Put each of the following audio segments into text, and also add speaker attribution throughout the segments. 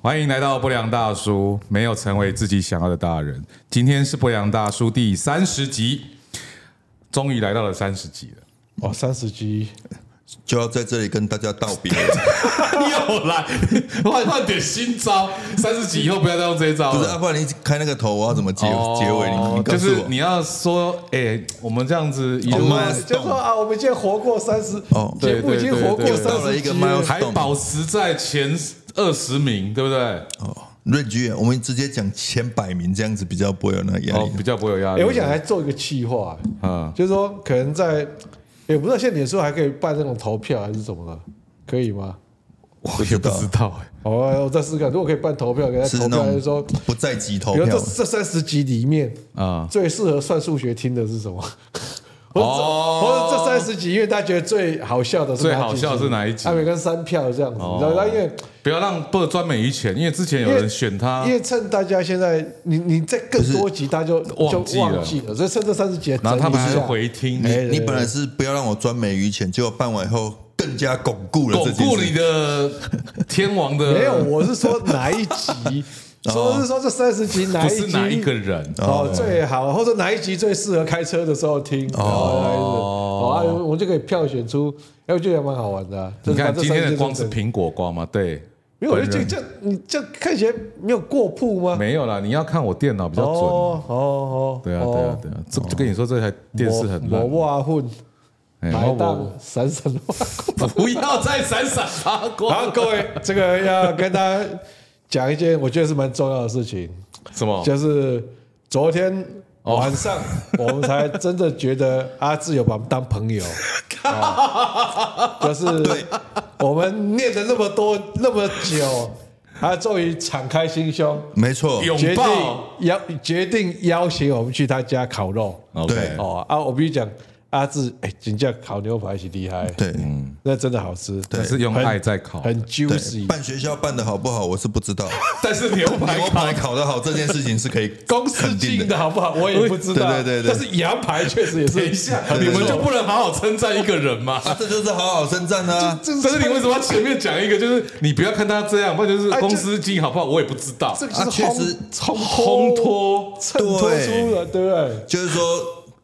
Speaker 1: 欢迎来到不良大叔，没有成为自己想要的大人。今天是不良大叔第三十集，终于来到了三十集了。
Speaker 2: 哇，哦三十集，
Speaker 3: 就要在这里跟大家道别。
Speaker 1: 又来，换换点新招。三十集以后不要再用这一招
Speaker 3: 不是，
Speaker 1: 了
Speaker 3: 要。啊不然你一直开那个头，我要怎么结啊结尾？你
Speaker 1: 哦
Speaker 3: 你告
Speaker 1: 就
Speaker 3: 诉
Speaker 1: 是
Speaker 3: 我哦
Speaker 1: 你，要说，哎、我们这样子一路
Speaker 3: 好慢
Speaker 2: 就说啊，我们现在活过三十，
Speaker 3: 哦
Speaker 2: 节目已经活过
Speaker 1: 对对对对
Speaker 2: 三
Speaker 3: 到了
Speaker 2: 十
Speaker 3: 一
Speaker 2: 集
Speaker 3: 个 milestone
Speaker 1: 还保持在前二十名，对不对？
Speaker 3: 哦，润居，我们直接讲前百名，这样子比较不会有那个压
Speaker 1: 哦
Speaker 3: 力，。
Speaker 1: 比较不会有压力。
Speaker 2: 哎，我想还做一个企划，
Speaker 1: 嗯
Speaker 2: 就是说可能在，也不知道现在脸书还可以办那种投票还是怎么了，可以吗？
Speaker 3: 我也不知道，
Speaker 1: 道哎、
Speaker 2: 好啊，我再试试看，如果可以办投票，给他
Speaker 3: 是
Speaker 2: 投
Speaker 3: 那
Speaker 2: 票，就是说，
Speaker 3: 种
Speaker 2: 比
Speaker 3: 不在籍投
Speaker 2: 如
Speaker 3: 票
Speaker 2: 这。这三十集里面
Speaker 1: 啊
Speaker 2: 最适合算数学听的是什么？ 或者
Speaker 1: 哦
Speaker 2: 或者这三十集，因为大家觉得最好笑的是哪
Speaker 1: 最好
Speaker 2: 几集
Speaker 1: 笑是哪一哦集
Speaker 2: 他们跟三票这样子，然后因为。
Speaker 1: 不要让不专美于前，因为之前有人选他
Speaker 2: 因，为趁大家现在，你你再更多集，大家就就
Speaker 1: 忘记了
Speaker 2: 忘记了，所以趁这三十集来
Speaker 1: 然
Speaker 2: 整
Speaker 1: 后
Speaker 2: 理
Speaker 1: 他们
Speaker 2: 一
Speaker 1: 还
Speaker 2: 下。
Speaker 1: 回听，
Speaker 3: 你
Speaker 2: 哎对
Speaker 3: 你本来是不要让我专美于前，结果办完以后更加巩固了这
Speaker 1: 巩
Speaker 3: 件
Speaker 1: 固
Speaker 3: 事
Speaker 1: 你的天王的，
Speaker 2: 没有，我是说哪一集，说是说这三十集哪
Speaker 1: 不
Speaker 2: 一
Speaker 1: 是
Speaker 2: 集
Speaker 1: 哪一个人。
Speaker 2: 哦最好，或者哪一集最适合开车的时候听哦，啊，我们就可以票选出，哎，我觉得也蛮好玩的啊。
Speaker 1: 你看
Speaker 2: 就是
Speaker 1: 今
Speaker 2: 把这
Speaker 1: 天
Speaker 2: 三
Speaker 1: 的
Speaker 2: 集
Speaker 1: 光是
Speaker 2: 整理，
Speaker 1: 苹果光嘛？对，
Speaker 2: 没有，我觉得
Speaker 1: 本
Speaker 2: 这
Speaker 1: 人
Speaker 2: 这你这看起来没有过曝吗？
Speaker 1: 没有啦，你要看我电脑比较准。
Speaker 2: 哦哦哦，
Speaker 1: 对啊，对啊，对啊，这就跟你说，这台电视很烂
Speaker 2: 我。哇混，
Speaker 1: 哎
Speaker 2: 排
Speaker 1: 然后
Speaker 2: 档闪闪发光。
Speaker 1: 我不要再闪闪发
Speaker 2: 好，
Speaker 1: 光。
Speaker 2: 各位，这个要跟大家讲一件我觉得是蛮重要的事情，
Speaker 1: 什么？
Speaker 2: 就是昨天晚上我们才真的觉得阿志有把我们当朋友，哦就是我们念了那么多那么久，他终于敞开心胸，
Speaker 3: 没错，
Speaker 1: 拥
Speaker 2: 决定
Speaker 1: 抱
Speaker 2: 邀决定邀请我们去他家烤肉。
Speaker 1: OK，
Speaker 3: 对
Speaker 2: 哦啊，我必须讲，阿志哎，人家烤牛排是厉害，
Speaker 3: 对
Speaker 2: 那真的好吃，
Speaker 3: 对
Speaker 1: 但是用
Speaker 2: 很
Speaker 1: 爱在烤，
Speaker 2: 很
Speaker 3: 对，
Speaker 2: juicy。
Speaker 3: 办学校办的好不好，我是不知道。
Speaker 1: 但是牛排
Speaker 3: 牛排烤得好这件事情是可以
Speaker 2: 公司
Speaker 3: 肯定
Speaker 2: 进的好不好？我也不知道。
Speaker 3: 对对对对
Speaker 2: 但是羊排确实也是。
Speaker 1: 等一下，
Speaker 3: 对
Speaker 1: 你们
Speaker 3: 对
Speaker 1: 就不能好好称赞一个人吗？
Speaker 3: 啊，这就是好好称赞啊！
Speaker 2: 这
Speaker 1: 但是你为什么要前面讲一个？就是你不要看他这样，不然就是
Speaker 2: 哎这
Speaker 1: 公司经营好不好，我也不知道。
Speaker 2: 这个就是
Speaker 3: 啊确实
Speaker 2: 烘
Speaker 1: 烘
Speaker 2: 烘托
Speaker 1: 托，
Speaker 2: 衬托出了，对不对？
Speaker 3: 就是说，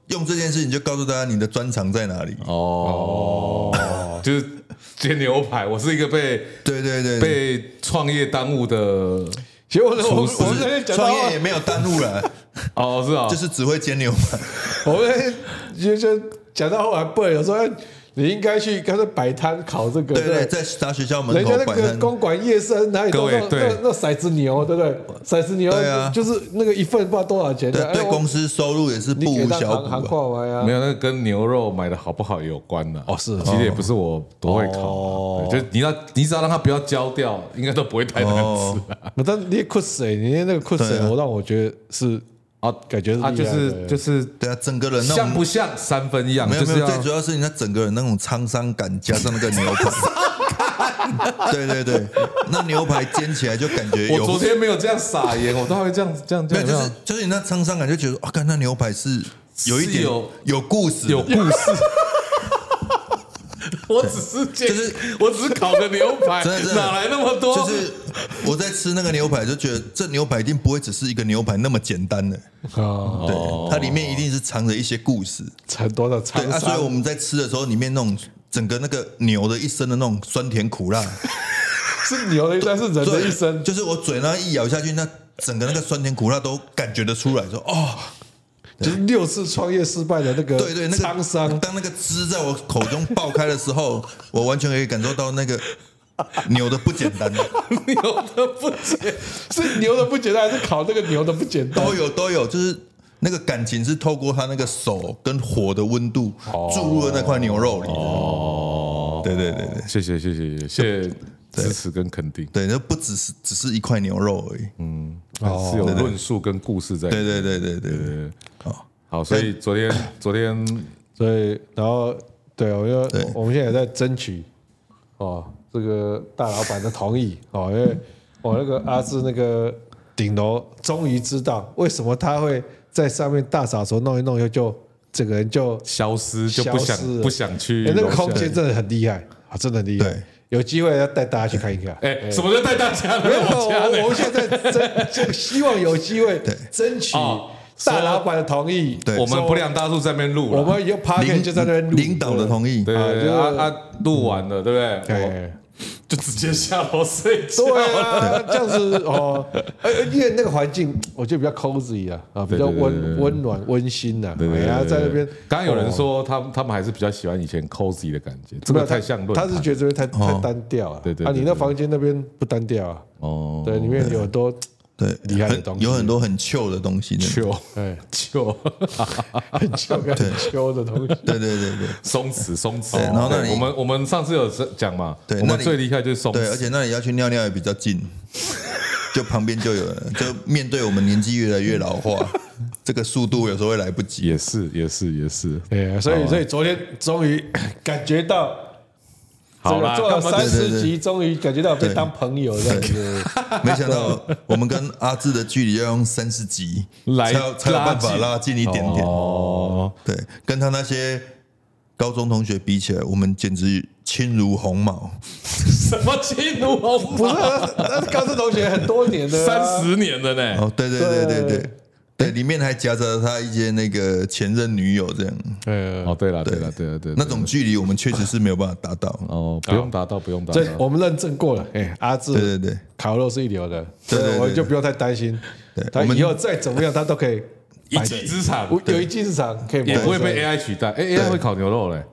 Speaker 3: 用这件事情就告诉大家你的专长在哪里。
Speaker 1: 就是煎牛排。我是一个被
Speaker 3: 对对对，
Speaker 1: 被创业耽误的。
Speaker 2: 结果呢，我
Speaker 1: 厨
Speaker 2: 们
Speaker 1: 师
Speaker 2: 我们那天讲到
Speaker 3: 创，业也没有耽误了，
Speaker 1: 哦，是啊，
Speaker 3: 就是只会煎牛排。
Speaker 2: 我们那天就就讲到后来，贝尔说哎你应该去干脆摆摊烤这个，
Speaker 3: 对
Speaker 2: 对。
Speaker 3: 对，在大学校门
Speaker 2: 人
Speaker 3: 口
Speaker 2: 家那
Speaker 3: 摆
Speaker 2: 个
Speaker 3: 摊，
Speaker 2: 公馆夜市还是哪里
Speaker 1: 各
Speaker 2: 都
Speaker 1: 位
Speaker 2: 那
Speaker 1: 对
Speaker 2: 那那骰子牛，对不对？骰子牛
Speaker 3: 对啊
Speaker 2: 就是那个一份不知道多少钱的，
Speaker 3: 对
Speaker 2: 哎
Speaker 3: 对，
Speaker 2: 我
Speaker 3: 公司收入也是不
Speaker 2: 你给
Speaker 3: 无
Speaker 2: 他
Speaker 3: 小
Speaker 2: 行行
Speaker 3: 补啊。
Speaker 2: 话完呀
Speaker 1: 没，有那个跟牛肉买的好不好有关的。
Speaker 2: 哦是
Speaker 3: 啊
Speaker 1: 其实也不是我多会
Speaker 3: 哦
Speaker 1: 烤啊，对就是你要你只要让它不要焦掉，应该都不会太难吃
Speaker 3: 哦
Speaker 1: 啊
Speaker 2: 我但你也酷死欸，你那个酷死
Speaker 3: 对
Speaker 2: 欸，
Speaker 3: 啊
Speaker 2: 我让我觉得是
Speaker 1: 啊。
Speaker 2: 感觉是
Speaker 1: 啊，
Speaker 2: 厉
Speaker 1: 就
Speaker 2: 害
Speaker 1: 是
Speaker 2: 的
Speaker 1: 就是
Speaker 3: 对啊，整个人那
Speaker 1: 像不
Speaker 3: 种
Speaker 1: 像三分一样，
Speaker 3: 没有
Speaker 1: 就
Speaker 3: 没
Speaker 1: 是
Speaker 3: 有，
Speaker 1: 要
Speaker 3: 最主要是你那整个人那种沧桑感，加上那个牛排。对对对，那牛排煎起来就感觉
Speaker 1: 我
Speaker 3: 有
Speaker 1: 昨天没有这样撒盐，我都还会这样这样这
Speaker 3: 没
Speaker 1: 样，
Speaker 3: 有，就是就是你那沧桑感，就觉得啊，看那牛排是有一
Speaker 1: 是
Speaker 3: 点
Speaker 1: 有
Speaker 3: 有故事的，
Speaker 1: 有故事。 我只是煎
Speaker 3: 就是
Speaker 1: 我只是烤个牛排，
Speaker 3: 真的真的
Speaker 1: 哪来那么多？
Speaker 3: 就是我在吃那个牛排，就觉得这牛排一定不会只是一个牛排那么简单的，
Speaker 1: 哦
Speaker 2: 啊，
Speaker 3: 对，它里面一定是藏着一些故事。
Speaker 2: 很多的
Speaker 3: 对
Speaker 2: 沧
Speaker 3: 啊，所以我
Speaker 2: 桑，
Speaker 3: 们在吃的时候，里面那种整个那个牛的一身的那种酸甜苦 辣，
Speaker 2: 是牛的一生，是人的
Speaker 3: 对
Speaker 2: 一生。
Speaker 3: 就是我嘴那一咬下去，那整个那个酸甜苦辣都感觉得出来，说哦，
Speaker 2: 就是六次创业失败的那个
Speaker 3: 对对，那个
Speaker 2: 沧桑，
Speaker 3: 当那个汁在我口中爆开的时候，我完全可以感受到那个牛的不简 单，
Speaker 1: 牛的不简
Speaker 2: 是牛的不简单，还是烤那个牛的不简单？
Speaker 3: 都有都有，就是那个感情是透过他那个手跟火的温度注入了那块牛肉里的。
Speaker 1: 哦。
Speaker 3: 哦对对对对
Speaker 1: 谢谢谢谢谢谢支持跟肯定，
Speaker 3: 对，那不只是只是一块牛肉而已。
Speaker 2: 哦
Speaker 1: 是有论述跟故事在。
Speaker 3: 对对对对对哦对，
Speaker 1: 好，所
Speaker 2: 哎
Speaker 1: 以昨天昨天
Speaker 2: 所以，然后，对，我就
Speaker 3: 对
Speaker 2: 我们现在也在争取哦，这个大老板的同意哦，因为我那个阿志那个顶楼终于知道为什么他会在上面大扫除弄一弄以后就整个人就
Speaker 1: 消失就不
Speaker 2: 消失
Speaker 1: 想
Speaker 2: 了
Speaker 1: 不想去
Speaker 2: 哎，那个
Speaker 1: 楼下
Speaker 2: 空间真的很厉害啊，真的很厉害
Speaker 3: 对。
Speaker 2: 有机会要带大家去看一看。
Speaker 1: 哎、什么叫带大家
Speaker 2: 没
Speaker 1: 来
Speaker 2: 有，
Speaker 1: 我家
Speaker 2: 我我
Speaker 1: 呢？
Speaker 2: 们现在争，就希望有机 会争取
Speaker 1: 哦
Speaker 2: 大老板的同意。
Speaker 3: 对
Speaker 1: 我们不良大叔在那边录了，
Speaker 2: 我啊们以后 p a r k 就在那边录
Speaker 3: 领导的同意，
Speaker 1: 对
Speaker 2: 啊
Speaker 1: 对
Speaker 2: 就是
Speaker 1: 对，啊啊，录完了，对不对？我
Speaker 2: 对
Speaker 1: 就直接下楼睡觉
Speaker 2: 哎对
Speaker 1: 了。
Speaker 2: 啊，这样子哦，呃因为那个环境我觉得比较 cozy 啊，啊，比
Speaker 1: 对对
Speaker 2: 较
Speaker 1: 对对
Speaker 2: 温
Speaker 1: 对
Speaker 2: 温暖温馨呐。
Speaker 1: 对对
Speaker 2: 哎
Speaker 1: 对
Speaker 2: 呀，
Speaker 1: 对
Speaker 2: 在那边，
Speaker 1: 刚刚有人
Speaker 2: 哦
Speaker 1: 说他他们还是比较喜欢以前 cozy 的感觉，这个
Speaker 2: 没有
Speaker 1: 太像论
Speaker 2: 他
Speaker 1: 坛。哦
Speaker 2: 是觉得这边太太单调了。
Speaker 1: 对对
Speaker 2: 啊，
Speaker 1: 对对
Speaker 2: 你那
Speaker 1: 对
Speaker 2: 房间那边不单调啊，
Speaker 1: 哦，
Speaker 2: 对，里面有很多
Speaker 3: 对，
Speaker 2: 厉害的
Speaker 3: 很
Speaker 2: 东西
Speaker 3: 有很多很 chill 的东西，真的
Speaker 1: 秋
Speaker 2: 哎
Speaker 1: 秋
Speaker 2: 很旧很旧的东西。
Speaker 3: 对对对对
Speaker 1: 松弛松弛。
Speaker 3: 对然后那
Speaker 1: 对
Speaker 3: 里
Speaker 1: 我们我们上次有讲嘛，
Speaker 3: 对
Speaker 1: 我
Speaker 3: 那
Speaker 1: 们
Speaker 3: 里
Speaker 1: 最厉害就是松
Speaker 3: 对，而
Speaker 1: 弛。
Speaker 3: 且那里要去尿尿也比较近，就旁边就有了，就面对我们年纪越来越老化，这个速度有时候会来不及。
Speaker 1: 也是也是也是，
Speaker 2: 对，所以所以昨天终于感觉到，
Speaker 1: 好啦，
Speaker 2: 做
Speaker 1: 干
Speaker 2: 了
Speaker 1: 嘛
Speaker 2: 三
Speaker 3: 对对
Speaker 2: 十
Speaker 3: 对
Speaker 2: 集，终于感觉到被当朋友这样子。
Speaker 3: 没想到我们跟阿志的距离要用三十级
Speaker 1: 来
Speaker 3: 才有才有
Speaker 1: 拉
Speaker 3: 办法
Speaker 1: 近
Speaker 3: 拉近一点点。
Speaker 1: 哦，
Speaker 3: 对，跟他那些高中同学比起来，我们简直轻如鸿毛。
Speaker 1: 什么进入红
Speaker 2: 不是，啊那高中同学很多年 的
Speaker 1: 三
Speaker 2: 啊，
Speaker 1: 十年了呢？
Speaker 3: 哦，对对对对
Speaker 2: 对
Speaker 3: 对对，里面还夹杂他一些那个前任女友这样，
Speaker 2: 呃，
Speaker 1: 哦，对了对了对了对了，
Speaker 3: 那种距离我们确实是没有办法达到。
Speaker 1: 哦，不用达到不用达
Speaker 2: 这
Speaker 1: 到，
Speaker 2: 我们认证过了，哎，阿
Speaker 3: 对
Speaker 2: 志
Speaker 3: 对对，
Speaker 2: 烤肉是一流的，
Speaker 3: 对对
Speaker 2: 所以
Speaker 3: 对
Speaker 2: 我们就不用太担心。他
Speaker 3: 我们
Speaker 2: 以后再怎么样，他都可以
Speaker 1: 一技之长
Speaker 2: 我有一技之长，可以
Speaker 1: 也不会
Speaker 2: 谋
Speaker 1: 被 AI 取代。哎，AI 会烤牛肉嘞，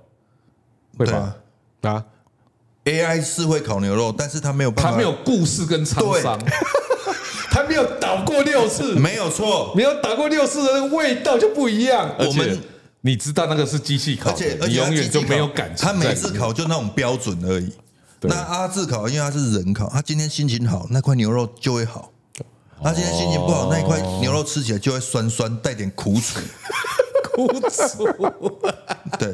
Speaker 1: 会
Speaker 3: 对
Speaker 1: 吧
Speaker 3: 啊？
Speaker 2: 生啊。
Speaker 3: ，AI 是会烤牛肉，但是他没有办法，
Speaker 1: 它没有故事跟沧桑，
Speaker 2: 他没有倒过六次，
Speaker 3: 没有错，
Speaker 2: 没有打过六次的那个味道就不一样。
Speaker 1: 而
Speaker 3: 我
Speaker 1: 且
Speaker 3: 们
Speaker 1: 你知道那个是机器烤
Speaker 3: 而
Speaker 1: 的，
Speaker 3: 且而
Speaker 1: 你
Speaker 3: 且
Speaker 1: 永
Speaker 3: 他
Speaker 1: 远
Speaker 3: 自己
Speaker 1: 就没有
Speaker 3: 烤
Speaker 1: 感情
Speaker 3: 他
Speaker 1: 在里面。
Speaker 3: 每次烤就那种标准而已。
Speaker 1: 对
Speaker 3: 那阿志烤，因为他是人烤，他今天心情好，那块牛肉就会好；
Speaker 1: 哦
Speaker 3: 他今天心情不好，那一块牛肉吃起来就会酸酸，带点苦 楚。
Speaker 1: 哭 出，
Speaker 3: 对，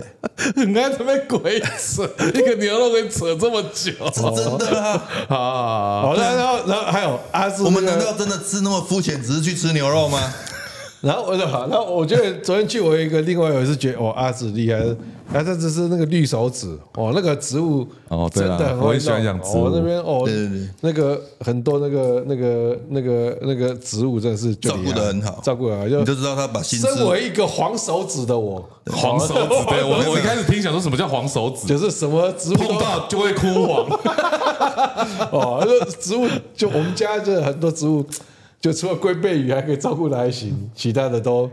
Speaker 1: 你看这边鬼 扯，一个牛肉可以扯这么久
Speaker 3: 是真的啊。
Speaker 1: 啊！
Speaker 2: 好，然后然后还有阿志，
Speaker 3: 我们难道真的吃那么肤浅，只是去吃牛肉吗？
Speaker 2: 然后我就好，然后我觉得昨天去我有一个另外有一次觉得哦阿紫厉害，然后这只是那个绿手指哦，那个植物
Speaker 1: 哦对
Speaker 2: 真
Speaker 1: 啦
Speaker 2: 的很
Speaker 1: 我
Speaker 2: 会
Speaker 1: 也喜欢
Speaker 2: 弄
Speaker 1: 养植物
Speaker 2: 哦那边哦
Speaker 3: 对对对
Speaker 2: 那个很多那个那个那个那个植物真的是就
Speaker 3: 照顾得很好
Speaker 2: 照顾得很好
Speaker 3: 你
Speaker 2: 就
Speaker 3: 就知道他把心思
Speaker 2: 身为一个黄手指的我，
Speaker 1: 黄手 指，对我我一开始听想说什么叫黄手指，
Speaker 2: 就是什么植物都
Speaker 1: 碰到就会枯黄。
Speaker 2: 哦，那植物就我们家就很多植物，就除了龟背鱼还可以照顾的还行，其他的都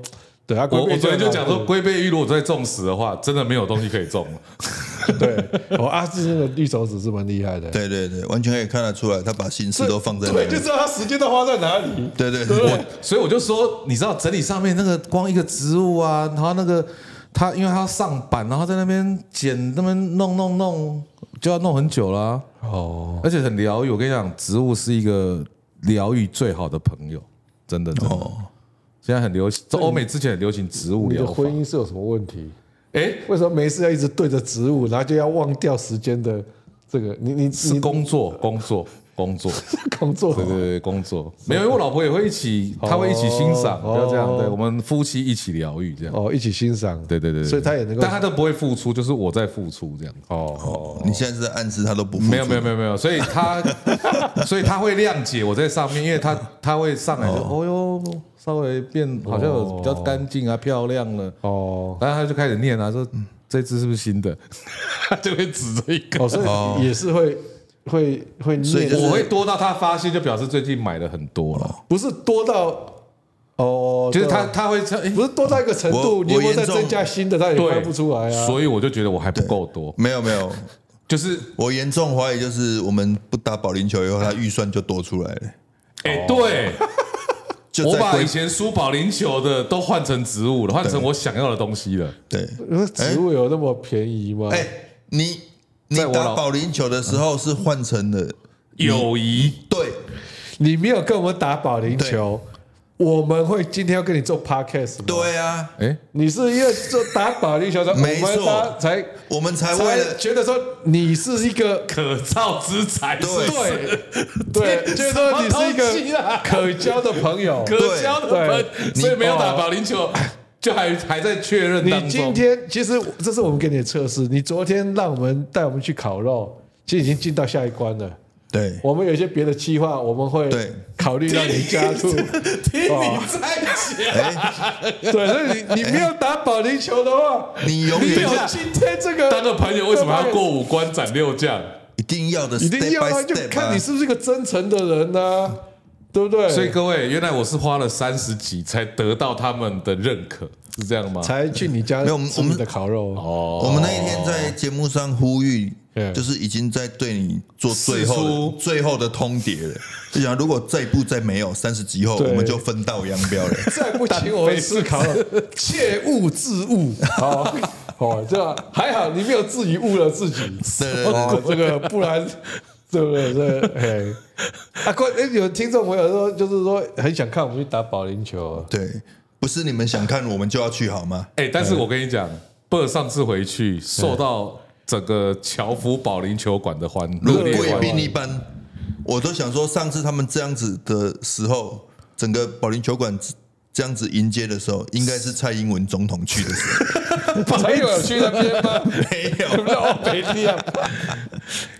Speaker 2: 对啊。龟
Speaker 1: 我
Speaker 2: 背
Speaker 1: 我昨天就
Speaker 2: 很
Speaker 1: 讲
Speaker 2: 好
Speaker 1: 说，龟背玉如果再种死的话，真的没有东西可以种了。
Speaker 2: 对，哦阿志那个绿手指是蛮厉害的，
Speaker 3: 对对对，完全可以看得出来，他把心思都放在那
Speaker 2: 对，
Speaker 3: 里
Speaker 2: 就。知道他时间都花在哪里。
Speaker 3: 对对对，
Speaker 1: 所以我就说，你知道整理上面那个光一个植物啊，然后那个他因为他要上板，然后在那边剪，那边弄弄弄，就要弄很久啦、
Speaker 2: 哦，
Speaker 1: 而且很疗愈。我跟你讲，植物是一个疗愈最好的朋友，真的。真的现在很流行，在欧美之前很流行植物
Speaker 2: 你的
Speaker 1: 疗法
Speaker 2: 婚。姻是有什么问题？
Speaker 1: 哎，
Speaker 2: 为什么没事要一直对着植物，然后就要忘掉时间的这个？你你
Speaker 1: 是
Speaker 2: 你
Speaker 1: 工作，工作，工作。
Speaker 2: 工作
Speaker 1: 对对对，工作没有，因为我老婆也会一起，她会一起欣赏，不要这样。对我们夫妻一起疗愈这样。
Speaker 2: 哦哦，一起欣赏。
Speaker 1: 对对对，对
Speaker 2: 所以他也能够
Speaker 1: 但他都不会付出，就是我在付出这样。
Speaker 2: 哦，
Speaker 3: 你现在是在暗示他都不付出
Speaker 1: 没有没有没有没有，所以他 所以他会谅解我在上面，因为他他会上来就哦哟，稍微变好像有比较干净啊、漂亮了
Speaker 2: 哦嗯
Speaker 1: 哦，然后他就开始念啊，说这只是不是新的， 他就会指着一个
Speaker 2: 哦，。所以也是会会会
Speaker 3: 所以
Speaker 2: 念
Speaker 3: 就是
Speaker 1: 我会多到他发现，就表示最近买的很多了。
Speaker 2: 不是多到哦，
Speaker 1: 就是他
Speaker 2: 对
Speaker 1: 他会哎
Speaker 2: 不是多到一个程
Speaker 3: 我
Speaker 2: 度，
Speaker 3: 我
Speaker 2: 你有没有再
Speaker 3: 严重
Speaker 2: 增加新的，他也
Speaker 1: 对
Speaker 2: 翻不出来啊。
Speaker 1: 所以我就觉得我还不够多，
Speaker 3: 没有没有，
Speaker 1: 就是
Speaker 3: 我严重怀疑就是我们不打保龄球以后，他预算就多出来了，
Speaker 1: 哎、对。
Speaker 3: 就
Speaker 1: 我
Speaker 3: 在
Speaker 1: 把
Speaker 3: 规
Speaker 1: 以前输保龄球的都换成植物了，换成我想要的东西了。
Speaker 3: 对。
Speaker 2: 那植物有那么便宜吗？
Speaker 3: 哎，你你
Speaker 1: 在我
Speaker 3: 打
Speaker 1: 老
Speaker 3: 保龄球的时候是换成了
Speaker 1: 友谊，
Speaker 3: 对
Speaker 2: 你没有跟我们打保龄球，我们会今天要跟你做 podcast 吗？，
Speaker 3: 对啊，
Speaker 1: 哎、
Speaker 2: 你是因为做打保龄球才，
Speaker 3: 没错
Speaker 2: 我们大家才
Speaker 3: 我们才为
Speaker 2: 才
Speaker 3: 了
Speaker 2: 觉得说你是一个
Speaker 1: 可造之材是不是
Speaker 2: 对 对，就是说
Speaker 1: 什
Speaker 2: 你是一
Speaker 1: 么东西
Speaker 2: 个
Speaker 1: 啊
Speaker 2: 可交的朋 友。
Speaker 1: 可交的
Speaker 2: 对
Speaker 1: 分，所以
Speaker 2: 你
Speaker 1: 没有打
Speaker 2: 哦
Speaker 1: 保龄球，就还还在确认当
Speaker 2: 你
Speaker 1: 中。
Speaker 2: 今天其实这是我们给你的测试，你昨天让我们带我们去烤肉，其实已经进到下一关了。
Speaker 3: 对，
Speaker 2: 我们有一些别的计划，我们会
Speaker 3: 对
Speaker 2: 考虑让你加 入。
Speaker 1: 听你在讲，
Speaker 3: 哎，
Speaker 2: 对，所以你你没有打保龄球的话，
Speaker 3: 你永
Speaker 2: 你有
Speaker 3: 远
Speaker 2: 今天这个
Speaker 1: 当个朋友为什么要过五关斩六将？
Speaker 3: 一定要的
Speaker 2: 一定
Speaker 3: step
Speaker 2: 要
Speaker 3: by
Speaker 2: 啊，就
Speaker 3: step，
Speaker 2: 看
Speaker 3: 啊
Speaker 2: 你是不是一个真诚的人呐、对不对？
Speaker 1: 所以各位，原来我是花了三十几才得到他们的认可，是这样吗？
Speaker 2: 才去你家
Speaker 3: 没有我们
Speaker 2: 吃你的烤肉哦，
Speaker 3: 我们那一天在节目上呼吁
Speaker 2: 对，
Speaker 3: 就是已经在对你做最
Speaker 1: 示
Speaker 3: 后
Speaker 1: 出
Speaker 3: 的最后的通牒了。就想如果再不再没有三十集后，
Speaker 2: 对
Speaker 3: 我们就分道扬 镳了。
Speaker 2: 再不请我们吃烤肉， 切勿自误哦哦，这样还好你没有自己误了自己，
Speaker 3: 对对
Speaker 2: 哦，这个不然对不对？这哎啊，关哎有听众朋友说，就是说很想看我们去打保龄球，啊
Speaker 3: 对，不是你们想看我们就要去好吗？
Speaker 1: 哎、但是我跟你讲，贝尔上次回去受到整个乔福保龄球馆的欢热
Speaker 3: 如
Speaker 1: 烈
Speaker 3: 果贵
Speaker 1: 欢迎
Speaker 3: 宾一般，我都想说，上次他们这样子的时候，整个保龄球馆这样子迎接的时候，应该是蔡英文总统去 的时候，
Speaker 2: 才有去那边吗？
Speaker 3: 没
Speaker 2: 有
Speaker 3: 有。
Speaker 2: 没有北地啊？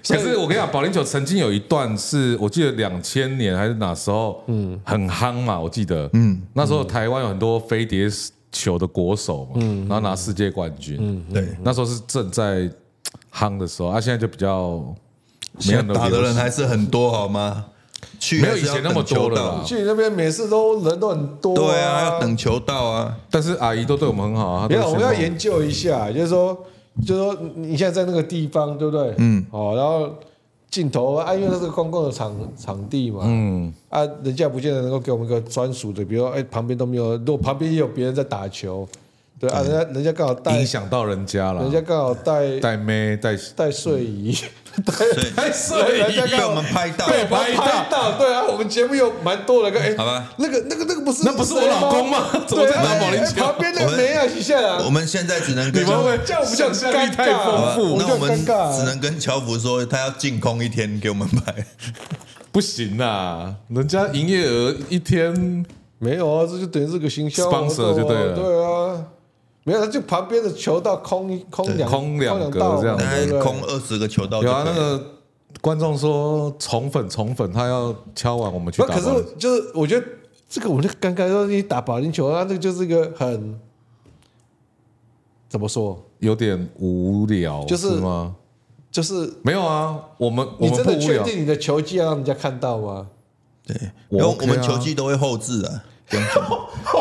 Speaker 1: 可是我跟你讲，保龄球曾经有一段是我记得两千年还是哪时候，嗯，很夯嘛，我记得，嗯，那时候台湾有很多飞碟球的国手嘛，嗯，然后拿世界冠军，嗯，
Speaker 3: 对，
Speaker 1: 那时候是正在嘖夯的时候，啊，现在就比较没有
Speaker 3: 想
Speaker 1: 那么
Speaker 3: 打的
Speaker 1: 流
Speaker 3: 人
Speaker 1: 行
Speaker 3: 还是很多好吗？去
Speaker 1: 没有
Speaker 3: 还是要
Speaker 1: 以前那么
Speaker 3: 等球
Speaker 1: 多了
Speaker 3: 到
Speaker 1: 啦
Speaker 2: 去那边每次都人都很多、
Speaker 3: 对啊，要等球到啊。
Speaker 1: 但是阿姨都对我们很好啊，
Speaker 2: 没有，我们要
Speaker 1: 演
Speaker 2: 研究一下，就是说，就是说，你现在在那个地方，对不对？嗯。哦，然后镜头啊，因为它是个公共的场场地嘛，嗯。啊，人家不见得能够给我们一个专属的，比如说，哎，旁边都没有，如果旁边也有别人在打球，对啊，人家人家刚好带，
Speaker 1: 影
Speaker 2: 人
Speaker 1: 响到人家了，
Speaker 2: 家刚好带
Speaker 1: 带妹带
Speaker 2: 带睡衣，带带
Speaker 1: 睡
Speaker 2: 睡
Speaker 1: 衣
Speaker 2: 衣，人家
Speaker 3: 被
Speaker 2: 刚
Speaker 3: 我
Speaker 2: 好
Speaker 3: 们。拍到，
Speaker 2: 被我们拍到，对啊，我们节目有蛮多的个，哎，
Speaker 3: 好吧，
Speaker 2: 那个、那个、那个不是
Speaker 1: 那不是我
Speaker 2: 谁啊
Speaker 1: 老公吗怎么
Speaker 2: 对
Speaker 1: 在
Speaker 2: 啊
Speaker 1: 打保龄
Speaker 2: 哎
Speaker 1: 球
Speaker 2: 旁边那
Speaker 3: 我
Speaker 2: 个
Speaker 3: 们
Speaker 2: 没啊，一下
Speaker 3: 我
Speaker 2: 啊，
Speaker 3: 们现在只能跟
Speaker 1: 你们会
Speaker 2: 这样我们就
Speaker 1: 想
Speaker 2: 很
Speaker 1: 象力
Speaker 2: 尴尬啊
Speaker 1: 太丰
Speaker 3: 好
Speaker 1: 富，
Speaker 3: 吧那我
Speaker 2: 我
Speaker 3: 们
Speaker 2: 们就很尴尬啊
Speaker 3: 只能跟乔福说，他要净空一天给我们拍。
Speaker 1: 不行啦，人家营业额一天
Speaker 2: 没有啊，这就等于是个行销
Speaker 1: Sponsor
Speaker 2: 活动啊
Speaker 1: 就对了
Speaker 2: 对啊，没有，他就旁边的球道空空两
Speaker 1: 空两
Speaker 2: 两
Speaker 1: 格
Speaker 2: 道
Speaker 1: 这样
Speaker 2: 嘛
Speaker 1: 子
Speaker 3: 大概
Speaker 2: 对不对
Speaker 3: 哎空二十个球
Speaker 2: 哦
Speaker 3: 到就
Speaker 1: 有
Speaker 3: 可以
Speaker 1: 啊，那
Speaker 3: 了。
Speaker 1: 个观众说重粉重粉，他要敲完我们去
Speaker 2: 不，
Speaker 1: 打
Speaker 2: 可
Speaker 1: 包。
Speaker 2: 是就是我觉得这个我就尴尬，说你打保龄球啊，那个就是一个很怎么说，
Speaker 1: 有点无聊，
Speaker 2: 就是
Speaker 1: 吗？
Speaker 2: 就是
Speaker 1: 没有啊，我们我
Speaker 2: 你
Speaker 1: 们
Speaker 2: 真
Speaker 1: 不
Speaker 2: 的
Speaker 1: 无
Speaker 2: 确
Speaker 1: 聊，
Speaker 2: 定你的球技要让人家看到吗？
Speaker 3: 对，
Speaker 1: 我
Speaker 3: 因为
Speaker 1: OK 啊
Speaker 3: 我们球技都会后置啊，不 用紧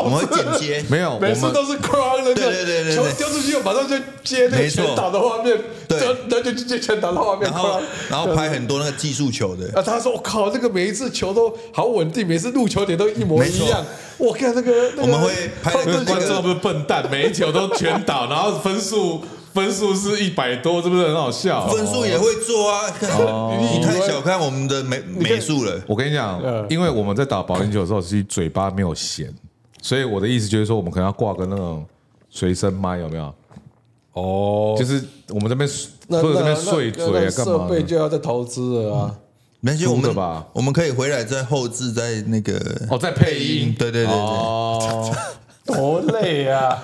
Speaker 3: 我们会剪接。
Speaker 1: 没有，我
Speaker 2: 每次
Speaker 1: 们
Speaker 2: 都是 cross 那个
Speaker 3: 哦对对对对对
Speaker 2: 球丢出去，马上就接那个
Speaker 3: 没错
Speaker 2: 全打的画面，
Speaker 3: 对
Speaker 2: 然后然后就接全打的画面
Speaker 3: 然后
Speaker 2: cross。
Speaker 3: 然后拍很多那个技术球的，
Speaker 2: 啊，他说：“我靠，这个每一次球都好稳定，每次入球点都一模一样。我看那个，那个
Speaker 3: 我们会拍得
Speaker 2: 他
Speaker 3: 更
Speaker 2: 们就觉
Speaker 1: 观
Speaker 2: 得
Speaker 1: 众不是笨蛋，每一球都全倒，然后分数分数是一百多，这不是很好笑？
Speaker 3: 分数也会做啊。
Speaker 2: 哦
Speaker 3: 你太小看我们的美
Speaker 2: 看
Speaker 3: 美术了。
Speaker 1: 我跟你讲
Speaker 2: 嗯，
Speaker 1: 因为我们在打保龄球的时候，其实嘴巴没有弦，所以我的意思就是说，我们可能要挂个那种随身麦，有没有？
Speaker 2: 哦，
Speaker 1: 就是我们这边
Speaker 2: 那
Speaker 1: 或者这边
Speaker 2: 那
Speaker 1: 碎
Speaker 2: 那
Speaker 1: 嘴
Speaker 2: 那
Speaker 1: 啊，干
Speaker 2: 设
Speaker 1: 嘛
Speaker 2: 备
Speaker 1: 的？
Speaker 2: 就要再投资了啊。
Speaker 3: 没关系，我
Speaker 1: 租的
Speaker 3: 们
Speaker 1: 吧
Speaker 3: 我们可以回来再后置，在那个
Speaker 1: 哦，在配音，
Speaker 3: 对对对对，
Speaker 1: 哦，
Speaker 2: 多累啊！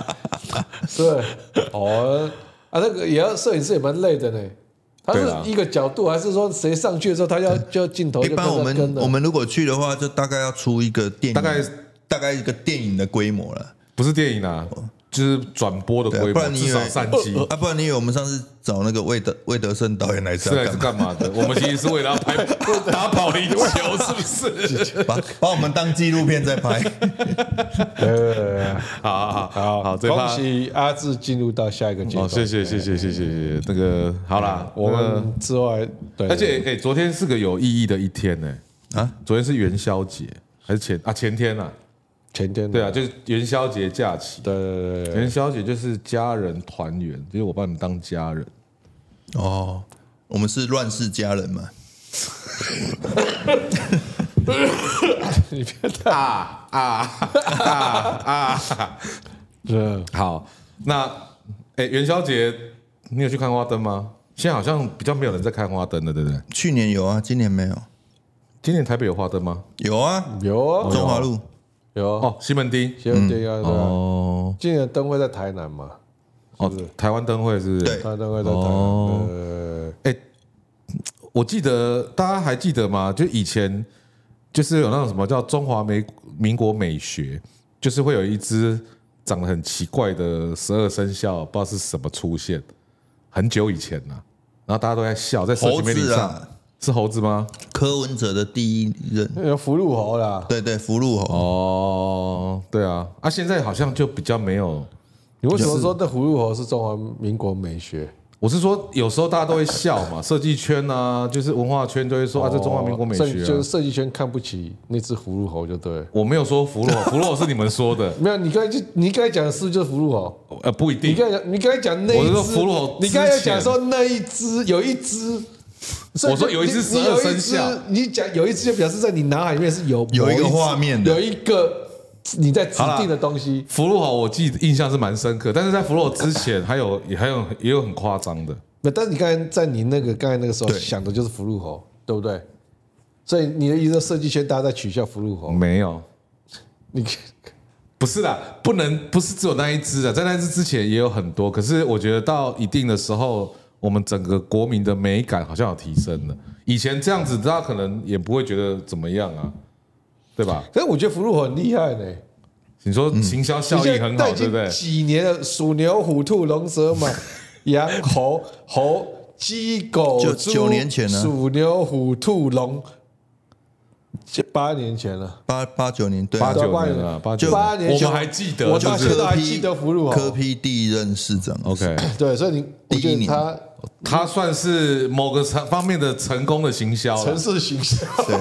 Speaker 2: 对，哦，啊，那个也要摄影师也蛮累的呢。他
Speaker 1: 对啦
Speaker 2: 是一个角度，还是说谁上去的时候，他要就要镜头
Speaker 3: 一
Speaker 2: 就跟
Speaker 3: 般我
Speaker 2: 着跟
Speaker 3: 们
Speaker 2: 的？
Speaker 3: 我们如果去的话，就大概要出一个电影，
Speaker 1: 大概
Speaker 3: 大概一个电影的规模了。
Speaker 1: 不是电影啊，就是转播的
Speaker 3: 对啊
Speaker 1: 规
Speaker 3: 不
Speaker 1: 模，
Speaker 3: 然你
Speaker 1: 至
Speaker 3: 以
Speaker 1: 少
Speaker 3: 为
Speaker 1: 三集。
Speaker 3: 啊，不然你以为我们上次找那个魏德魏德胜导演来
Speaker 1: 是
Speaker 3: 是
Speaker 1: 啊
Speaker 3: 要
Speaker 1: 来是
Speaker 3: 干
Speaker 1: 干
Speaker 3: 嘛？
Speaker 1: 嘛的？我们其实是为了要拍打保龄球，是不是？啊
Speaker 3: 把把我们当纪录片在 拍。
Speaker 2: 呃，
Speaker 1: 好好好好，这
Speaker 2: 恭
Speaker 1: 趴
Speaker 2: 喜阿志进入到下一个阶
Speaker 1: 哦，
Speaker 2: 段。
Speaker 1: 谢谢谢谢谢谢谢谢。那个好啦，我
Speaker 2: 我
Speaker 1: 们
Speaker 2: 们嗯之外，对，
Speaker 1: 而且哎，昨天是个有意义的一天呢。
Speaker 3: 啊，
Speaker 1: 昨天是元宵节还是前啊前天啊？
Speaker 2: 前天
Speaker 1: 对啊，，就是元宵节假期。
Speaker 2: 对对对对对，
Speaker 1: 元宵节就是家人团圆，就是我把你们当家人。
Speaker 3: 哦，我们是乱世佳人嘛？
Speaker 2: 你 别打。
Speaker 1: 啊啊啊啊！
Speaker 2: 对，
Speaker 1: 好，那哎、元宵节你有去看花灯吗？现在好像比较没有人在看花灯了，对不对？
Speaker 3: 去年有啊，今年没有。
Speaker 1: 今年台北有花灯吗？
Speaker 3: 有啊，
Speaker 2: 有啊，
Speaker 3: 中华路
Speaker 2: 有啊，
Speaker 1: 哦哦，西门町。
Speaker 2: 西门町啊，对啊。
Speaker 1: 哦
Speaker 2: 今年灯会在台南嘛？
Speaker 1: 哦，台湾灯会是不是？
Speaker 3: 对
Speaker 2: 台湾灯会在台南。
Speaker 1: 哦
Speaker 2: 呃，
Speaker 1: 哎、我记得大家还记得吗？就以前就是有那种什么叫中华美民国美学，就是会有一只长得很奇怪的十二生肖，不知道是什么出现，很久以前呐、然后大家都在笑，在社群媒体
Speaker 3: 猴子
Speaker 1: 上、
Speaker 3: 啊
Speaker 1: 是猴子吗？
Speaker 3: 柯文哲的第一任，
Speaker 2: 那有福禄猴啦，
Speaker 3: 对对，福禄猴，
Speaker 1: 哦，对啊，啊，现在好像就比较没有。
Speaker 2: 你为什么说那福禄猴是中华民国美学？
Speaker 1: 我是说，有时候大家都会笑嘛，设计圈啊，就是文化圈都会说啊，这中华民国美
Speaker 2: 哦
Speaker 1: 学、
Speaker 2: 设
Speaker 1: 啊。
Speaker 2: 就是设计圈看不起那只福禄猴，就对了。
Speaker 1: 我没有说福禄，福禄是你们说的，
Speaker 2: 没有，你刚才就你刚才讲的是不是就是福禄猴？
Speaker 1: 呃，不一
Speaker 2: 你
Speaker 1: 定。
Speaker 2: 刚才讲你刚才讲那
Speaker 1: 我
Speaker 2: 一
Speaker 1: 是说
Speaker 2: 只
Speaker 1: 福禄猴
Speaker 2: 你刚才
Speaker 1: 之前
Speaker 2: 讲说那一只有一只，所以
Speaker 1: 我说有一只
Speaker 2: 你
Speaker 1: 十二
Speaker 2: 你有一
Speaker 1: 生
Speaker 2: 只
Speaker 1: 肖
Speaker 2: 你讲有一只就表示在你脑海里面是有
Speaker 3: 有
Speaker 2: 某
Speaker 3: 一
Speaker 2: 一
Speaker 3: 个
Speaker 2: 只
Speaker 3: 画面的
Speaker 2: 有一个你在指
Speaker 1: 好啦
Speaker 2: 定的东西。
Speaker 1: 福禄好，我记得印象是蛮深刻，但是在福禄之前还有也还有也有很夸张的，
Speaker 2: 那但是你刚才在你那个刚才那个时候
Speaker 3: 对
Speaker 2: 想的就是福禄猴，对不对？所以你的意思说设计圈大家在取笑福禄猴，
Speaker 1: 没有，
Speaker 2: 你
Speaker 1: 不是啦，不能不是只有那一只啊，在那一只之前也有很多，可是我觉得到一定的时候，我们整个国民的美感好像有提升了。以前这样子，大家可能也不会觉得怎么样啊，对吧？
Speaker 2: 可是我觉得福禄猴很厉害呢，
Speaker 1: 你说行销效益很好，
Speaker 2: 你现在
Speaker 1: 对不对
Speaker 2: 已经？几年了，鼠、牛、虎、兔、龙、蛇、马、羊、猴、猴、鸡、狗、
Speaker 3: 就
Speaker 2: 猪
Speaker 3: 九年前啊
Speaker 2: 鼠、牛、虎、兔、龙，这八年前了，
Speaker 3: 八八九年，对啊
Speaker 1: 八
Speaker 2: 对
Speaker 1: 九
Speaker 2: 啊八
Speaker 1: 年了，八
Speaker 3: 就
Speaker 1: 九
Speaker 2: 八
Speaker 1: 年，
Speaker 2: 年
Speaker 1: 我
Speaker 2: 前
Speaker 1: 们还记得，
Speaker 2: 我
Speaker 1: 就
Speaker 2: 大
Speaker 1: 是
Speaker 2: 学都还
Speaker 3: 柯
Speaker 2: 记得福禄
Speaker 3: 柯
Speaker 2: 猴。
Speaker 3: 批第一任市长
Speaker 1: OK。
Speaker 2: 对，所以你我
Speaker 3: 第
Speaker 2: 觉
Speaker 3: 一
Speaker 2: 得
Speaker 3: 年
Speaker 2: 他
Speaker 1: 他算是某个成方面的成功的行销了
Speaker 2: 城。市形象
Speaker 3: 对，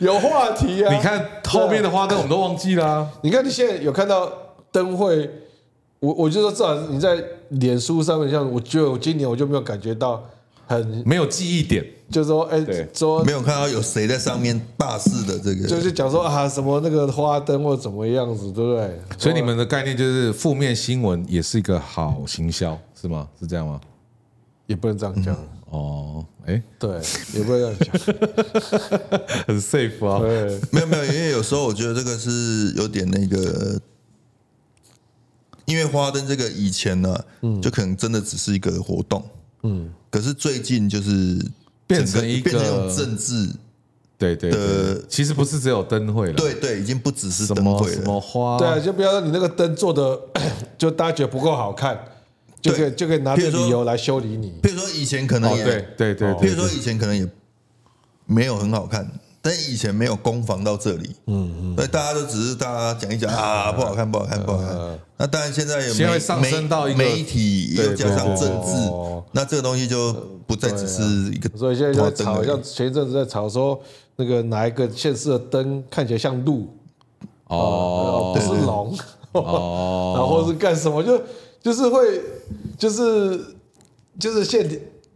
Speaker 2: 有话题啊。
Speaker 1: 你，看后面的花灯我们都忘记啦、
Speaker 2: 你看你现在有看到灯会，我我就说至少你在脸书上面，像我觉得我今年我就没有感觉到很，
Speaker 1: 没有记忆点。
Speaker 2: 就是说哎、
Speaker 1: 对
Speaker 2: 说
Speaker 3: 没有看到有谁在上面霸视的这
Speaker 2: 就
Speaker 3: 个，
Speaker 2: 是讲说啊，什么那个花灯或怎么样子，对不对？
Speaker 1: 所以你们的概念就是负面新闻也是一个好行销，是吗？是这样吗？
Speaker 2: 也不能这样讲，
Speaker 1: 哦，哎、
Speaker 2: 对，也不能这样讲，
Speaker 1: 很 safe 啊。
Speaker 2: 对，
Speaker 3: 没有没有，因为有时候我觉得这个是有点那个，因为花灯这个以前呢，
Speaker 1: 嗯
Speaker 3: 就可能真的只是一个活动，嗯，可是最近就是
Speaker 1: 变
Speaker 3: 整
Speaker 1: 成一个
Speaker 3: 变成用政治，
Speaker 1: 对对对，其实不是只有灯会了，，
Speaker 3: 对对，已经不只是
Speaker 1: 什
Speaker 3: 灯
Speaker 1: 么
Speaker 3: 会
Speaker 1: 什
Speaker 3: 了，
Speaker 1: 么花，哦
Speaker 2: 对啊，就不要说你那个灯做的， 就大家觉得不够好看，就可以
Speaker 3: 对
Speaker 2: 就可以拿这个理由来修理你。
Speaker 3: 譬如说以前可能
Speaker 1: 哦，
Speaker 3: 也，
Speaker 1: 对对对
Speaker 3: 譬
Speaker 1: 对，
Speaker 3: 如说以前可能也没有很好看，但以前没有攻防到这里，嗯嗯，所以大家都只是大家讲一讲啊，不好看，不好看，不好看。那当然现在有
Speaker 1: 啊现在
Speaker 3: 媒
Speaker 1: 上升到一个
Speaker 3: 媒媒体，
Speaker 1: 对
Speaker 3: 又加上
Speaker 1: 对对啊
Speaker 3: 政
Speaker 2: 对
Speaker 3: 治
Speaker 2: 哦，
Speaker 3: 那这个东西就不再只是一个
Speaker 2: 所以现在就在
Speaker 3: 花
Speaker 2: 吵，
Speaker 3: 灯而已
Speaker 2: 像前一阵子在吵说那个哪一个县市的灯看起来像鹿，
Speaker 1: 哦
Speaker 2: 不是龙，
Speaker 3: 啊
Speaker 1: 哦，
Speaker 2: 然后是干什么？就就是会，就是就是现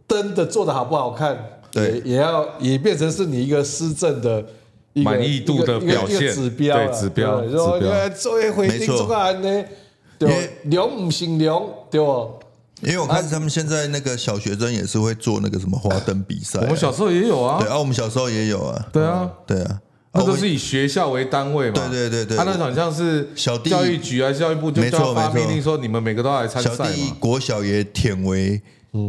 Speaker 2: 灯的做的好不好看，
Speaker 3: 对
Speaker 2: 也也要也变成是你一个施政的一个
Speaker 1: 满意度的
Speaker 2: 一个一个
Speaker 1: 表现
Speaker 2: 一个指标啊，
Speaker 1: 对指标
Speaker 2: 对说
Speaker 1: 指标
Speaker 2: 哎作为回
Speaker 3: 没
Speaker 2: 定
Speaker 3: 错
Speaker 2: 这个案呢，对
Speaker 3: 因
Speaker 2: 吧
Speaker 3: 为，
Speaker 2: 龙不行龙，对不？
Speaker 3: 因为我看他们现在那个小学生也是会做那个什么花灯比赛啊，
Speaker 1: 我们小时候也有啊
Speaker 3: 对，啊，我们小时候也有啊，
Speaker 1: 对啊，
Speaker 3: 对啊，
Speaker 1: 那
Speaker 3: 啊
Speaker 1: 都
Speaker 3: 我
Speaker 1: 是以学校为单位嘛？啊
Speaker 3: 对对对对
Speaker 1: 他那好像是
Speaker 3: 小弟
Speaker 1: 教育局还是教育部就
Speaker 3: 没错
Speaker 1: 叫他发
Speaker 3: 没错
Speaker 1: 命令说你们每个都要来参
Speaker 3: 小
Speaker 1: 赛
Speaker 3: 弟
Speaker 1: 嘛？嗯
Speaker 3: 国小也舔为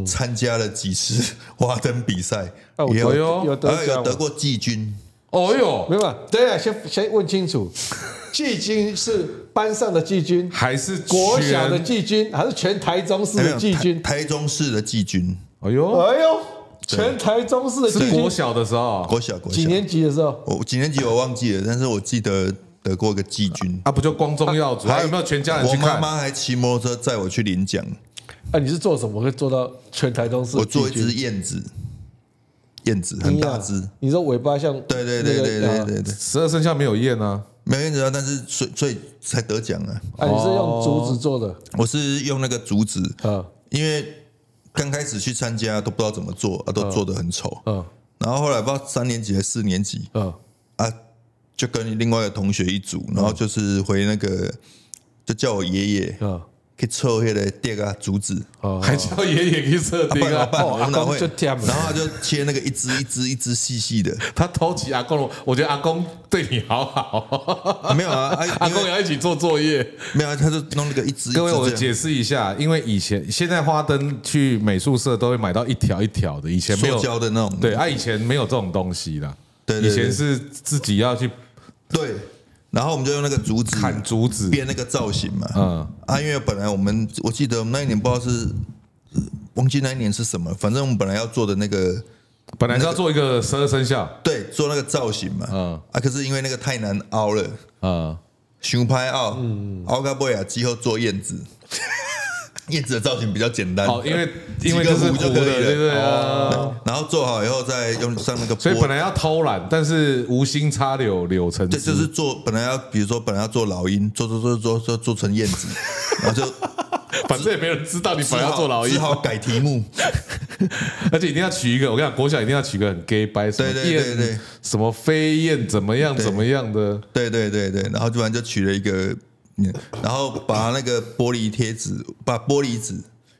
Speaker 3: 参加了几次花灯比赛，
Speaker 2: 啊，我
Speaker 3: 也有
Speaker 1: 哎
Speaker 2: 有
Speaker 1: 呦
Speaker 2: 有
Speaker 3: 还
Speaker 2: 得
Speaker 3: 有
Speaker 2: 奖
Speaker 3: 得
Speaker 2: 吗，
Speaker 3: 过季军，
Speaker 1: 哦哟，
Speaker 2: 没有，等一下先先问清楚， 季军是班上的季军，
Speaker 1: 还是
Speaker 2: 国小的
Speaker 1: 全，
Speaker 2: 季军，还是全台中市
Speaker 3: 还没
Speaker 2: 的
Speaker 3: 有
Speaker 2: 季军？
Speaker 3: 台台中市的季军，
Speaker 1: 哎呦，
Speaker 2: 哎呦，全台中市的季
Speaker 1: 是
Speaker 2: 军
Speaker 1: 国，小的时候
Speaker 3: 国小国小
Speaker 2: 几，年级的时候？
Speaker 3: 我几年级我忘记了，但是我记得得过个季军。
Speaker 1: 啊，不就光宗耀祖？还有没有全家人
Speaker 3: 我
Speaker 1: 去
Speaker 3: 妈
Speaker 1: 看？
Speaker 3: 妈还骑摩托车载我去领奖，
Speaker 2: 啊，你是做什么会做到全台中市
Speaker 3: 我
Speaker 2: 的季军？
Speaker 3: 做一只燕子，燕子很大只
Speaker 2: 你，啊，你说尾巴像？
Speaker 3: 对对对对
Speaker 2: 那个啊
Speaker 3: 对对对，
Speaker 1: 十二生肖没有验啊？
Speaker 3: 没有燕子啊，但是所以所以才得奖啊。
Speaker 2: 啊，你是用竹子做的
Speaker 3: 我是用那个竹子，
Speaker 2: 啊？
Speaker 3: 因为刚开始去参加都不知道怎么做啊，都做的很丑。
Speaker 2: 嗯
Speaker 3: 然后后来不知道三年级还是四年级
Speaker 2: 嗯，
Speaker 3: 啊，就跟另外一个同学一组，然后就是回那个，就叫我爷爷
Speaker 2: 嗯
Speaker 3: 去凑迄个碟啊竹子，
Speaker 2: 哦，
Speaker 1: 还叫爷爷去设定
Speaker 3: 办老
Speaker 1: 啊？
Speaker 3: 办，
Speaker 2: 哦
Speaker 3: 我们
Speaker 2: 阿
Speaker 3: 哪
Speaker 2: 公
Speaker 3: 会
Speaker 2: 就忝了
Speaker 3: 然后他就切那个一只一只一只细 细的，
Speaker 1: 他偷袭阿公了，我觉得阿公对你好好，
Speaker 3: 没有啊，啊
Speaker 1: 阿
Speaker 3: 因
Speaker 1: 公也
Speaker 3: 为
Speaker 1: 要一起做作业。
Speaker 3: 没有啊，他就弄那个一只一只
Speaker 1: 各位，我
Speaker 3: 这样
Speaker 1: 解释一下，因为以前现在花灯去美术社都会买到一条一条的，以前没有
Speaker 3: 塑胶的那种，
Speaker 1: 对，啊，以前没有这种东西啦。
Speaker 3: 对对对
Speaker 1: 以前是自己要去
Speaker 3: 对，然后我们就用那个竹子
Speaker 1: 砍竹子，
Speaker 3: 编那个造型嘛，
Speaker 1: 嗯
Speaker 3: 啊，因为本来我们我记得我们那一年不知道是呃忘记那一年是什么，反正我们本来要做的那个
Speaker 1: 本来是要做一个十二生肖，
Speaker 3: 对做那个造型嘛，
Speaker 1: 嗯
Speaker 3: 啊，可是因为那个太难凹了，
Speaker 1: 嗯，
Speaker 3: 熊拍凹，凹到不了，之后做燕子，燕子的造型比较简单，
Speaker 1: 哦，因为
Speaker 3: 几
Speaker 1: 因
Speaker 3: 个
Speaker 1: 为就是
Speaker 3: 弧
Speaker 1: 糊
Speaker 3: 就
Speaker 1: 的，
Speaker 3: 可以了哦
Speaker 1: 对不对啊？
Speaker 3: 然后做好以后再用上那个
Speaker 1: 所以
Speaker 3: 波
Speaker 1: 本来要偷懒，但是无心插柳柳成
Speaker 3: 对，
Speaker 1: 枝，
Speaker 3: 就是做本来要，比如说本来要做老鹰，做做做做做做成燕子，然后就
Speaker 1: 反正也没人知道你本
Speaker 3: 只
Speaker 1: 来要
Speaker 3: 好
Speaker 1: 做老鹰
Speaker 3: 只，好改题目。
Speaker 1: 而且一定要取一个，我跟你讲，国小一定要取个很 gay 白，什么
Speaker 3: 对对对对
Speaker 1: 燕，什么飞燕，怎么样怎么样的，
Speaker 3: 对对对对，然后突然就取了一个，嗯然后把那个玻璃贴纸，把玻璃纸，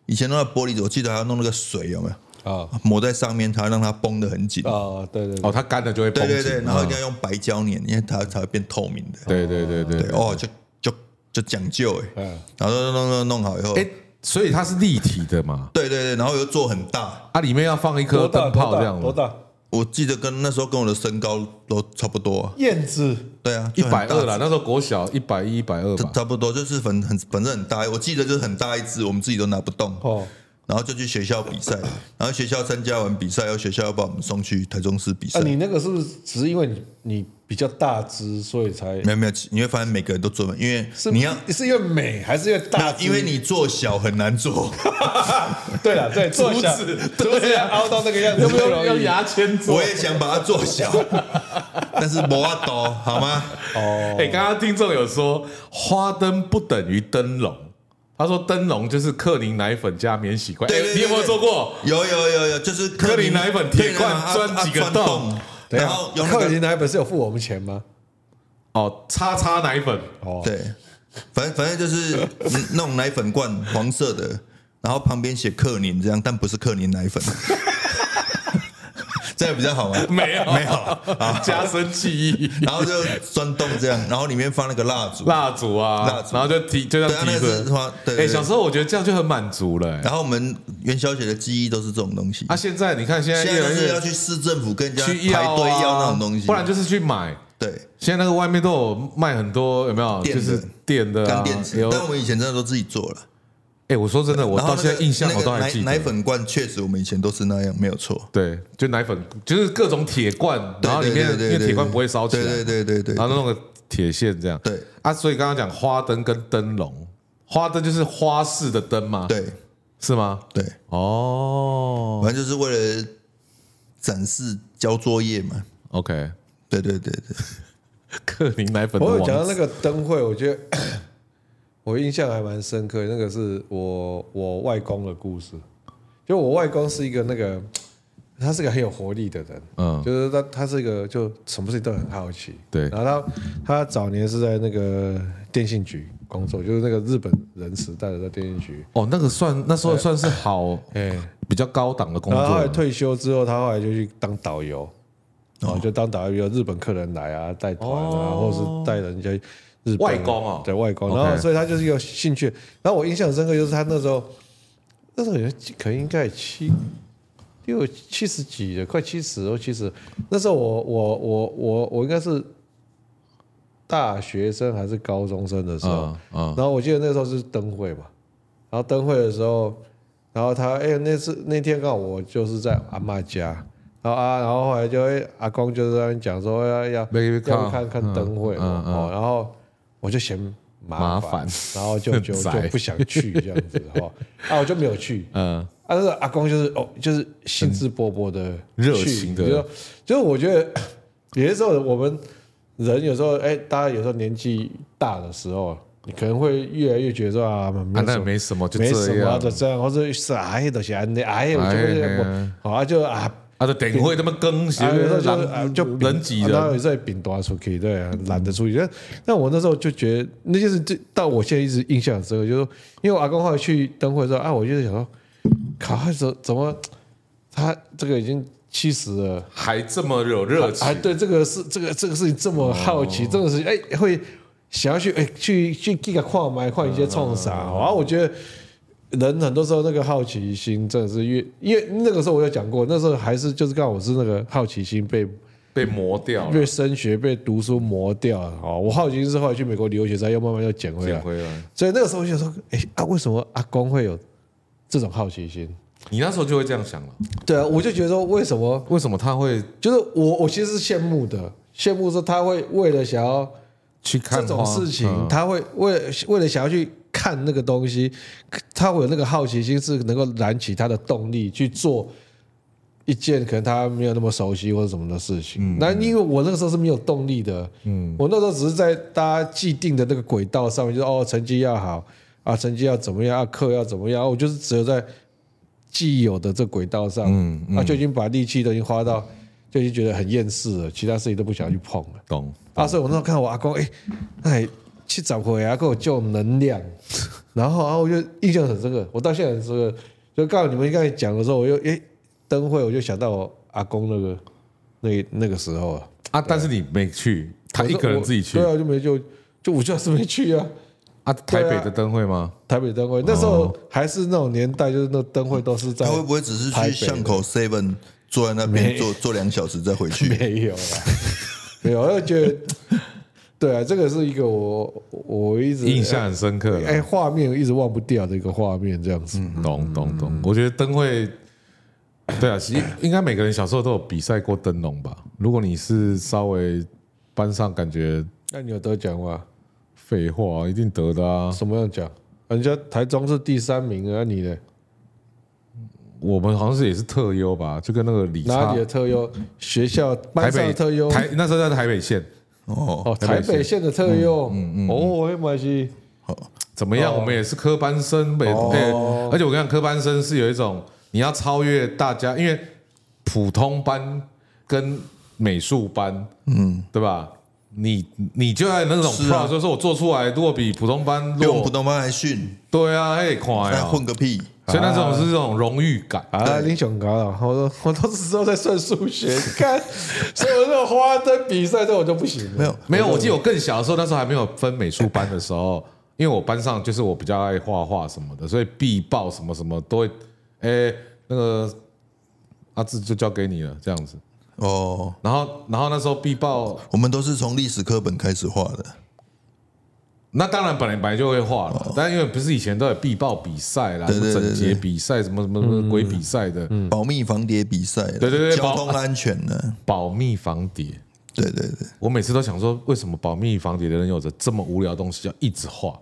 Speaker 3: 以前弄的玻璃纸，我记得还要弄那个水有没有？
Speaker 2: 啊
Speaker 3: 抹在上面，它会让它绷得很紧。
Speaker 2: 啊，对对对，
Speaker 1: 哦，它干了就会
Speaker 3: 对
Speaker 1: 绷
Speaker 3: 对
Speaker 1: 紧
Speaker 3: 对，，然后一定要用白胶粘，因为它才会变透明的。
Speaker 1: 对对对对
Speaker 3: 嗯对
Speaker 1: 对，
Speaker 3: 哦，就就就讲究哎
Speaker 2: 嗯，
Speaker 3: 然后弄弄弄弄好以后，
Speaker 1: 哎，所以它是立体的嘛，
Speaker 3: 对对对，然后又做很大，
Speaker 1: 它里面要放一颗
Speaker 2: 多大
Speaker 1: 灯泡这样
Speaker 2: 多
Speaker 1: 吗？
Speaker 2: 大？
Speaker 3: 我记得跟那时候跟我的身高都差不多、啊，
Speaker 2: 燕子
Speaker 3: 对啊，
Speaker 1: 一
Speaker 3: 就很
Speaker 1: 百
Speaker 3: 大
Speaker 1: 二啦，，那时候国小一百一、一百二
Speaker 3: 差
Speaker 1: 吧。
Speaker 3: 差不多就是反很反正很大，我记得就是很大一只，我们自己都拿不动，
Speaker 2: 哦，
Speaker 3: 然后就去学校比赛， 然后学校参加完比赛，然后学校要把我们送去台中市比
Speaker 2: 啊，
Speaker 3: 赛，
Speaker 2: 你那个是不是只是因为你你比较大只，所以才
Speaker 3: 没有没有，你会发现每个人都做满，因为
Speaker 2: 是
Speaker 3: 你要
Speaker 2: 是因为美还是因为大只？
Speaker 3: 因为你做小很难做，
Speaker 2: 对了，对，做一下，
Speaker 1: 竹子
Speaker 2: 竹子要凹到那个样子，
Speaker 1: 用不
Speaker 2: 不
Speaker 1: 用
Speaker 2: 容
Speaker 1: 用
Speaker 2: 易
Speaker 1: 牙签做
Speaker 3: 我？也想把它做 小，但是没法度，好吗？哦
Speaker 1: 哎，刚刚听众有说花灯不等于灯笼，他说灯笼就是克林奶粉加免洗筷。
Speaker 3: 对
Speaker 1: 哎
Speaker 3: 对对
Speaker 1: 你有没有
Speaker 3: 对
Speaker 1: 做过？
Speaker 3: 有有有有，就是
Speaker 1: 克林奶粉铁罐
Speaker 3: 啊
Speaker 1: 钻几个洞啊
Speaker 3: 洞，
Speaker 2: 等一
Speaker 3: 然
Speaker 2: 下
Speaker 3: 后用那
Speaker 2: 克
Speaker 3: 个
Speaker 2: 林奶粉是有付我们钱吗？
Speaker 1: 哦，叉叉奶粉，
Speaker 2: 哦，
Speaker 3: 对，反正反 正就是嗯那种奶粉罐，黄色的，然后旁边写克宁这样，但不是克 宁奶粉，这样比较好玩。
Speaker 1: 没 有 没
Speaker 3: 啊
Speaker 1: 有，加深记忆。
Speaker 3: 然后就钻洞这样，然后里面放那个蜡烛，
Speaker 1: 蜡烛啊，
Speaker 3: 蜡烛
Speaker 1: 然后就提就这样
Speaker 3: 对
Speaker 1: 提
Speaker 3: 啊那是花
Speaker 1: 着。
Speaker 3: 对对
Speaker 1: 哎，
Speaker 3: 对
Speaker 1: 小时候我觉得这样就很满足了。哎
Speaker 3: 然后我们元宵节的记忆都是这种东西。
Speaker 1: 啊，现在你看，现在
Speaker 3: 现
Speaker 1: 越
Speaker 3: 在
Speaker 1: 来
Speaker 3: 就是要
Speaker 1: 越
Speaker 3: 去市政府跟人家
Speaker 1: 去
Speaker 3: 排队
Speaker 1: 啊
Speaker 3: 要那种东西，
Speaker 1: 不然就是去买。
Speaker 3: 对
Speaker 1: 现在那个外面都有卖很多，有没有？
Speaker 3: 电的
Speaker 1: 就是电的
Speaker 3: 干
Speaker 1: 啊
Speaker 3: 电，池
Speaker 1: 有。。
Speaker 3: 但我们以前真的都自己做了，
Speaker 1: 哎，我说真的，我
Speaker 3: 然后
Speaker 1: 到
Speaker 3: 那
Speaker 1: 现在
Speaker 3: 个
Speaker 1: 印象
Speaker 3: 那
Speaker 1: 我
Speaker 3: 个
Speaker 1: 都还
Speaker 3: 奶
Speaker 1: 记
Speaker 3: 奶
Speaker 1: 得。
Speaker 3: 粉罐确实我们以前都是那样，没有错。
Speaker 1: 对，就奶粉，就是各种铁罐，然后里面
Speaker 3: 对对
Speaker 1: 因
Speaker 3: 对对
Speaker 1: 为
Speaker 3: 对
Speaker 1: 铁罐不会烧起来，
Speaker 3: 对对对对
Speaker 1: 然
Speaker 3: 对
Speaker 1: 后弄个铁线这样。
Speaker 3: 对
Speaker 1: 啊，所以刚刚讲花灯跟灯笼，花灯就是花式的灯嘛，，
Speaker 3: 对
Speaker 1: 是吗？
Speaker 3: 对。
Speaker 1: 哦
Speaker 3: 反正就是为了展示交作业嘛。
Speaker 1: ，OK，
Speaker 3: 对对对对，
Speaker 1: 克林奶粉的
Speaker 2: 我有
Speaker 1: 王
Speaker 2: 讲到
Speaker 1: 子
Speaker 2: 那个 灯会，我觉得我印象还蛮深刻。那个是我我外公的故事，就我外公是一个那个，他是个很有活力的人，
Speaker 1: 嗯
Speaker 2: 就是他他是一个就什么事情都很好奇，
Speaker 1: 对
Speaker 2: 然后他他早年是在那个电信局工作，就是那个日本人时代的在电信局，
Speaker 1: 哦，那个算那时候算是好
Speaker 2: 哎、
Speaker 1: 比较高档的工
Speaker 2: 然后后来
Speaker 1: 作，
Speaker 2: 退休之后，他后来就去当导游，哦，就当导游，有日本客人来啊，带团啊，或是带人家日本
Speaker 1: 外公哦
Speaker 2: 对外公，
Speaker 1: OK
Speaker 2: 然后所以他就是有兴趣。然后我印象很深刻就是他那时候，那时候有可能应该七六七十几的，快七十哦，七十。那时候我我我我我应该是大学生还是高中生啊的时候，
Speaker 1: 嗯嗯，
Speaker 2: 然后我记得那时候是灯会嘛，然后灯会的时候，然后他哎、那次那天刚好我就是在阿嬷家，然后啊然后后来就哎、阿公就在那边讲说要要
Speaker 1: 没
Speaker 2: 要
Speaker 1: 看
Speaker 2: 不看看灯会嘛
Speaker 1: 嗯嗯
Speaker 2: 哦，然后我就嫌麻
Speaker 1: 麻烦
Speaker 2: 然后就就就
Speaker 1: 很宅
Speaker 2: 不想去这样子哈，啊我就没有去，
Speaker 1: 嗯，
Speaker 2: 啊，那个阿公就是哦，就是兴致勃勃的
Speaker 1: 热情的
Speaker 2: 就是就是我觉得有些时候我们人有时候哎，大家有时候年纪大的时候，你可能会越来越觉得说啊，没
Speaker 1: 啊那
Speaker 2: 有什
Speaker 1: 也
Speaker 2: 么
Speaker 1: 没什么，就
Speaker 2: 没
Speaker 1: 这
Speaker 2: 什么啊
Speaker 1: 样
Speaker 2: 的，这样，或者是哎，都是安的，哎，我就
Speaker 1: 哎
Speaker 2: 会
Speaker 1: 哎
Speaker 2: 我好啊就啊，
Speaker 1: 啊，这顶会他妈更鞋
Speaker 2: 啊，有时候就是啊
Speaker 1: 人
Speaker 2: 就
Speaker 1: 人挤
Speaker 2: 然后
Speaker 1: 人，
Speaker 2: 有时候也饼多出去，对啊，懒得出去。但但我那时候就觉得那件事，这到我现在一直印象很深刻，就是说因为我阿公后来去灯会的时候，啊，我就是想说，靠，他怎怎么他这个已经七十了。
Speaker 1: 还这么有热
Speaker 2: 啊还
Speaker 1: 情，
Speaker 2: 对这个事，这个这个事情这么好奇，真的是哎会想要去哎去去给个矿买矿一些创啥，然后我觉得。人很多时候那个好奇心真的是越，因为那个时候我有讲过，那时候还是就是刚好我是那个好奇心被
Speaker 1: 被磨掉了
Speaker 2: 被，升学、被读书磨掉了哦。我好奇心是后来去美国留学才又慢慢又捡回
Speaker 1: 捡
Speaker 2: 来，
Speaker 1: 回来。
Speaker 2: 所以那个时候我就想说，哎啊，为什么阿公会有这种好奇心？
Speaker 1: 你那时候就会这样想了，
Speaker 2: 对啊，我就觉得说为什么
Speaker 1: 为什么他会
Speaker 2: 就是我我其实是羡慕的，羡慕说他会为了想要
Speaker 1: 去看
Speaker 2: 这种
Speaker 1: 花
Speaker 2: 事情，
Speaker 1: 嗯
Speaker 2: 他会为了为了想要去看那个东西，他会有那个好奇心，是能够燃起他的动力去做一件可能他没有那么熟悉或者什么的事情。那、因为我那个时候是没有动力的，嗯，我那时候只是在大家既定的那个轨道上面，就是哦，成绩要好啊，成绩要怎么样啊，课要怎么样，啊我就是只有在既有的这轨道上，嗯，啊，就已经把力气都已经花到，就已经觉得很厌世了，其他事情都不想要去碰了。
Speaker 1: 懂
Speaker 2: 啊，所以我那时候看我阿公，哎、哎，去找回来给我救能量， 然后啊，我就印象很深刻，我到现在很深刻。就刚好你们刚才讲的时候，我又哎灯会，我就想到我阿公那个那那个时候啊，
Speaker 1: 啊？但是你没去，他
Speaker 2: 我
Speaker 1: 一
Speaker 2: 说
Speaker 1: 个人自己去
Speaker 2: 我对啊，就没就就我就是没去啊。
Speaker 1: 啊？台北
Speaker 2: 对啊
Speaker 1: 的灯会吗？
Speaker 2: 台北
Speaker 1: 哦
Speaker 2: 灯会那时候还是那种年代，就是那灯会都是在
Speaker 3: 他会不会只是
Speaker 2: 台
Speaker 3: 去
Speaker 2: 北
Speaker 3: 巷口 Seven 坐在那边坐坐两小时再回去？
Speaker 2: 没有啦， 没有，我就觉得对啊，这个是一个我我一直
Speaker 1: 印象很深刻了
Speaker 2: 啊哎。画面一直忘不掉的一个画面，这样子。
Speaker 1: 懂懂懂，我觉得灯会，对啊，其实应该每个人小时候都有比赛过灯笼吧？如果你是稍微班上感觉
Speaker 2: 那你有得奖吗？
Speaker 1: 废话，一定得的啊。
Speaker 2: 什么样奖？人家台中是第三名啊，你呢？
Speaker 1: 我们好像是也是特优吧，就跟那个李
Speaker 2: 哪
Speaker 1: 差
Speaker 2: 里的特优？学校
Speaker 1: 台
Speaker 2: 班上
Speaker 1: 北
Speaker 2: 的特优？
Speaker 1: 台那时候在台北县
Speaker 3: 哦，
Speaker 2: 哦，台北县的特优。嗯嗯。哦，我也买西。
Speaker 1: 怎么
Speaker 3: 哦
Speaker 1: 样？我们也是科班生，北对，而且我跟你讲，科班生是有一种你要超越大家，因为普通班跟美术班，嗯，对吧？你你就在那种
Speaker 3: 是啊
Speaker 1: pro，就是我做出来，如果比普通班
Speaker 3: 比我们
Speaker 1: 弱
Speaker 3: 普，通班还逊，
Speaker 1: 对啊，哎，看
Speaker 3: 那
Speaker 1: 呀，
Speaker 3: 混哎个屁！
Speaker 1: 所以那种是这种荣誉感。
Speaker 2: 啊，林雄高了，我都 我都是都在算 数学，你看，所以我那种花灯比赛这我就不行了。
Speaker 3: 没有，
Speaker 1: 没有，我记得我更小的时候，那时候还没有分美术班的时候， 因为我班上就是我比较爱画画什么的，所以必报什么什么都会，哎，那个阿志就交给你了，这样子。
Speaker 3: 哦，
Speaker 1: 然后，然后那时候必报，
Speaker 3: 我们都是从历史课本开始画的。
Speaker 1: 那当然本来本来就会画了，但因为不是以前都有必报比赛啦，什么
Speaker 3: 哦对对对嗯
Speaker 1: 整洁比赛，什么什么什么鬼比赛的，
Speaker 3: 保密防谍比赛啦，
Speaker 1: 嗯对对对
Speaker 3: 交
Speaker 1: 保
Speaker 3: 通安全呢？
Speaker 1: 保密防谍。
Speaker 3: 对对对，
Speaker 1: 我每次都想说，为什么保密防谍的人有着这么无聊的东西要一直画？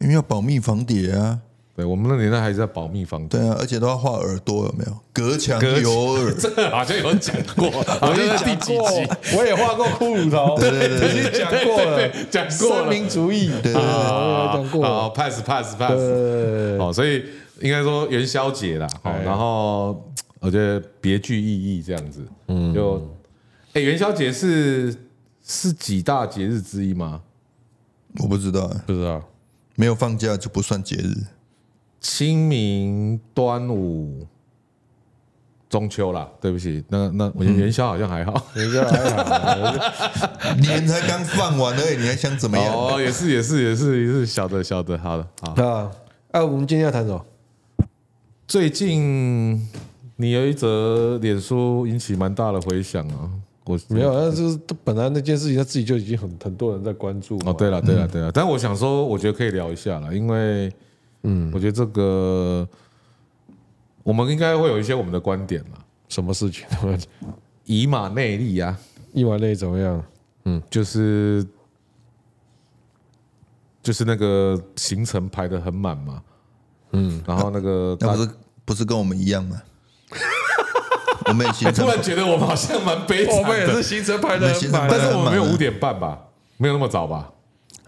Speaker 3: 因为要保密防谍啊，
Speaker 1: 对我们那年代还在保密防谍，
Speaker 3: 对啊，而且都要画耳朵，有没有？隔墙
Speaker 1: 隔
Speaker 3: 有耳，
Speaker 1: 这个好像有讲 过，好像在第几
Speaker 2: 过
Speaker 1: 集，
Speaker 2: 哦我也画过骷髅头，已经讲过了
Speaker 1: 对对对，讲过了
Speaker 2: 三民主义，对，
Speaker 3: 啊
Speaker 2: 我有讲过
Speaker 1: 好
Speaker 2: 了。
Speaker 1: pass pass pass。
Speaker 2: 呃，
Speaker 1: 哦，所以应该说元宵节啦，哦，然后我觉得别具意义这样子，嗯，就哎、元宵节是是几大节日之一吗？
Speaker 3: 我不知道啊，
Speaker 2: 不知道，
Speaker 3: 没有放假就不算节日。
Speaker 1: 清明、端午、中秋啦，对不起，那那
Speaker 2: 嗯
Speaker 1: 我觉得元宵好像还好，
Speaker 2: 人家还好，啊
Speaker 3: 年才刚放完而已，你还想怎么 样？
Speaker 1: 哦，也是也是也是也是小的小的，好的好。
Speaker 2: 啊，哎，我们今天要谈什么？
Speaker 1: 最近你有一则脸书引起蛮大的回响啊，我
Speaker 2: 没有，那就是本来那件事情，他自己就已经很很多人在关注嘛
Speaker 1: 哦，对了，对了，对了，但我想说，我觉得可以聊一下了，因为，嗯，我觉得这个我们应该会有一些我们的观点啦。
Speaker 2: 什么事情？
Speaker 1: 以马内利啊，
Speaker 2: 一碗内怎么样？
Speaker 1: 就是就是那个行程排的很满嘛，嗯，然后那个
Speaker 3: 那
Speaker 1: 大
Speaker 3: 不是不是跟我们一样吗？我们也
Speaker 1: 哎
Speaker 3: 行
Speaker 1: 突
Speaker 3: 程，
Speaker 1: 然觉得我们好像蛮悲惨的，
Speaker 2: 行程排得
Speaker 3: 我们行程排
Speaker 1: 但
Speaker 3: 得
Speaker 1: 是
Speaker 3: 很
Speaker 1: 我们没有
Speaker 3: 满啊
Speaker 1: 五点半吧，没有那么早吧？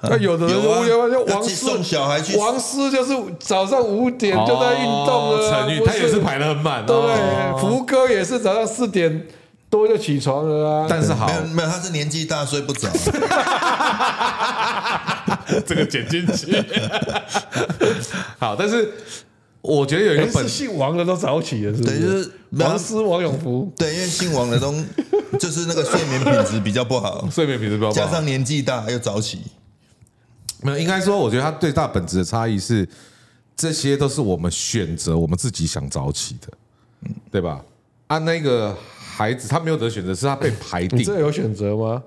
Speaker 2: 那有的人就
Speaker 3: 有啊
Speaker 2: 无聊就
Speaker 3: 要
Speaker 2: 王
Speaker 3: 自己
Speaker 2: 师
Speaker 3: 送小孩去
Speaker 2: 王师就是早上五点就在运动了啊，
Speaker 1: 哦陈玉
Speaker 2: 不
Speaker 1: 他也是排的很满，哦
Speaker 2: 对，福哥也是早上四点多就起床了啊。
Speaker 1: 但是好
Speaker 3: 没，有没有，他是年纪大睡不着，
Speaker 1: 这个剪进去。 好，但是我觉得有一
Speaker 2: 哎
Speaker 1: 个本
Speaker 2: 是姓王的都早起了，是不？
Speaker 3: 对，就是是没有
Speaker 2: 王师王永福，
Speaker 3: 对，因为姓王的东就是那个睡眠品质比较不 好，
Speaker 1: 睡眠品质不好，
Speaker 3: 加上年纪大又早起，
Speaker 1: 没有，应该说，我觉得它最大本质的差异是，这些都是我们选择我们自己想早起的，对吧？啊，那个孩子他没有得选择，是他被排
Speaker 2: 你
Speaker 1: 定。
Speaker 2: 这有选择吗？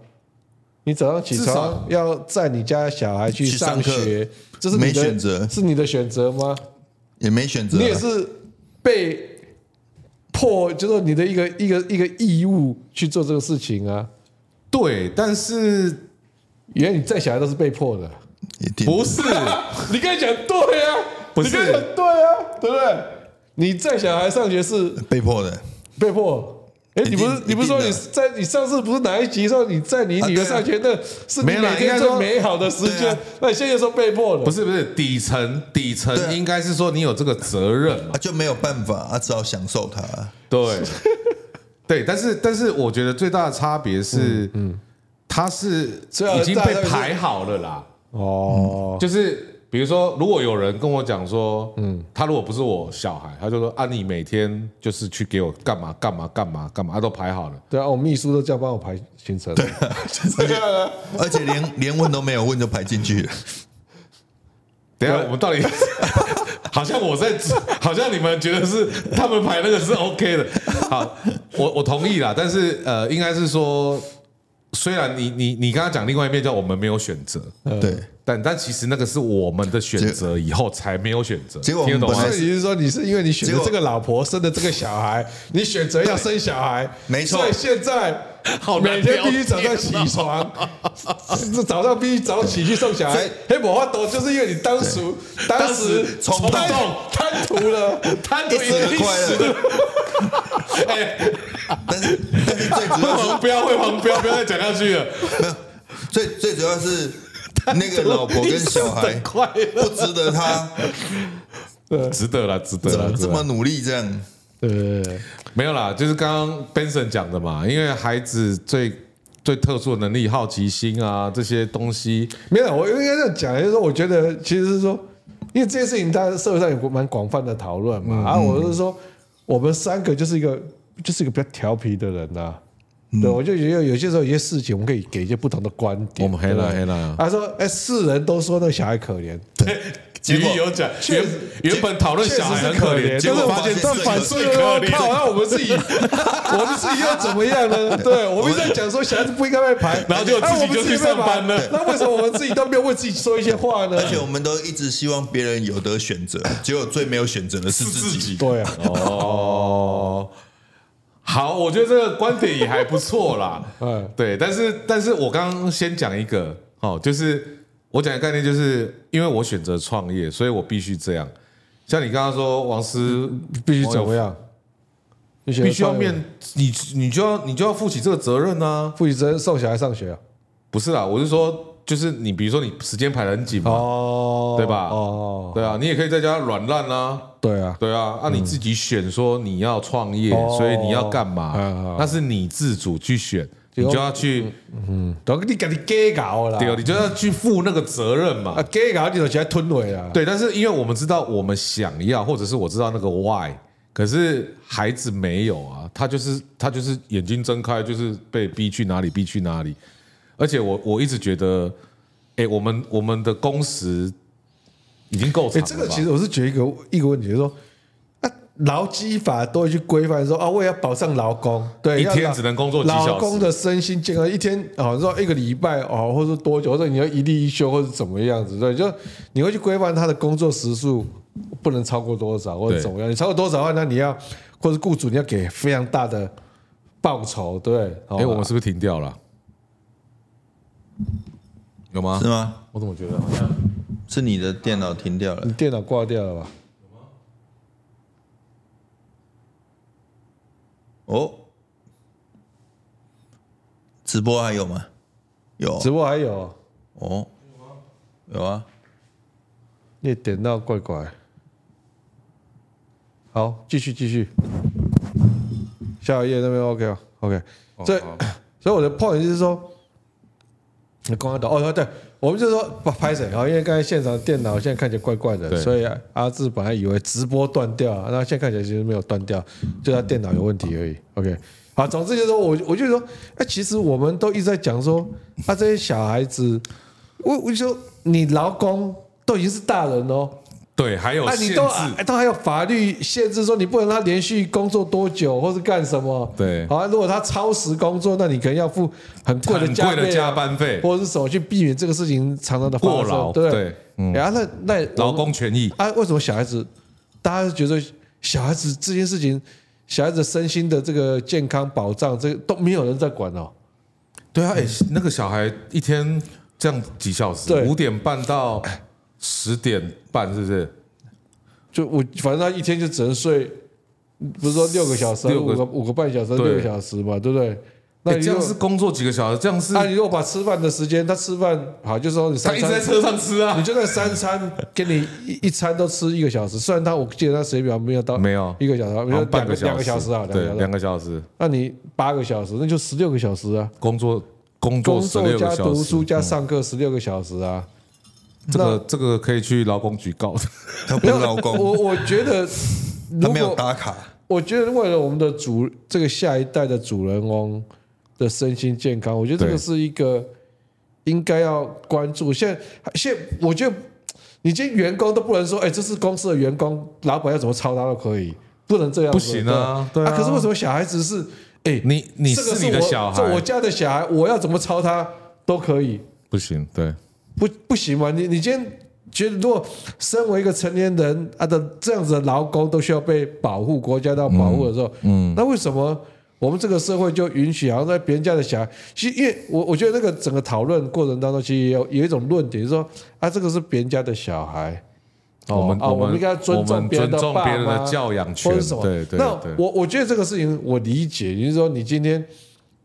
Speaker 2: 你早上起
Speaker 1: 至
Speaker 2: 床
Speaker 1: 少
Speaker 2: 要载你家小孩去
Speaker 3: 去上
Speaker 2: 上
Speaker 3: 课
Speaker 2: 学，这是你的
Speaker 3: 没选择
Speaker 2: 是你的选择吗？
Speaker 3: 也没选择啊。
Speaker 2: 你也是被迫，就是你的一个一个一个义务去做这个事情啊。
Speaker 1: 对，但是
Speaker 2: 原来你载小孩都是被迫的，
Speaker 3: 一定
Speaker 1: 不是？
Speaker 2: 你刚才讲对啊，
Speaker 1: 不是
Speaker 2: 你刚才讲对啊，对不对？你载小孩上学是
Speaker 3: 被迫的，
Speaker 2: 被迫。哎，
Speaker 3: 一
Speaker 2: 你
Speaker 3: 定
Speaker 2: 不是你不是说
Speaker 3: 一
Speaker 2: 你
Speaker 3: 定的
Speaker 2: 在你上次不是哪一集说你在你女儿
Speaker 3: 啊对啊
Speaker 2: 上学那是你
Speaker 1: 没有啦
Speaker 2: 每
Speaker 1: 应该
Speaker 2: 天
Speaker 1: 说
Speaker 2: 最美好的时
Speaker 3: 对
Speaker 2: 间
Speaker 3: 啊，
Speaker 2: 那你现在说被迫的
Speaker 1: 不，是不是，底层底
Speaker 3: 对啊
Speaker 1: 层应该是说你有这个责任嘛
Speaker 3: 啊，？就没有办法啊，只好享受它啊。
Speaker 1: 对， 对，但是但是我觉得最大的差别是，嗯，他是
Speaker 2: 虽然
Speaker 1: 已经
Speaker 2: 大家
Speaker 1: 被
Speaker 2: 都是
Speaker 1: 排好了啦。
Speaker 2: 哦，
Speaker 1: 就是比如说，如果有人跟我讲说，嗯，他如果不是我小孩，他就说啊，你每天就是去给我干嘛干嘛干嘛干嘛，他都排好了。
Speaker 2: 对啊，我秘书都叫帮我排行程，对，啊
Speaker 3: 而且而且连连问都没有问就排进去 了，
Speaker 1: 等一下我们到底 好像我在， 好像你们觉得是他们排那个是 OK 的。好，我我同意啦，但是呃，应该是说，虽然你你你刚刚讲另外一面叫我们没有选择。
Speaker 3: 对，
Speaker 1: 但但其实那个是我们的选择，以后才没有选择。
Speaker 3: 结果我
Speaker 1: 听
Speaker 3: 们
Speaker 1: 得懂吗
Speaker 3: 本
Speaker 2: 所
Speaker 3: 来
Speaker 2: 以你是说你是因为你选
Speaker 3: 结
Speaker 2: 择
Speaker 3: 果
Speaker 2: 这个老婆生的这个小孩，你选择要生小孩，
Speaker 3: 没错
Speaker 2: 所以现在
Speaker 1: 好难
Speaker 2: 每天必须
Speaker 1: 聊
Speaker 2: 早
Speaker 1: 天
Speaker 2: 上
Speaker 1: 哦
Speaker 2: 起床，这早上必须早起去送小
Speaker 3: 所
Speaker 2: 孩
Speaker 3: 以。
Speaker 2: 黑魔法斗就是因为你当时当时
Speaker 3: 当时冲动
Speaker 2: 贪贪图了，
Speaker 1: 贪
Speaker 3: 一
Speaker 1: 得
Speaker 3: 时很快乐，
Speaker 1: 哎，
Speaker 3: 但是但是最主要是
Speaker 1: 黄标会黄标，不要再讲下去了。
Speaker 3: 最最主要 是那个老婆跟小 孩
Speaker 1: 快乐，
Speaker 3: 不值得他
Speaker 1: 值得啦，值得
Speaker 3: 怎
Speaker 1: 啦
Speaker 3: 么，
Speaker 1: 值
Speaker 3: 这
Speaker 1: 得
Speaker 3: 么
Speaker 1: 啦
Speaker 3: 努力这样。
Speaker 2: 对，
Speaker 1: 没有啦，就是刚刚 Benson 讲的嘛，因为孩子最最特殊的能力，好奇心啊这些东西，
Speaker 2: 没有，我应该这样讲，就是说，我觉得其实是说，因为这件事情在社会上有蛮广泛的讨论嘛，
Speaker 1: 嗯
Speaker 2: 啊，我是说，我们三个就是一个就是一个比较调皮的人呐、
Speaker 1: 嗯
Speaker 2: 对，我就觉得有些时候有些事情，我们可以给一些不同的观
Speaker 1: 我
Speaker 2: 点。
Speaker 1: 哦们黑了
Speaker 2: 对不对
Speaker 1: 黑了
Speaker 2: 他说：“哎，世人都说那小孩可 怜，
Speaker 1: 结
Speaker 3: 结果
Speaker 1: 果有讲，
Speaker 2: 确
Speaker 1: 原
Speaker 2: 实
Speaker 1: 原本讨论
Speaker 2: 确实
Speaker 1: 小孩
Speaker 2: 是
Speaker 1: 很可
Speaker 2: 怜，
Speaker 1: 怜，结
Speaker 2: 但
Speaker 1: 果
Speaker 2: 是我
Speaker 1: 发现
Speaker 2: 们但反思
Speaker 1: 最可
Speaker 2: 又靠，
Speaker 1: 怜，
Speaker 2: 那我们自己，我们自己又怎么样呢？对，我们一直在讲说小孩子不应该被排，
Speaker 1: 然后结果自己就去上班了
Speaker 2: 哎我们自己被排那为什么我们自己都没有为自己说一些 话呢？
Speaker 3: 而且我们都一直希望别人有得选择，结果最没有选择的是自己。
Speaker 1: 己
Speaker 2: 对啊，
Speaker 1: 哦。好，我觉得这个观点也还不错啦。
Speaker 2: 嗯
Speaker 1: 对，但是但是我刚刚先讲一个哦，就是我讲的概念，就是因为我选择创业，所以我必须这样。像你刚刚说，王思
Speaker 2: 必须怎么样？
Speaker 1: 哦必
Speaker 2: 必
Speaker 1: 须要面，你你就要你就要负起这个责任啊。
Speaker 2: 负责送小孩上学啊。
Speaker 1: 不是啦，我是说，就是你比如说你时间排得很紧嘛，
Speaker 2: 哦
Speaker 1: 对吧
Speaker 2: 哦，
Speaker 1: 对啊，你也可以在家软烂啊。
Speaker 2: 对啊，
Speaker 1: 对啊，那、你自己选说你要创业，
Speaker 2: 哦
Speaker 1: 所以你要干嘛？
Speaker 2: 嗯嗯
Speaker 1: 那是你自主去选，
Speaker 2: 就嗯
Speaker 1: 你就要去，
Speaker 2: 然后你给你给搞啦，
Speaker 1: 对哦，你就要去负那个责任嘛。
Speaker 2: 啊给搞你就起来吞啊尾啦。
Speaker 1: 对，但是因为我们知道我们想要，或者是我知道那个 why，可是孩子没有啊，他就是他就是眼睛睁开，就是被逼去哪里逼去哪里。而且我我一直觉得，哎，我们我们的工时已经够长了
Speaker 2: 哎，
Speaker 1: 吧、
Speaker 2: 这个其实我是觉得一个一个问题，就是说啊，劳基法都会去规范说啊，为了保障劳工，对，
Speaker 1: 一天
Speaker 2: 要让
Speaker 1: 只能工作几小时
Speaker 2: 劳工的身心健康，一天哦，说一个礼拜哦，或者多久，或者你要一例一休，或者怎么样子，对，就你会去规范他的工作时数不能超过多少，或者
Speaker 1: 对
Speaker 2: 怎么样，你超过多少的话，那你要或者雇主你要给非常大的报酬，对，
Speaker 1: 哎、
Speaker 2: 哎
Speaker 1: 我们是不是停掉了？有吗
Speaker 3: 是？吗？
Speaker 1: 我怎么觉得好像
Speaker 3: 是你的电脑停掉了
Speaker 2: 你，电脑挂掉了吧？
Speaker 3: 哦，直播还有吗？有啊
Speaker 2: 直播还有哦。
Speaker 3: 哦，有啊，
Speaker 2: 你也点到怪怪。好，继续继续。下一页那边 OK 哦 OK，这、
Speaker 1: 好
Speaker 2: 所以我的 point 就是说，刚刚懂哦，对，我们就说不拍谁啊，因为刚才现场电脑现在看起来怪怪的，
Speaker 1: 对
Speaker 2: 所以啊阿志本来以为直播断掉啊，那现在看起来其实没有断掉，就他电脑有问题而已。OK，好，总之就是说我我就说，哎，其实我们都一直在讲说，啊，这些小孩子，我我就说你劳工都已经是大人哦，
Speaker 1: 对，还有
Speaker 2: 啊，
Speaker 1: 限
Speaker 2: 你
Speaker 1: 制，
Speaker 2: 都啊都还有法律限制，说你不能让他连续工作多久，或是干什么。
Speaker 1: 对
Speaker 2: 好、啊，如果他超时工作，那你可能要付很贵的
Speaker 1: 很
Speaker 2: 加
Speaker 1: 贵
Speaker 2: 倍啊
Speaker 1: 的加班费，
Speaker 2: 或者是什么去避免这个事情常常的发
Speaker 1: 过
Speaker 2: 生，
Speaker 1: 劳
Speaker 2: 对不对？
Speaker 1: 对嗯
Speaker 2: 然后、那那
Speaker 1: 劳工权益，
Speaker 2: 啊，为什么小孩子大家觉得小孩子这件事情，小孩子身心的这个健康保障，这个都没有人在管哦。
Speaker 1: 对啊，哎、那个小孩一天这样几小时
Speaker 2: 对，
Speaker 1: 五点半到十点半，是不是？
Speaker 2: 就我反正他一天就只能睡，不是说六个小时，
Speaker 1: 六
Speaker 2: 五
Speaker 1: 个
Speaker 2: 个五个半小时，
Speaker 1: 对
Speaker 2: 六个小时嘛，对不对？那
Speaker 1: 哎、
Speaker 2: 你
Speaker 1: 这样
Speaker 2: 就是
Speaker 1: 工作几个小时，这样是、
Speaker 2: 那、你如果把吃饭的时间，他吃饭好，就说你
Speaker 1: 他
Speaker 2: 三
Speaker 1: 一直在
Speaker 2: 餐，
Speaker 1: 车上吃啊
Speaker 2: 你，就那三餐给你一一餐都吃一个小时，虽然他我记得他时间表没有到
Speaker 1: 没有
Speaker 2: 一个小时，没
Speaker 1: 好
Speaker 2: 有
Speaker 1: 像半
Speaker 2: 两个
Speaker 1: 小
Speaker 2: 两个小时啊，两
Speaker 1: 对，
Speaker 2: 个小
Speaker 1: 两
Speaker 2: 时，
Speaker 1: 个小时
Speaker 2: 那你八个小时，那就十六个小时啊，
Speaker 1: 工作工作
Speaker 2: 工
Speaker 1: 十
Speaker 2: 作
Speaker 1: 六
Speaker 2: 加
Speaker 1: 个小
Speaker 2: 读
Speaker 1: 时嗯
Speaker 2: 书，加上课十六个小时啊，
Speaker 1: 这个这个可以去劳工局 告的，
Speaker 3: 他不是老公，
Speaker 2: 我我觉得
Speaker 3: 他
Speaker 2: 如
Speaker 3: 没有
Speaker 2: 果
Speaker 3: 打卡，
Speaker 2: 我觉得为了我们的主这个下一代的主人翁的身心健康，我觉得这个
Speaker 1: 对
Speaker 2: 是一个应该要关注。现在现我觉得你今天员工都不能说，哎，这是公司的员工，老板要怎么操他都可以，不能这样
Speaker 1: 不
Speaker 2: 子，
Speaker 1: 行啊
Speaker 2: 对
Speaker 1: 对
Speaker 2: 吧
Speaker 1: 啊
Speaker 2: 可是为什么小孩子是，哎，
Speaker 1: 你你
Speaker 2: 这个
Speaker 1: 你的
Speaker 2: 我
Speaker 1: 小
Speaker 2: 这我
Speaker 1: 孩，
Speaker 2: 家的小孩，我要怎么操他都可以，
Speaker 1: 不行，对，
Speaker 2: 不不行吗？你你今天觉得，如果身为一个成年人啊的这样子的劳工都需要被保护，国家都要保护的时候，嗯，那为什么我们这个社会就允许好像在别人家的小孩？其实因为我我觉得那个整个讨论过程当中，其实也有有一种论点，就是说啊，这个是别人家的小孩。哦
Speaker 1: 我们
Speaker 2: 啊，我
Speaker 1: 我
Speaker 2: 们
Speaker 1: 们
Speaker 2: 应该尊
Speaker 1: 我
Speaker 2: 重
Speaker 1: 们
Speaker 2: 别人的
Speaker 1: 尊重
Speaker 2: 爸
Speaker 1: 别人的
Speaker 2: 妈
Speaker 1: 教养
Speaker 2: 或
Speaker 1: 权
Speaker 2: 者什么。
Speaker 1: 对对
Speaker 2: 那
Speaker 1: 对啊
Speaker 2: 我我觉得这个事情我理解，就是说你今天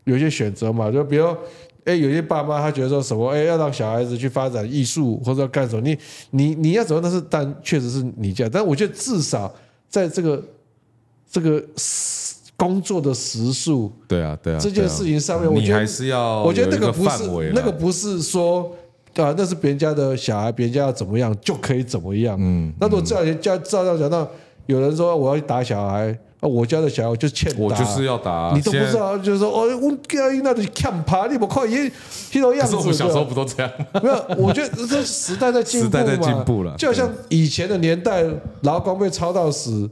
Speaker 2: 有一些选择嘛，就比如。哎，有些爸妈他觉得说什么，哎，要让小孩子去发展艺术或者要干什么，你你你要怎么样？那是但确实是你家，但我觉得至少在这个这个时工作的时数
Speaker 1: 对啊对啊，
Speaker 2: 这
Speaker 1: 对
Speaker 2: 件
Speaker 1: 啊
Speaker 2: 事情上面，我
Speaker 1: 你
Speaker 2: 觉得
Speaker 1: 还是要，
Speaker 2: 我觉得那
Speaker 1: 哦个
Speaker 2: 不是
Speaker 1: 范围啦，
Speaker 2: 那个不是说啊，那是别人家的小孩，别人家要怎么样就可以怎么样。嗯，那如果照家照照讲到有人说我要去打小孩，啊，我家的小孩我就欠打，
Speaker 1: 我就是要打，
Speaker 2: 你都不
Speaker 1: 现在
Speaker 2: 知。道，就是说哦，我家那里看爬，你不靠也那种样
Speaker 1: 可是
Speaker 2: 子的。
Speaker 1: 我们小时候不都这样？
Speaker 2: 没有， 我觉得这时代在进步嘛，
Speaker 1: 时代在进步了
Speaker 2: 就好像以前的年代，劳工被操到死，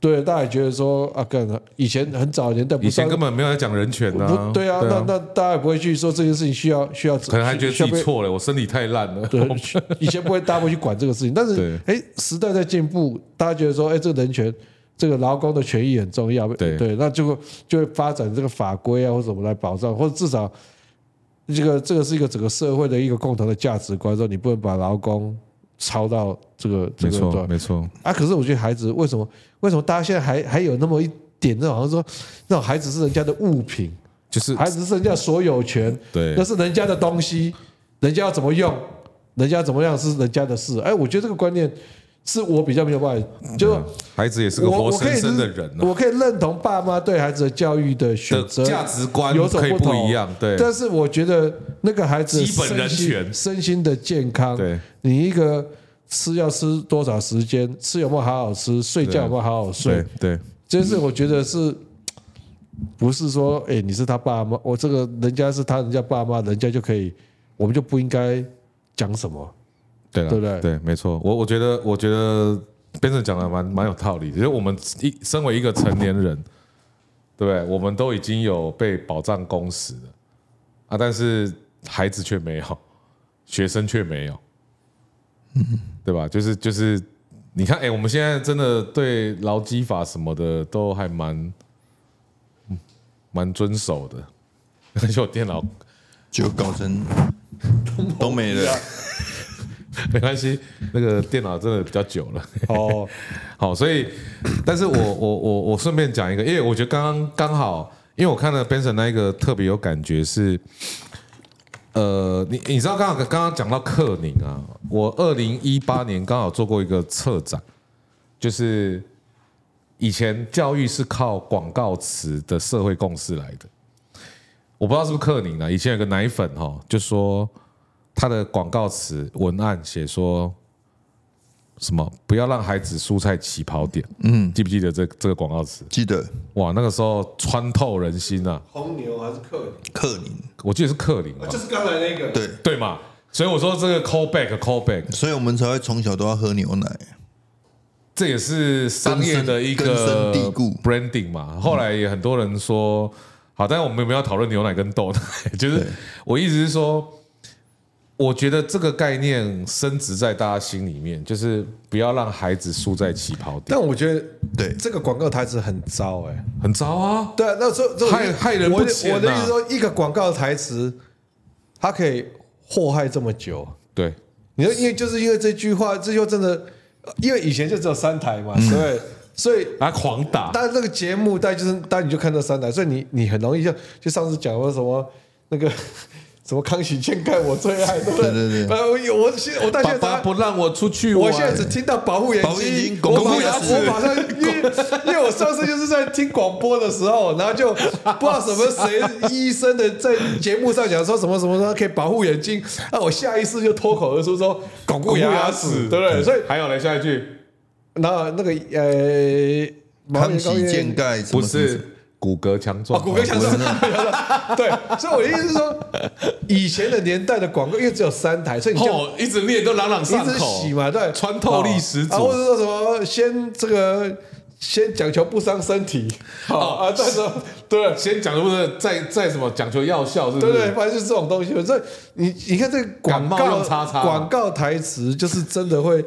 Speaker 2: 对，大家也觉得说啊，干以前很早的年代不
Speaker 1: 以
Speaker 2: 知道
Speaker 1: 前根本没有在讲人权的、
Speaker 2: 不对啊，那那大家也不会去说这件事情需要需要，
Speaker 1: 可能还觉得
Speaker 2: 需
Speaker 1: 自
Speaker 2: 要被
Speaker 1: 己错了，我身体太烂了。
Speaker 2: 对，以前不会，大家不会去管这个事情。但是
Speaker 1: 对，
Speaker 2: 哎，时代在进步，大家觉得说，哎，这个人权，这个劳工的权益很重要，
Speaker 1: 对
Speaker 2: 对，那就会就会发展这个法规啊，或怎么来保障，或者至少这个这个是一个整个社会的一个共同的价值观，说你不能把劳工超到这个这
Speaker 1: 没
Speaker 2: 个
Speaker 1: 错，
Speaker 2: 段
Speaker 1: 没错，
Speaker 2: 啊。可是我觉得孩子为什么为什么大家现在还还有那么一点那种好像说那种孩子是人家的物品，
Speaker 1: 就是
Speaker 2: 孩子是人家的所有权，
Speaker 1: 对
Speaker 2: 那，是人家的东西，人家要怎么用，人家怎么样是人家的事。哎，我觉得这个观念是我比较没有办法，就
Speaker 1: 嗯孩子也是
Speaker 2: 我
Speaker 1: 个活
Speaker 2: 我可
Speaker 1: 生
Speaker 2: 以
Speaker 1: 生的人啊
Speaker 2: 我可以认同爸妈对孩子的教育的选
Speaker 1: 的
Speaker 2: 择
Speaker 1: 价值观
Speaker 2: 有所
Speaker 1: 可以
Speaker 2: 不
Speaker 1: 不
Speaker 2: 同
Speaker 1: 一样，对
Speaker 2: 但是我觉得那个孩子的
Speaker 1: 基本人
Speaker 2: 身心
Speaker 1: 权
Speaker 2: 身心的健康，
Speaker 1: 对
Speaker 2: 你一个吃要吃多少时间，吃有没有好好吃，睡觉有没有好好睡
Speaker 1: 对，对，
Speaker 2: 这是我觉得是，不是说哎、你是他爸妈，我这个人家是他人家爸妈，人家就可以，我们就不应该讲什么。
Speaker 1: 对了，
Speaker 2: 对不对
Speaker 1: 对，没错。我我觉得，我觉得边正讲的蛮蛮有道理的，就是我们一身为一个成年人，对不对？我们都已经有被保障工时了啊，但是孩子却没有， 学生却没有，对吧？就是就是，你看，哎，我们现在真的对劳基法什么的都还蛮嗯蛮遵守的， 而且我电脑
Speaker 3: 就 搞成都没了。
Speaker 1: 没关系，那个电脑真的比较久了。
Speaker 2: 哦，
Speaker 1: 好，所以， 但是我我我我顺便讲一个，因为我觉得刚刚刚好，因为我看了 Benson 那一个特别有感觉是，呃，你你知道刚刚刚刚讲到克宁啊，我二零一八年刚好做过一个策展，就是以前教育是靠广告词的社会共识来的，我不知道是不是克宁啊。以前有个奶粉哈、就说他的广告词文案写说什么不要让孩子输在起跑点，嗯，记不记得这这个广告词？
Speaker 3: 记得
Speaker 1: 哇，那个时候穿透人心啊！
Speaker 2: 红牛还是克林？
Speaker 3: 克宁，
Speaker 1: 我记得是克林吧，
Speaker 2: 就是刚才那个。
Speaker 3: 对，
Speaker 1: 对嘛？所以我说这个 callback callback，
Speaker 3: 所以我们才会从小都要喝牛奶。
Speaker 1: 这也是商业的一
Speaker 3: 根
Speaker 1: 个
Speaker 3: 深蒂固
Speaker 1: branding 嘛。后来也很多人说，好，但是我们没有要讨论牛奶 跟豆奶，就是
Speaker 3: 对
Speaker 1: 我意思是说，我觉得这个概念深植在大家心里面，就是不要让孩子输在起跑点，
Speaker 2: 但我觉得
Speaker 3: 对
Speaker 2: 这个广告台词很糟哎、
Speaker 1: 很糟啊。
Speaker 2: 对啊，那时候这种
Speaker 1: 害害人
Speaker 2: 我
Speaker 1: 不
Speaker 2: 的
Speaker 1: 浅啊
Speaker 2: 我的意思说，一个广告台词，它可以祸害这么久。
Speaker 1: 对，
Speaker 2: 你说，因为就是因为这句话，这就真的，因为以前就只有三台嘛，对不对，所以
Speaker 1: 啊，狂打，
Speaker 2: 但这个节目，但就是但你就看这三台，所以你你很容易就就上次讲过什么那个 什么康熙健盖我最爱，对不对？
Speaker 3: 对对对
Speaker 2: 呃，我我现我到
Speaker 1: 爸
Speaker 2: 现
Speaker 1: 爸
Speaker 2: 在
Speaker 1: 不让我出去玩，
Speaker 2: 我现在只听到保护眼
Speaker 3: 保护眼
Speaker 2: 睛
Speaker 3: 睛，
Speaker 2: 我
Speaker 3: 巩
Speaker 2: 马
Speaker 3: 固牙
Speaker 2: 上
Speaker 3: 齿
Speaker 2: 我马上，因为 因为我上次就是在听广播的时候，然后就不知道什么谁医生的在节目上讲说什么什么说可以保护眼睛，啊，我下意识就脱口而出说巩固牙齿，啊对不对？所以
Speaker 1: 还有嘞，下一句
Speaker 2: 然后那个呃，
Speaker 3: 康熙健
Speaker 2: 盖。
Speaker 3: 盖什
Speaker 1: 不
Speaker 3: 么什么
Speaker 1: 是骨骼强壮，
Speaker 2: 哦，骨骼强壮， 对，所以我的意思是说，以前的年代的广告，因为只有三台，所以你就
Speaker 1: 哦，一直念都朗朗
Speaker 2: 一
Speaker 1: 上
Speaker 2: 直
Speaker 1: 口，
Speaker 2: 洗嘛，对，
Speaker 1: 穿透力十足
Speaker 2: 啊，或者说什么先这个先讲求不伤身体，
Speaker 1: 哦
Speaker 2: 好 啊，再说对
Speaker 1: 先讲究不是再再什么讲究药效，是不
Speaker 2: 对
Speaker 1: 是？
Speaker 2: 对，反正就是这种东西。这你你看这个
Speaker 1: 嗯感
Speaker 2: 广
Speaker 1: 冒
Speaker 2: 告
Speaker 1: 用叉叉
Speaker 2: 广告台词，就是真的会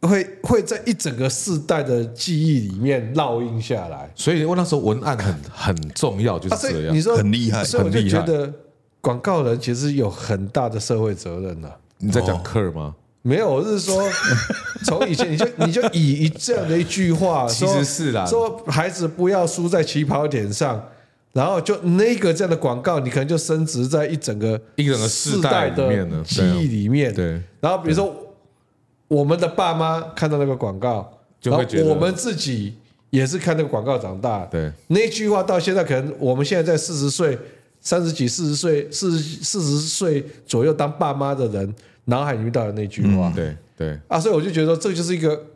Speaker 2: 会会在一整个世代的记忆里面烙印下来。
Speaker 1: 所以我那时候文案很很重要，就
Speaker 2: 啊，
Speaker 1: 是
Speaker 2: 所以
Speaker 1: 这样。
Speaker 2: 你说
Speaker 3: 很厉害
Speaker 2: 所以我就
Speaker 1: 很厉
Speaker 2: 觉
Speaker 1: 害
Speaker 2: 得广告人其实有很大的社会责任啊了、
Speaker 1: 你在讲课吗？
Speaker 2: 没有，我是 说，从以前你就你就以一这样的一句 话，
Speaker 1: 其
Speaker 2: 说
Speaker 1: 实是啦
Speaker 2: 说孩子不要输在起跑点上，然后就那个这样的广告，你可能就升值在一整个
Speaker 1: 一整个世
Speaker 2: 世
Speaker 1: 代里面
Speaker 2: 的
Speaker 1: 呢
Speaker 2: 记忆里面。
Speaker 1: 对，
Speaker 2: 然后比如说我们的爸妈看到那个广告，
Speaker 1: 就
Speaker 2: 然
Speaker 1: 会
Speaker 2: 后
Speaker 1: 觉得
Speaker 2: 我们自己也是看那个广告长大。
Speaker 1: 对，
Speaker 2: 那句话到现在可能我们现在在四十岁、三十几、四十岁、四四十岁左右当爸妈的人，脑海里面到的那句话、
Speaker 1: 对对，
Speaker 2: 啊，所以我就觉得说这就是一个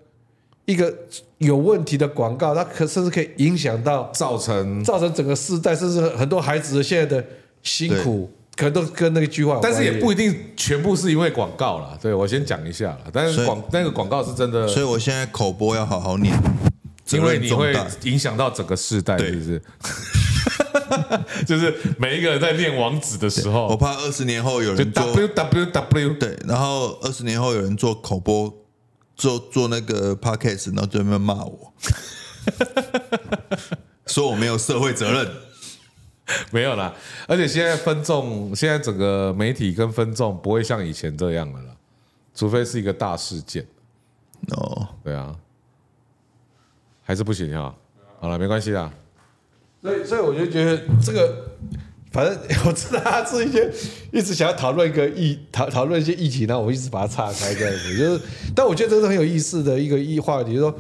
Speaker 2: 一个有问题的广告，它可甚至可以影响到
Speaker 1: 造成，
Speaker 2: 造成整个世代，甚至很多孩子的现在的辛苦，可能都跟那个句话有关
Speaker 1: 但
Speaker 2: 联。
Speaker 1: 是也不一定全部是因为广告啦。对我先讲一下啦，但
Speaker 3: 所
Speaker 1: 是
Speaker 3: 以
Speaker 1: 广那个广告是真的，
Speaker 3: 所以我现在口播要好好念，
Speaker 1: 因为你
Speaker 3: 责
Speaker 1: 会
Speaker 3: 任重大
Speaker 1: 影响到整个世代，
Speaker 3: 对
Speaker 1: 是不是？ 就是每一个人在念网址的时
Speaker 3: 我
Speaker 1: 候，
Speaker 3: 怕二十年后有
Speaker 1: 就
Speaker 3: 人做
Speaker 1: W W W
Speaker 3: 对，然后二十年后有人做口播，做做那个 podcast，然后对面骂我， 说我没有社会责任。
Speaker 1: 没有啦，而且现在分众，现在整个媒体跟分众不会像以前这样了啦，除非是一个大事件，
Speaker 3: 哦，
Speaker 1: 对啊，还是不行啊。好了，没关系啦，
Speaker 2: 所以，所以我就觉得这个，反正 我知道他是一些一直想要讨论一个议讨讨论一些议题，然后我一直把它岔开这样子，就是，但我觉得这是很有意思的一个议话题，就是说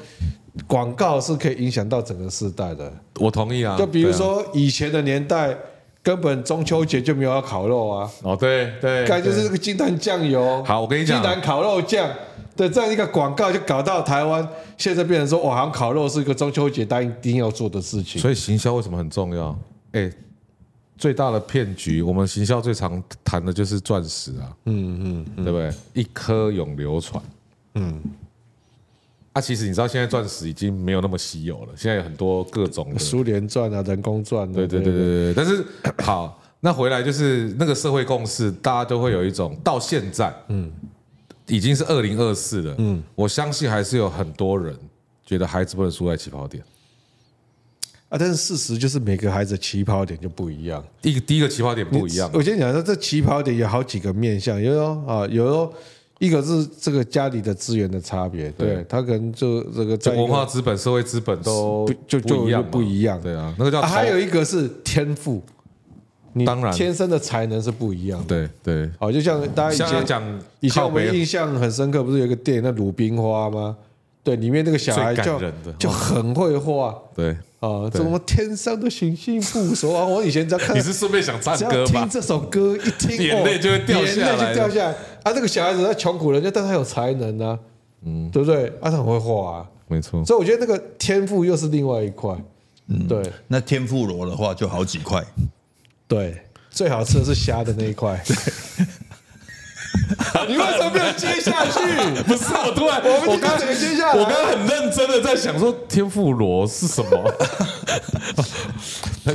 Speaker 2: 广告是可以影响到整个世代的。
Speaker 1: 我同意啊。
Speaker 2: 就比如
Speaker 1: 对啊，
Speaker 2: 说以前的年代，根本中秋节就没有要烤肉啊，
Speaker 1: 哦，对对，
Speaker 2: 该就是这
Speaker 1: 对
Speaker 2: 个金蛋酱油，
Speaker 1: 好我跟你讲
Speaker 2: 金蛋烤肉酱。的这样一个广告就搞到台湾，现在变成说，哇，好像烤肉是一个中秋节大家一定要做的事情。
Speaker 1: 所以行销为什么很重要？哎，最大的骗局，我们行销最常谈的就是钻石啊，嗯嗯，对不对？一颗永流传，嗯。啊，其实你知道，现在钻石已经没有那么稀有了，现在有很多各种的
Speaker 2: 苏联传啊，人工传、啊，
Speaker 1: 对对对
Speaker 2: 对
Speaker 1: 对对，但是 好，那回来就是那个社会共识，大家都会有一种到现在，嗯，已经是二零二四了，嗯，我相信还是有很多人觉得孩子不能输在起跑点。
Speaker 2: 啊！但是事实就是每个孩子起跑点就不一样，
Speaker 1: 第一个第一个起跑点不一样
Speaker 2: 你，我先讲说，这起跑点有好几个面向，有有啊，有有一个是这个家里的资源的差别，对
Speaker 1: 对
Speaker 2: 他可能就这个在
Speaker 1: 就
Speaker 2: 一个
Speaker 1: 文化资本、社会资本都
Speaker 2: 不就就
Speaker 1: 不一样嘛，啊
Speaker 2: 就不一样
Speaker 1: 对啊，那个叫
Speaker 2: 啊还有
Speaker 1: 投
Speaker 2: 一个是天赋，你
Speaker 1: 当然
Speaker 2: 天生的才能是不一样的。
Speaker 1: 对对，
Speaker 2: 好，就像大家以
Speaker 1: 像要
Speaker 2: 前
Speaker 1: 讲
Speaker 2: 以前
Speaker 1: 靠
Speaker 2: 我们
Speaker 1: 北啊
Speaker 2: 印象很深刻，不是有一个电影那《鲁冰花》吗？对，里面那个小孩
Speaker 1: 最
Speaker 2: 就
Speaker 1: 感人的
Speaker 2: 就很会画
Speaker 1: 对，
Speaker 2: 啊，
Speaker 1: 对
Speaker 2: 怎么天上的星星不说啊？ 我以前只要看
Speaker 1: 你是顺便想唱
Speaker 2: 只要
Speaker 1: 歌
Speaker 2: 听
Speaker 1: 吧？
Speaker 2: 这首歌，一听哦
Speaker 1: 眼泪就会掉下来
Speaker 2: 眼泪就掉下来。啊，这个小孩子他穷苦人家，但他有才能啊，嗯，对不对？啊，他很会画啊，
Speaker 1: 没 错，
Speaker 2: 所以我觉得那个天赋又是另外一块，
Speaker 1: 嗯
Speaker 2: 对
Speaker 3: 那天妇罗的话就好几块，
Speaker 2: 对，最好吃的是虾的那 一块。 你为什么没有接下去？
Speaker 1: 不是我突然，
Speaker 2: 我们
Speaker 1: 我
Speaker 2: 今天
Speaker 1: 刚
Speaker 2: 整个接下来
Speaker 1: 我刚刚很认真的在想说天妇罗是什 么，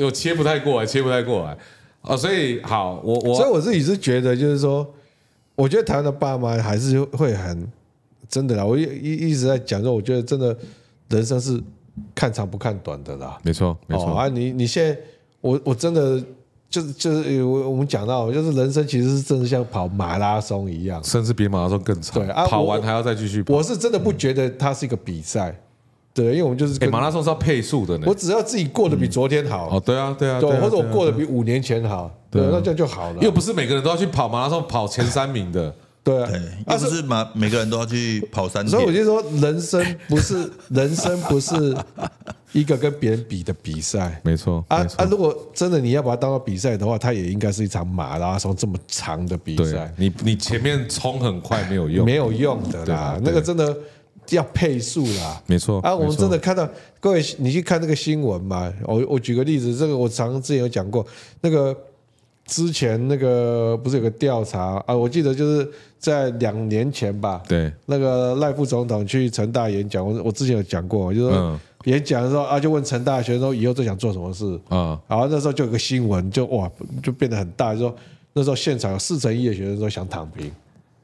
Speaker 1: 我切不太过来，切不太过来啊，所以好，我
Speaker 2: 所以
Speaker 1: 我
Speaker 2: 我自己是觉得，就是说，我觉得台湾的爸妈还是会很真的啦。我一一一直在讲说，我觉得真的人生是看长不看短的啦。
Speaker 1: 没错没
Speaker 2: 哦、
Speaker 1: 错，
Speaker 2: 啊，你你现在我我真的就是就是我我们讲到，就是人生其实是真的像跑马拉松一样。
Speaker 1: 甚至比马拉松更长
Speaker 2: 对啊，
Speaker 1: 跑
Speaker 2: 我
Speaker 1: 完还要再继续跑。
Speaker 2: 我是真的不觉得它是一个比赛，对，因为我们就是
Speaker 1: 哎，
Speaker 2: 跟、
Speaker 1: 马拉松是要配速的呢
Speaker 2: 我。只要自己过得比昨天好，
Speaker 1: 哦，对啊，对啊，
Speaker 2: 对，
Speaker 1: 对啊，
Speaker 2: 或者
Speaker 1: 对
Speaker 2: 我
Speaker 1: 啊
Speaker 2: 过得比五年前好，对，
Speaker 1: 对啊
Speaker 2: 那这样就好了。
Speaker 1: 又不是每个人都要去跑马拉松跑前三名的，
Speaker 2: 对啊
Speaker 3: 对，，
Speaker 2: 啊
Speaker 3: 又不是马每个人都要去跑三
Speaker 2: 所以我就
Speaker 3: 天，
Speaker 2: 说，人生不是人生不是一个跟别人比的比赛
Speaker 1: 没错
Speaker 2: 啊
Speaker 1: 没错
Speaker 2: 啊！如果真的你要把它当做比赛的话，它也应该是一场马拉松这么长的比
Speaker 1: 对啊
Speaker 2: 赛，
Speaker 1: 你你前面冲很快没有用，
Speaker 2: 没有用的啦，
Speaker 1: 对对
Speaker 2: 那个真的要配速啦。
Speaker 1: 没错
Speaker 2: 啊，我
Speaker 1: 没
Speaker 2: 们
Speaker 1: 错
Speaker 2: 真的看到各位，你去看那个新闻嘛？我我举个例子，这个我常之前有讲过，那个之前那个不是有个调查啊？我记得就是在两年前吧，
Speaker 1: 对，
Speaker 2: 那个赖副总统去成大演讲，我我之前有讲过，就是说
Speaker 1: 嗯
Speaker 2: 演讲的时候啊，就问成大学生说以后最想做什么事。
Speaker 1: 啊，
Speaker 2: 然后那时候就有个新闻，就哇就变得很大，就说那时候现场有四成一的学生说想躺平。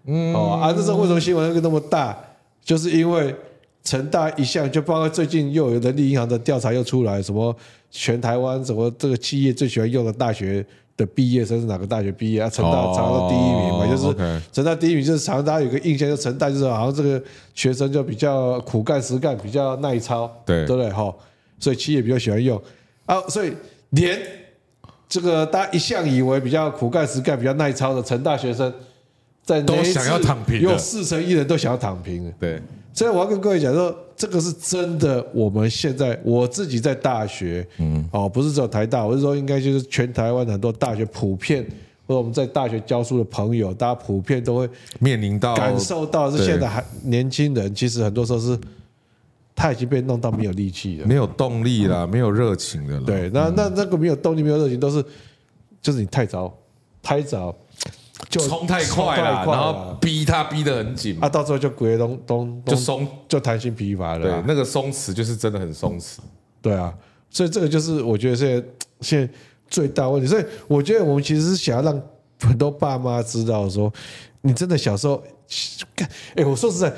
Speaker 2: 嗯，哦啊，那时候为什么新闻会那么大？就是因为成大一项就包括最近又有人力银行的调查又出来，什么全台湾什么这个企业最喜欢用的大学的毕业生是哪个大学毕业啊？成大
Speaker 1: 哦
Speaker 2: 常常第一名嘛，就是
Speaker 1: OK
Speaker 2: 成大第一名就是常常大家有个印象，就成大就是好像这个学生就比较苦干实干，比较耐操，
Speaker 1: 对
Speaker 2: 对不对？哈，所以企业比较喜欢用啊，所以连这个大家一向以为比较苦干实干、比较耐操的成大学生，在
Speaker 1: 都想要躺平的
Speaker 2: 有四成一人都想要躺平的。
Speaker 1: 对，
Speaker 2: 所以我要跟各位讲说，这个是真的。我们现在我自己在大学，嗯，哦，不是只有台大，我是说应该就是全台湾很多大学普遍，或者我们在大学教书的朋友，大家普遍都会
Speaker 1: 面临到
Speaker 2: 感受到是
Speaker 1: 哦对
Speaker 2: 现在还年轻人，其实很多时候是他已经被弄到没有力气了。
Speaker 1: 没有动力啦，没有热情的啦，
Speaker 2: 嗯对，那那那个没有动力、没有热情，都是就是你太早，太早就
Speaker 1: 冲太快啦，
Speaker 2: 冲太快
Speaker 1: 然
Speaker 2: 啦
Speaker 1: 后逼他逼得很紧嘛，
Speaker 2: 啊，到最后就鬼东东
Speaker 1: 就
Speaker 2: 东
Speaker 1: 松，
Speaker 2: 就弹性疲乏了
Speaker 1: 对
Speaker 2: 啦，。
Speaker 1: 那个松弛就是真的很松弛，
Speaker 2: 对啊，所以这个就是我觉得现在现在最大问题。所以我觉得我们其实是想要让很多爸妈知道说，你真的小时候，干哎，我说实在。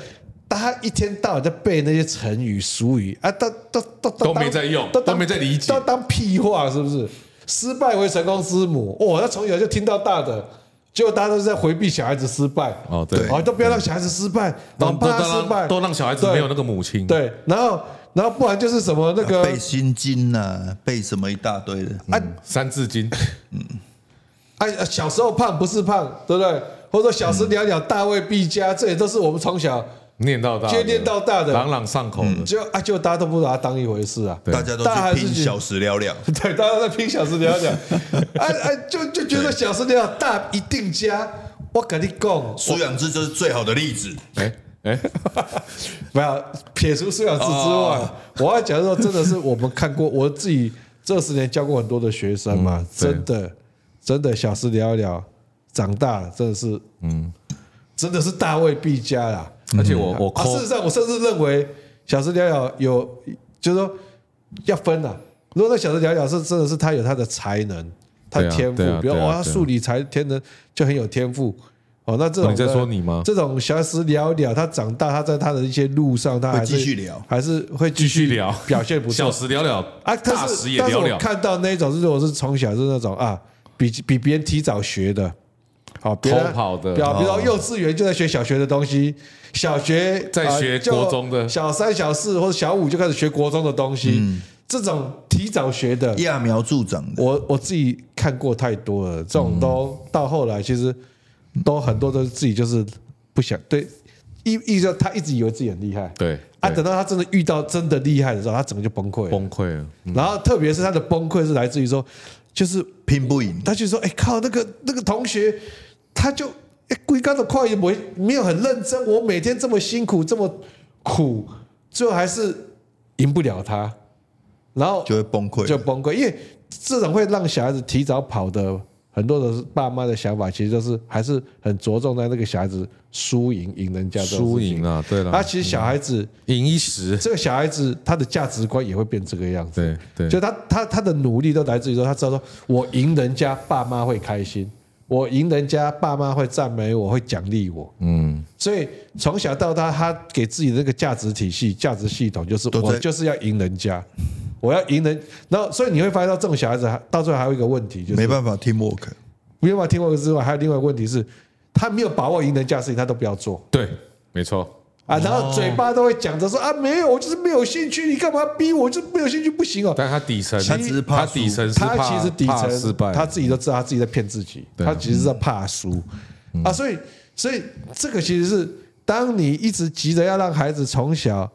Speaker 2: 大家一天到晚在背那些成语俗语啊，都都都
Speaker 1: 都没在用
Speaker 2: 当
Speaker 1: 都没在理解
Speaker 2: 都当屁话是不是？失败为成功之母，哇、他从小就听到大的，结果大家都是在回避小孩子失败，
Speaker 1: 哦对
Speaker 2: 哦，都不要让小孩子失败，
Speaker 1: 然
Speaker 2: 很
Speaker 1: 后都
Speaker 2: 怕
Speaker 1: 都
Speaker 2: 失败，
Speaker 1: 让都让小孩子
Speaker 2: 对
Speaker 1: 没有那个母亲，
Speaker 2: 对，然后然后不然就是什么那个
Speaker 3: 背心经呐，背什么一大堆的，
Speaker 2: 啊
Speaker 1: 三字经，
Speaker 2: 哎、啊，小时候胖不是胖，对不对？或者说小时了了，大未必佳，这也都是我们从小
Speaker 1: 念到大的，
Speaker 2: 接念到大的
Speaker 1: 朗朗上口的，
Speaker 2: 就啊，就大家都不把它当一回事啊。
Speaker 3: 大家都
Speaker 2: 大家还
Speaker 3: 去
Speaker 2: 是
Speaker 3: 拼
Speaker 2: 去
Speaker 3: 小时了了，
Speaker 2: 对，大家在拼小时 了了，哎哎，就就觉得小时了了大一定佳。我跟你讲，
Speaker 3: 苏养志就是最好的例子。
Speaker 1: 哎哎，
Speaker 2: 没有撇除苏养志之外，
Speaker 1: 哦
Speaker 2: 我要讲的时候，真的是我们看过，我自己这十年教过很多的学生嘛，
Speaker 1: 嗯对
Speaker 2: 真的真的小时了了，长大了真的是，嗯，真的是大未必佳啦。
Speaker 1: 而且
Speaker 3: 嗯
Speaker 1: 我我
Speaker 2: 啊，事实
Speaker 1: call
Speaker 2: 上，我甚至认为小时了了有，就是说要分啊。如果那小时了了是真的是他有他的才能，他
Speaker 1: 对啊
Speaker 2: 天赋
Speaker 1: 对啊，
Speaker 2: 比如
Speaker 1: 对啊
Speaker 2: 哇，他
Speaker 1: 对啊
Speaker 2: 数理才天能就很有天赋。哦，那这
Speaker 1: 哦
Speaker 2: 种
Speaker 1: 你在
Speaker 2: 的
Speaker 1: 说你吗
Speaker 2: 这种小时了了，他长大，他在他的一些路上，他还是
Speaker 3: 会继续聊
Speaker 2: 还是会继
Speaker 1: 继续聊
Speaker 2: 表现不错
Speaker 1: 小时了了大
Speaker 2: 啊。但
Speaker 1: 时
Speaker 2: 是
Speaker 1: 也
Speaker 2: 但是
Speaker 1: 了
Speaker 2: 我
Speaker 1: 了，
Speaker 2: 看到那种，如果是从小是那种啊，比比别人提早学的，好，别人
Speaker 1: 偷跑的哦
Speaker 2: 比比如说幼稚园就在学小学的东西，小学
Speaker 1: 在
Speaker 2: 啊
Speaker 1: 学
Speaker 2: 就
Speaker 1: 国中的嗯
Speaker 2: 小三、小四或者小五就开始学国中的东西，这种提早学的，
Speaker 3: 揠苗助长的，
Speaker 2: 我我自己看过太多了，这种都
Speaker 1: 嗯
Speaker 2: 到后来其实都很多都是自己就是不想对，一一直他一直以为自己很厉害，
Speaker 1: 对
Speaker 2: 啊，
Speaker 1: 对
Speaker 2: 等到他真的遇到真的厉害的时候，他整个就崩溃了。
Speaker 1: 崩溃了。
Speaker 2: 然后特别是他的崩溃是来自于说，就是
Speaker 3: 拼不赢，
Speaker 2: 他就说：“哎、靠，那个那个同学，他就哎，龟缸的快也没没有很认真，我每天这么辛苦，这么苦，最后还是赢不了他，然后
Speaker 3: 就会崩溃。
Speaker 2: 就崩溃，因为这种会让小孩子提早跑的。”很多的爸妈的想法，其实就是还是很着重在那个小孩子输赢赢人家这种事
Speaker 1: 输
Speaker 2: 情
Speaker 1: 赢。啊，对
Speaker 2: 啊，
Speaker 1: 了，嗯
Speaker 2: 其实小孩子
Speaker 1: 赢一时，
Speaker 2: 这个小孩子他的价值观也会变这个样子。
Speaker 1: 对对，
Speaker 2: 就他他他的努力都来自于说，他知道说我赢人家爸妈会开心，我赢人家爸妈会赞美我，会奖励我。
Speaker 1: 嗯，
Speaker 2: 所以从小到大，他给自己的那个价值体系、价值系统，就是
Speaker 3: 都在
Speaker 2: 我就是要赢人家，我要赢人。然后，所以你会发现到这种小孩子，到最后还有一个问题，就是
Speaker 3: 没办法 teamwork，
Speaker 2: 没办法听过之外，还有另外一个问题是，他没有把握赢人家的事情，他都不要做。
Speaker 1: 对，没错，
Speaker 2: 啊，然
Speaker 1: 哦
Speaker 2: 后嘴巴都会讲着说啊，没有，我就是没有兴趣，你干嘛逼我？我就是没有兴趣，不行哦。
Speaker 1: 但他底层，
Speaker 3: 他只是
Speaker 1: 他
Speaker 3: 怕输
Speaker 1: 底层是
Speaker 2: 他
Speaker 1: 怕
Speaker 2: 其实底
Speaker 1: 怕
Speaker 2: 层
Speaker 1: 失败，
Speaker 2: 他自己都知道他自己在骗自己，
Speaker 1: 对啊嗯
Speaker 2: 他其实是在怕输啊，所以所以这个其实是当你一直急着要让孩子从小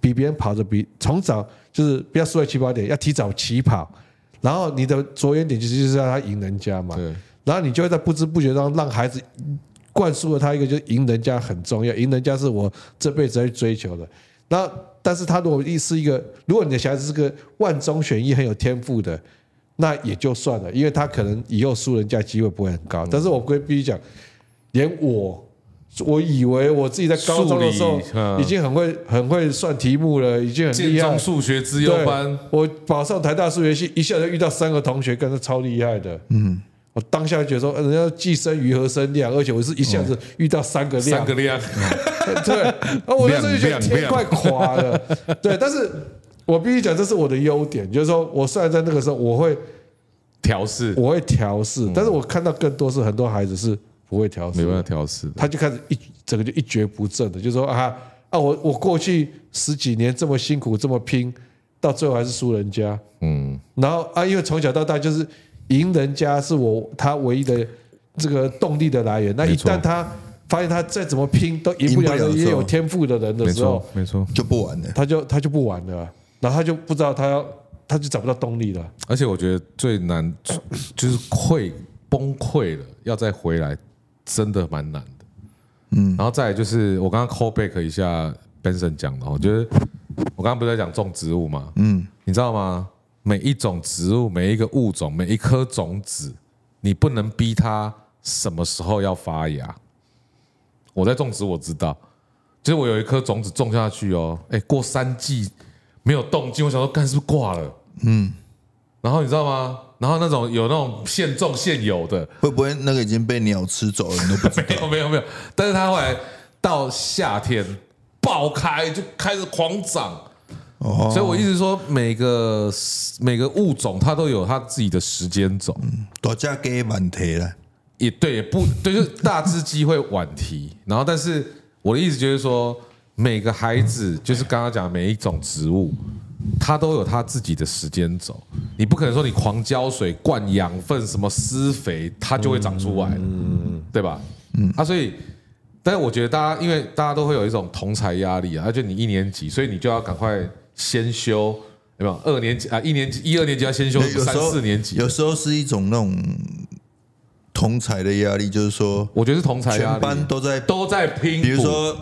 Speaker 2: 比别人跑得比从早就是不要输在起跑点，要提早起跑，然后你的着眼点其实就是要他赢人家嘛，
Speaker 1: 对
Speaker 2: 然后你就会在不知不觉中让孩子灌输了他一个就是赢人家很重要，赢人家是我这辈子在追求的。那但是他如果一是一个，如果你的小孩子是个万中选一很有天赋的，那也就算了，因为他可能以后输人家机会不会很
Speaker 1: 嗯
Speaker 2: 高。但是我规必须讲，连我。我以为我自己在高中的时
Speaker 1: 数
Speaker 2: 候
Speaker 1: 理嗯
Speaker 2: 已经很会很会算题目了，已经很
Speaker 1: 建
Speaker 2: 厉害
Speaker 1: 中
Speaker 2: 了。
Speaker 1: 数学资优班，
Speaker 2: 对我保上台大数学系，一下就遇到三个同学，跟他超厉害的。嗯，我当下就觉得说，呃人家既生瑜何生亮，而且我是一下子遇到三个
Speaker 1: 三，
Speaker 2: 亮
Speaker 1: 个量，
Speaker 2: 对，然后我那时候就觉得
Speaker 1: 亮亮
Speaker 2: 天
Speaker 1: 亮
Speaker 2: 快垮了。对，但是我必须讲，这是我的优点，就是说我虽然在那个时候我会
Speaker 1: 调试
Speaker 2: 我会调试，但是我看到更多是很多孩子是不会调
Speaker 1: 嗯
Speaker 2: 试
Speaker 1: 没
Speaker 2: 的，
Speaker 1: 办法调试的，
Speaker 2: 他就开始一整个就一蹶不振的，就说啊啊，我我过去十几年这么辛苦这么拼，到最后还是输人家，
Speaker 1: 嗯，
Speaker 2: 然后啊，因为从小到大就是赢人家是我他唯一的这个动力的来源。那一
Speaker 1: 没错
Speaker 2: 旦他发现他再怎么拼都赢不了
Speaker 3: 赢不了的时候
Speaker 2: 也有天赋的人的
Speaker 1: 没
Speaker 2: 时候
Speaker 1: 错，没错，
Speaker 3: 就不玩了。
Speaker 2: 他就他就不玩了，然后他就不知道他要他就找不到动力了。
Speaker 1: 而且我觉得最难 就是溃崩溃了，要再回来真的蛮难的。嗯，然后再来就是我刚刚 call back 一下 Benson 讲的哦，我觉得我刚刚不是在讲种植物嘛，嗯，你知道吗？每一种植物、每一个物种、每一颗种子，你不能逼它什么时候要发芽。我在种植，我知道，就是我有一颗种子种下去哦，哎，过三季没有动静，我想说，干是不是挂了？然后你知道吗？然后那种有那种现种现有的，
Speaker 3: 会不会那个已经被鸟吃走了？你都不知道。
Speaker 1: 没有没有没有，但是它后来到夏天爆开就开始狂涨，
Speaker 3: 哦，
Speaker 1: 所以我一直说每个每个物种它都有它自己的时间轴，
Speaker 3: 大家给满题了，
Speaker 1: 也对，也不对，就是大只鸡会晚提。然后，但是我的意思就是说，每个孩子就是刚刚讲的每一种植物，它都有它自己的时间轴。你不可能说你狂浇水、灌养分、什么施肥，它就会长出
Speaker 3: 嗯
Speaker 1: 来，对吧？嗯啊，所以。但是我觉得大家，因为大家都会有一种同才压力啊，而且你一年级，所以你就要赶快先修，有没有？二年级啊，一年级、一二年级要先修，
Speaker 3: 有
Speaker 1: 三
Speaker 3: 时候
Speaker 1: 四年级，
Speaker 3: 有时候是一种那种同才的压力，就是说
Speaker 1: 我觉得是同才压
Speaker 3: 全
Speaker 1: 力，
Speaker 3: 班都在，
Speaker 1: 都在拼搏，
Speaker 3: 比如说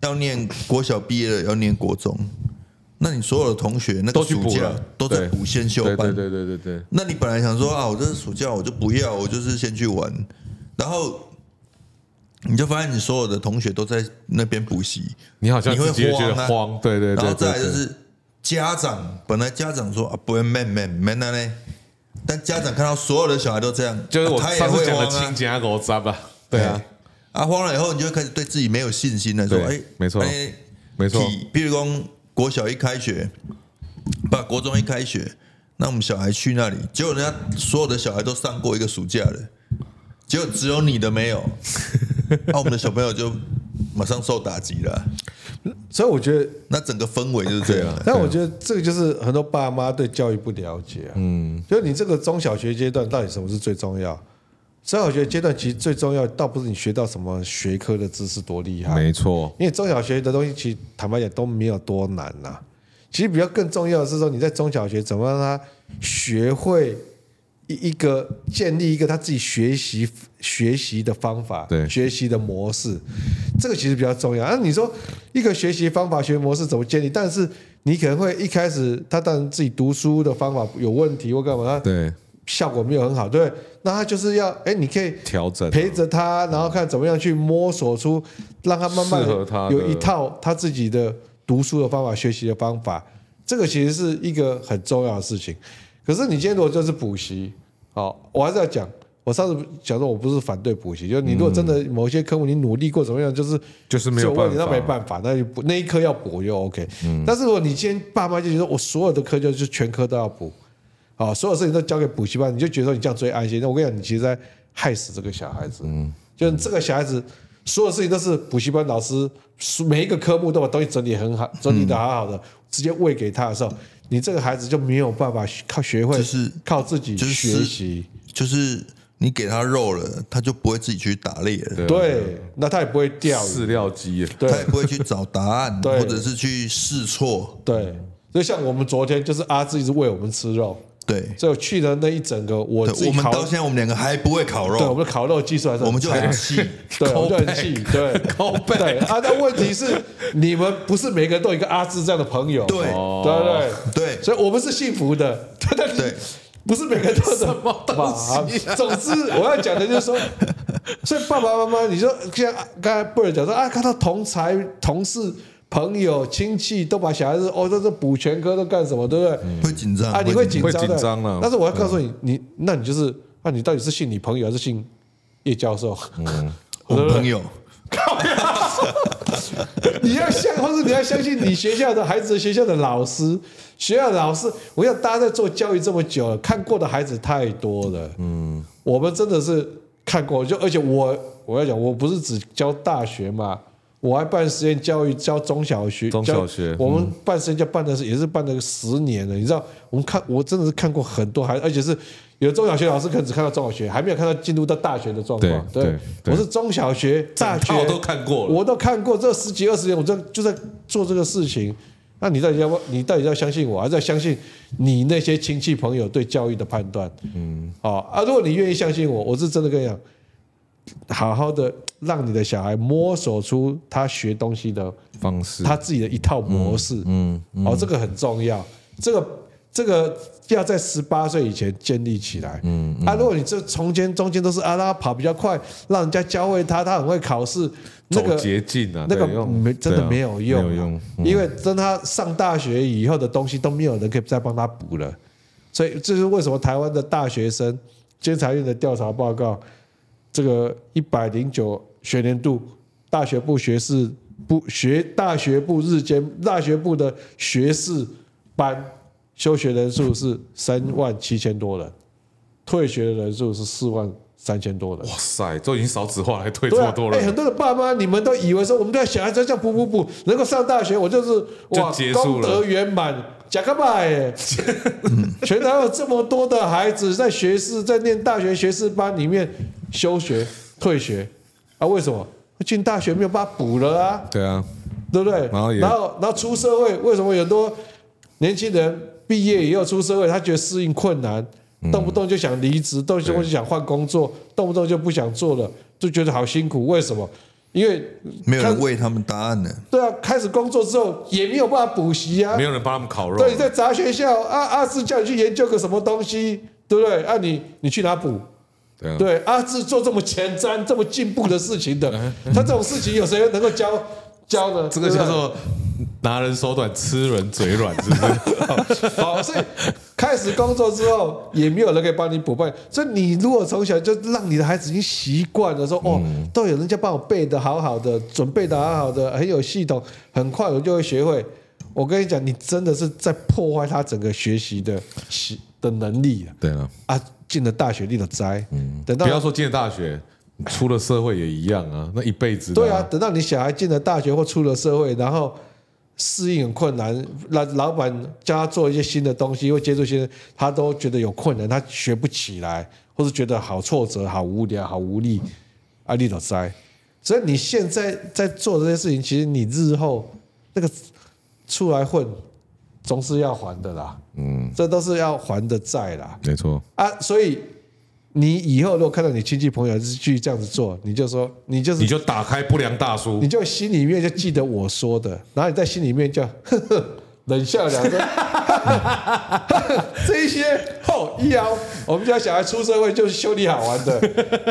Speaker 3: 要念国小毕业了，要念国中，那你所有的同学那个
Speaker 1: 都去
Speaker 3: 暑
Speaker 1: 补
Speaker 3: 假
Speaker 1: 了
Speaker 3: 都在
Speaker 1: 对
Speaker 3: 补先修
Speaker 1: 对
Speaker 3: 班
Speaker 1: 对，对对对对，
Speaker 3: 那你本来想说啊，我这是暑假我就不要，我就是先去玩，然后你就发现你所有的同学都在那边补习，
Speaker 1: 你好像
Speaker 3: 你会
Speaker 1: 直接觉得
Speaker 3: 慌啊
Speaker 1: 慌，对对对，
Speaker 3: 然后
Speaker 1: 对
Speaker 3: 再来就是家长，本来家长说啊不会 man man man 啊嘞，但家长看到所有的小孩都这样，
Speaker 1: 对就是我
Speaker 3: 啊他也
Speaker 1: 上次
Speaker 3: 会
Speaker 1: 讲的
Speaker 3: 慌
Speaker 1: 亲
Speaker 3: 啊，
Speaker 1: 家狗渣吧，
Speaker 3: 对啊，啊慌了以后你就会开始对自己没有信心了，说
Speaker 1: 对
Speaker 3: 哎
Speaker 1: 没错
Speaker 3: 哎
Speaker 1: 没错，
Speaker 3: 体，比如说国小一开学，不，国中一开学，那我们小孩去那里，结果人家所有的小孩都上过一个暑假了，结果只 有啊你的没有，那、我们的小朋友就马上受打击了。
Speaker 2: 所以我觉得，
Speaker 3: 那整个氛围就是这样的。
Speaker 2: 但我觉得这个就是很多爸妈对教育不了解、嗯，就是你这个中小学阶段到底什么是最重要？中小学阶段其实最重要，倒不是你学到什么学科的知识多厉害，啊
Speaker 1: 没错，
Speaker 2: 因为中小学的东西，其实坦白讲都没有多难呐、其实比较更重要的是说，你在中小学怎么让他学会一一个建立一个他自己学习学习的方法，
Speaker 1: 对
Speaker 2: 学习的模式，这个其实比较重要。那、啊你说一个学习方法、学习模式怎么建立？但是你可能会一开始他当然自己读书的方法有问题或干嘛，他
Speaker 1: 对，
Speaker 2: 效果没有很好，对不对？那他就是要哎，你可以
Speaker 1: 调整啊
Speaker 2: 陪着他，然后看怎么样去摸索出，让他慢慢
Speaker 1: 适合他的
Speaker 2: 有一套他自己的读书的方法、学习的方法。这个其实是一个很重要的事情。可是你今天如果就是补习，好，我还是要讲，我上次讲说我不是反对补习，就是你如果真的某些科目你努力过怎么样，就是
Speaker 1: 就是没有
Speaker 2: 问题，
Speaker 1: 办
Speaker 2: 那
Speaker 1: 法嗯
Speaker 2: 没办法，那就补那一科要补就 OK。但是如果你今天爸妈就觉得我所有的科就是全科都要补，啊，所有事情都交给补习班，你就觉得你这样最安心。那我跟你讲，你其实在害死这个小孩子。嗯，就是这个小孩子，所有事情都是补习班老师，每一个科目都把东西整理很
Speaker 3: 嗯
Speaker 2: 好，整理的好好的，直接喂给他的时候，你这个孩子就没有办法靠学会，
Speaker 3: 就是
Speaker 2: 靠自己
Speaker 3: 就是
Speaker 2: 学习。
Speaker 3: 就是你给他肉了，他就不会自己去打猎了，
Speaker 2: 对，那他也不会钓鱼。
Speaker 1: 饲料机，啊
Speaker 2: 对
Speaker 3: 他也不会去找答案，
Speaker 2: 对
Speaker 3: 或者是去试错。
Speaker 2: 对，就像我们昨天就是阿志一直喂我们吃肉，
Speaker 3: 对，
Speaker 2: 所以我去了那一整个我自
Speaker 3: 对
Speaker 2: 己
Speaker 3: 我们
Speaker 2: 烤，
Speaker 3: 到现在我们两个还不会烤
Speaker 2: 对我
Speaker 3: 肉，
Speaker 2: 们的烤肉技术还是
Speaker 3: 我们就
Speaker 2: 菜
Speaker 3: 很气。
Speaker 2: 对，我就很气，对，对啊。但问题是，你们不是每个人都有一个阿志这样的朋友，
Speaker 3: 对
Speaker 2: 对不对？
Speaker 3: 对
Speaker 2: 所以我们是幸福的， 对对
Speaker 3: 对，
Speaker 2: 不是每个人都什么东西、总之，我要讲的就是说， 所以爸爸妈妈，你说像刚才贝尔讲说啊，看到同才、同事、朋友、亲戚都把小孩子哦，这是补全科都干什么，对不对？
Speaker 3: 嗯会紧张
Speaker 2: 啊，你会紧
Speaker 1: 会
Speaker 2: 张的，
Speaker 1: 紧张了
Speaker 2: 但是我要告诉你，你那你就是，那你到底是信你朋友还是信叶教授？
Speaker 3: 我们朋友，
Speaker 2: 你要相，或是你要相信你学校的孩子、学校的老师、学校的老师。我想大家在做教育这么久了，看过的孩子太多了。嗯，我们真的是看过，就而且我我要讲，我不是只教大学嘛，我还办实验教育，教中小学，
Speaker 1: 中小学
Speaker 2: 教我们办实验教办的是也是办了十年了。你知道，我们看我真的是看过很多孩子，而且是有中小学老师可能只看到中小学，还没有看到进入到大学的状况。
Speaker 1: 对对对
Speaker 2: 我是中小学、大学
Speaker 1: 整套都看过了
Speaker 2: 我都看过这十几二十年，我就就在做这个事情。那你到底要不？你到底要相信我，还是要相信你那些亲戚朋友对教育的判断？嗯，好、啊，如果你愿意相信我，我是真的跟你讲，好好的让你的小孩摸索出他学东西的
Speaker 1: 方式，
Speaker 2: 他自己的一套模式。嗯，哦，这个很重要，这个这个要在十八岁以前建立起来。嗯，啊，如果你这中间中间都是啊，让他跑比较快，让人家教会他，他很会考试，那
Speaker 1: 走
Speaker 2: 个
Speaker 1: 捷径啊，
Speaker 2: 那个
Speaker 1: 对用
Speaker 2: 没真的
Speaker 1: 对啊
Speaker 2: 没有用啊，
Speaker 1: 没有用，嗯
Speaker 2: 因为等他上大学以后的东西都没有人可以再帮他补了，所以这是为什么台湾的大学生监察院的调查报告，这个一百零九学年度大学部学士部学大学部日间大学部的学士班休学人数是三万七千多人，退学的人数是四万三千多人。
Speaker 1: 哇塞，都已经少子化还退这
Speaker 2: 对
Speaker 1: 么
Speaker 2: 啊，
Speaker 1: 多
Speaker 2: 哎、
Speaker 1: 人
Speaker 2: 很，多的爸妈，你们都以为说我们对小孩子这样补补补，能够上大学，我就是哇，
Speaker 1: 结束
Speaker 2: 功
Speaker 1: 了
Speaker 2: 德圆满，假个 拜耶！全台湾有这么多的孩子在学士，在念大学学士班里面休学、退学啊？为什么？进大学没有办法补了啊？
Speaker 1: 对啊，
Speaker 2: 对不对？
Speaker 1: 然后也
Speaker 2: 然后然后出社会，为什么有很多年轻人毕业以后出社会，他觉得适应困难，
Speaker 1: 嗯
Speaker 2: 动不动就想离职，动不动就想换工作，动不动就不想做了，就觉得好辛苦。为什么？因为
Speaker 3: 没有
Speaker 2: 开
Speaker 3: 人为他们答案呢。
Speaker 2: 对啊，开始工作之后也没有办法补习啊
Speaker 1: 没，有人帮他们烤肉，
Speaker 2: 对，你在杂学校啊，阿志叫你去研究个什么东西，对不对？啊你，你去哪补？
Speaker 1: 对啊，
Speaker 2: 对，阿志做这么前瞻、这么进步的事情的，他这种事情有谁能够教教呢？
Speaker 1: 嗯这个
Speaker 2: 对不
Speaker 1: 叫
Speaker 2: 对
Speaker 1: 做拿人手短，吃人嘴软，是不是？
Speaker 2: 好，所以开始工作之后，也没有人可以帮你补办。所以你如果从小就让你的孩子已经习惯了说，哦，
Speaker 1: 嗯
Speaker 2: 都有人家帮我背的好好的，准备的好好的，很有系统，很快我就会学会。我跟你讲，你真的是在破坏他整个学习的习的能力
Speaker 1: 对啊，
Speaker 2: 啊！进了大学立了灾，等到
Speaker 1: 嗯不要说进了大学，出了社会也一样啊，那一辈子的
Speaker 2: 对啊，，等到你小孩进了大学或出了社会，然后适应很困难，老老板叫他做一些新的东西，或接触新的，他都觉得有困难，他学不起来，或是觉得好挫折、好无聊、好无力，啊，你都在。所以你现在在做这些事情，其实你日后那个出来混，总是要还的啦。嗯，这都是要还的债啦。
Speaker 1: 没错，
Speaker 2: 啊，所以你以后如果看到你亲戚朋友是去这样子做，你就说你就是
Speaker 1: 你就打开不良大叔
Speaker 2: 你，就心里面就记得我说的，然后你在心里面就 呵呵冷笑两声， 这一些哦，一摇，我们家小孩出社会就是修理好玩的，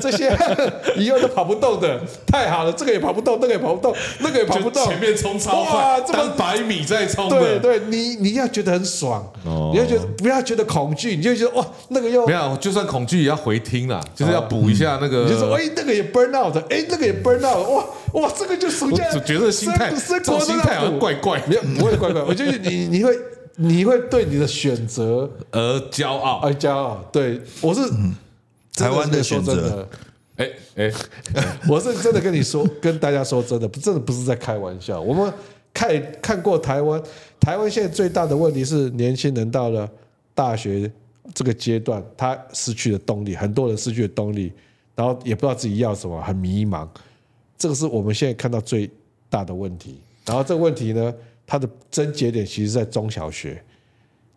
Speaker 2: 这些 呵呵以后都跑不动的，太好了，这个也跑不动，那个也跑不动，那个也跑不
Speaker 1: 就
Speaker 2: 动，
Speaker 1: 前面冲超
Speaker 2: 哇
Speaker 1: 快，
Speaker 2: 这么
Speaker 1: 当百米在冲
Speaker 2: 对
Speaker 1: 的。
Speaker 2: 对，你你要觉得很爽，
Speaker 1: 哦
Speaker 2: 你要觉得不要觉得恐惧，你就觉得哇，那个又
Speaker 1: 没有，就算恐惧也要回听啦，就是要补一下那个。
Speaker 2: 你就说，哎、那个也 burn out，哎、那个也 burn out，哇哇，这个就暑假，
Speaker 1: 我觉得心态
Speaker 2: 生生
Speaker 1: 这种
Speaker 2: 活
Speaker 1: 心
Speaker 2: 都在
Speaker 1: 态好像
Speaker 2: 补
Speaker 1: 怪怪
Speaker 2: 没有不会怪怪，我觉得你你会你会对你的选择
Speaker 1: 而骄傲。
Speaker 2: 而骄傲，对我是。真
Speaker 3: 嗯台湾的
Speaker 2: 是说
Speaker 3: 选
Speaker 2: 真
Speaker 3: 择
Speaker 2: 的，
Speaker 1: 哎哎，
Speaker 2: 我是真的跟你说，跟大家说真的，不真的不是在开玩笑。我们看看过台湾，台湾现在最大的问题是年轻人到了大学这个阶段，他失去了动力，很多人失去了动力，然后也不知道自己要什么，很迷茫。这个是我们现在看到最大的问题。然后这个问题呢，它的症结点其实在中小学。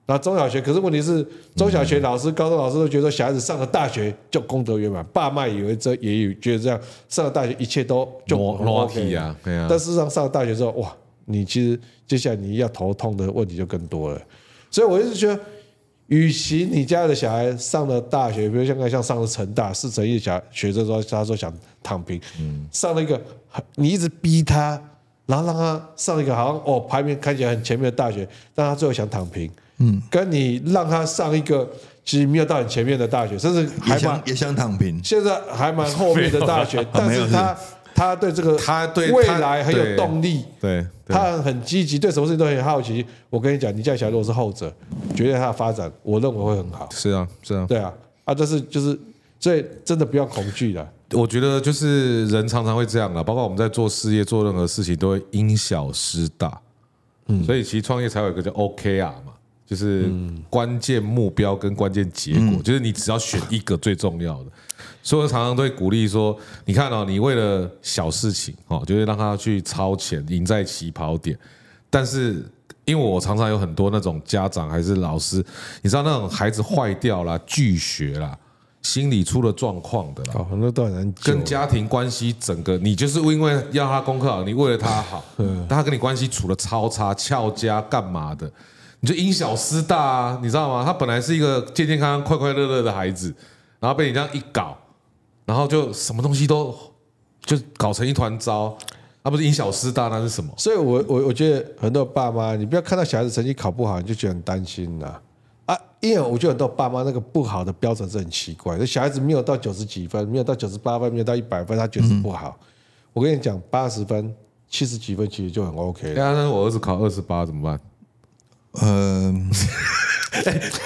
Speaker 2: 那中小学，可是问题是，中小学老师、高中老师都觉得小孩子上了大学就功德圆满，爸妈以为这也有觉得这样，上了大学一切都就
Speaker 1: 裸
Speaker 2: 很
Speaker 1: 裸
Speaker 2: OK
Speaker 1: 体啊，对啊，
Speaker 2: 但事实上，上了大学之后，哇，你其实接下来你要头痛的问题就更多了。所以我一直觉得，与其你家的小孩上了大学，比如像刚才像上了成大、四成一小学生说，他说想躺平，上了一个你一直逼他，然后让他上一个好像哦排名看起来很前面的大学，但他最后想躺平，嗯，跟你让他上一个其实没有到很前面的大学，甚至还
Speaker 3: 也
Speaker 2: 蛮
Speaker 3: 想也想躺平，
Speaker 2: 现在还蛮后面的大学，但
Speaker 3: 没有
Speaker 2: 是
Speaker 3: 是
Speaker 2: 他他对这个
Speaker 1: 他对
Speaker 2: 未
Speaker 1: 他
Speaker 2: 来很
Speaker 1: 对
Speaker 2: 有动力，
Speaker 1: 对，对
Speaker 2: 他很积极，对什么事情都很好奇。我跟你讲，你家小孩如果是后者，绝对他的发展，我认为会很好。
Speaker 1: 是啊是啊。
Speaker 2: 对啊，啊，但是就是，所以真的不要恐惧了。
Speaker 1: 我觉得就是人常常会这样啊，包括我们在做事业、做任何事情都会因小失大，嗯，所以其实创业才有一个叫 OKR、嘛，就是关键目标跟关键结果，就是你只要选一个最重要的。所以我常常都会鼓励说，你看哦，你为了小事情哦，就会让他去超前，赢在起跑点，但是。因为我常常有很多那种家长还是老师，你知道那种孩子坏掉啦、拒学啦、心理出了状况的啦，
Speaker 2: 哦，很多都很难
Speaker 1: 跟家庭关系整个，你就是因为要他功课好，你为了他 好，但他跟你关系处的超差，翘家干嘛的，你就因小失大啊，你知道吗？他本来是一个健健康康、快快乐乐的孩子，然后被你这样一搞，然后就什么东西都就搞成一团糟，那不是因小失大，那是什么？
Speaker 2: 所以我我我觉得很多爸妈，你不要看到小孩子成绩考不好，你就觉得很担心啦。啊，因为我觉得很多爸妈那个不好的标准是很奇怪，那小孩子没有到九十几分，没有到九十八分，没有到一百分，他觉得是不好。我跟你讲，八十分、七十几分其实就很 OK
Speaker 1: 哎
Speaker 2: 了。
Speaker 1: 呀，那我儿子考二十八怎么办？
Speaker 3: 嗯，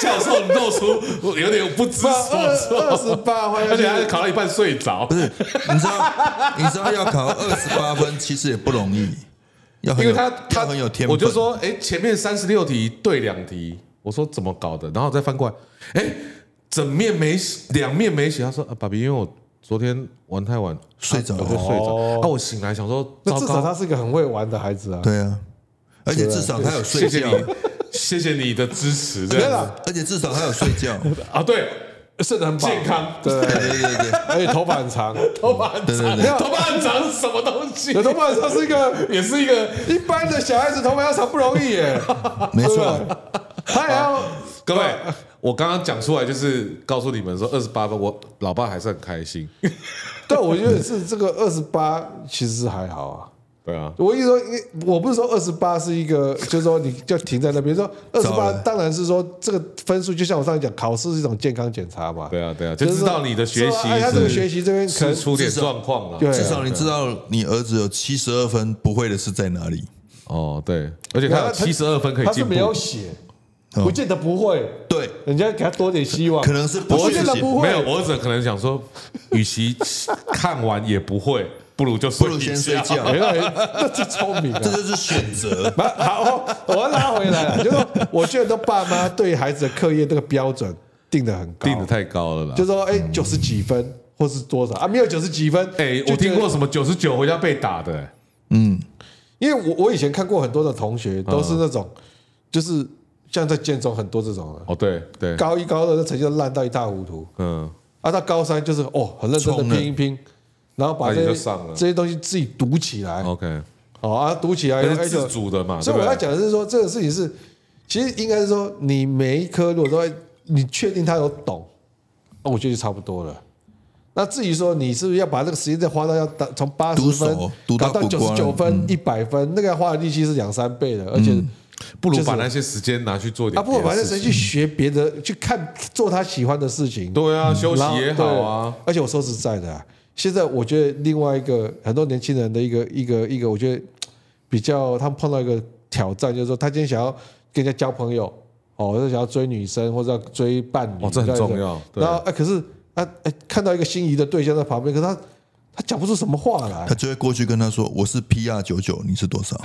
Speaker 1: 教授露出 有点不知
Speaker 2: 二二十八分，
Speaker 1: 而且还考到一半睡着，不是
Speaker 3: 你知道你知道要考二十八分其实也不容易，要很
Speaker 1: 因为
Speaker 3: 有
Speaker 1: 他他
Speaker 3: 要很有天分。
Speaker 1: 我就说，哎，前面三十六题对两题，我说怎么搞的，然后再翻过来，哎，整面没写，两面没写。他说啊，爸比，因为我昨天玩太晚，
Speaker 3: 睡着
Speaker 1: 我
Speaker 3: 了
Speaker 1: 就睡
Speaker 2: 哦
Speaker 1: 着。啊，我醒来想说，
Speaker 2: 那
Speaker 1: 糟
Speaker 2: 至少
Speaker 1: 糕，
Speaker 2: 他是一个很会玩的孩子啊。
Speaker 3: 对啊，而且至少他有睡
Speaker 1: 谢谢
Speaker 3: 觉，
Speaker 1: 你，谢谢你的支持，这
Speaker 2: 没有
Speaker 1: 样
Speaker 2: 啦，
Speaker 3: 而且至少他有睡觉。
Speaker 1: 子啊，对，
Speaker 2: 睡得很饱，
Speaker 1: 健康
Speaker 2: 对，啊
Speaker 3: 对对对对，
Speaker 2: 而且头发很长，
Speaker 1: 头发很
Speaker 3: 对
Speaker 1: 长，
Speaker 3: 对
Speaker 2: 对
Speaker 1: 头发很长是什么东西
Speaker 2: 有？头发很长是一个
Speaker 1: 也是一个
Speaker 2: 一般的小孩子头发要长不容易 耶，
Speaker 3: 没
Speaker 2: 对
Speaker 3: 错，
Speaker 2: 吧？他也要
Speaker 1: 各位，我刚刚讲出来就是告诉你们说，二十八分，我老爸还是很开心。
Speaker 2: 对，我觉得是这个二十八其实还好啊。
Speaker 1: 对啊，
Speaker 2: 我一说，我不是说二十八是一个，就是说你就停在那边。说二十
Speaker 3: 糟
Speaker 2: 八
Speaker 3: 了
Speaker 2: 当然是说这个分数，就像我上次讲，考试是一种健康检查嘛。
Speaker 1: 对啊，对啊，就知道你的学习
Speaker 2: 哎他这个
Speaker 1: 是
Speaker 2: 学习这边可
Speaker 1: 是
Speaker 2: 能
Speaker 1: 出点状况了。
Speaker 2: 对啊
Speaker 3: 至少你知道你儿子有七十二分，不会的是在哪里？
Speaker 1: 哦，对，而且他有七十二分可以
Speaker 2: 啊他是
Speaker 1: 进步
Speaker 2: 没，有写，
Speaker 3: 哦
Speaker 2: 不见得不会，
Speaker 3: 对，
Speaker 2: 人家给他多点希望。
Speaker 3: 可能是不
Speaker 2: 不
Speaker 3: 学
Speaker 2: 见得
Speaker 3: 习
Speaker 2: 不会，
Speaker 1: 没有我儿子可能想说，与其看完也不会，不如就
Speaker 3: 不
Speaker 1: 不
Speaker 3: 如先睡觉。
Speaker 2: 原来那最聪明
Speaker 3: 这
Speaker 2: 啊。。
Speaker 3: 就是选择
Speaker 2: 不好，我要拉回来了，就是说我觉得都爸妈对孩子的课业这个标准定得很高，
Speaker 1: 定的太高了啦。
Speaker 2: 就是说，哎，九十几分或是多少啊？没有九十几分，
Speaker 1: 哎，
Speaker 2: 就
Speaker 1: 我
Speaker 2: 觉得
Speaker 1: 听过，什么九十九回家被打的，哎
Speaker 2: 因为我我以前看过很多的同
Speaker 1: 嗯
Speaker 2: 学都是那种，就是像在建中很多这种的，啊
Speaker 1: 哦对对，
Speaker 2: 高一高二的成绩都烂到一塌糊涂，
Speaker 1: 嗯，
Speaker 2: 啊，到高三就是哦，很认真的
Speaker 3: 冲了
Speaker 2: 拼一拼，然后把
Speaker 1: 那你
Speaker 2: 这
Speaker 1: 就
Speaker 2: 些
Speaker 1: 上了
Speaker 2: 这些东西自己读起来，
Speaker 1: OK，
Speaker 2: 哦啊，读起来，
Speaker 1: 那
Speaker 2: 哎
Speaker 1: 是
Speaker 2: 就
Speaker 1: 自主的嘛，
Speaker 2: 所
Speaker 1: 啊对
Speaker 2: 以我
Speaker 1: 不对
Speaker 2: 要讲的是说，这个事情是，其实应该是说，你每一科如果说你确定他有懂，那我觉得就差不多了。那至于说你是不是要把这个时间再花到要达从八十
Speaker 3: 读熟
Speaker 2: 分
Speaker 3: 读
Speaker 2: 搞
Speaker 3: 到
Speaker 2: 到
Speaker 3: 滚
Speaker 2: 九
Speaker 3: 瓜
Speaker 2: 十
Speaker 3: 烂
Speaker 2: 九
Speaker 1: 嗯
Speaker 2: 分、一百分，那个要花的力气是两三倍的，而且
Speaker 1: 不如把
Speaker 2: 就是
Speaker 1: 那些时间拿去做点
Speaker 2: 啊，不如把
Speaker 1: 别
Speaker 2: 那
Speaker 1: 的
Speaker 2: 谁
Speaker 1: 事情
Speaker 2: 去学别的，去看做他喜欢的事情，
Speaker 1: 对啊，休息
Speaker 2: 然后
Speaker 1: 也好啊，。
Speaker 2: 对而且我说实在的、啊，现在我觉得另外一个很多年轻人的一个一个一个，我觉得比较他们碰到一个挑战，就是说他今天想要跟人家交朋友，哦，或者想要追女生，或者要追伴侣，
Speaker 1: 哦这很
Speaker 2: 样子
Speaker 1: 重要对
Speaker 2: 然后哎，可是啊哎，看到一个心仪的对象在旁边，可是他他讲不出什么 话来
Speaker 3: 他，就会过去跟他说：“我是 PR 九九，你是多少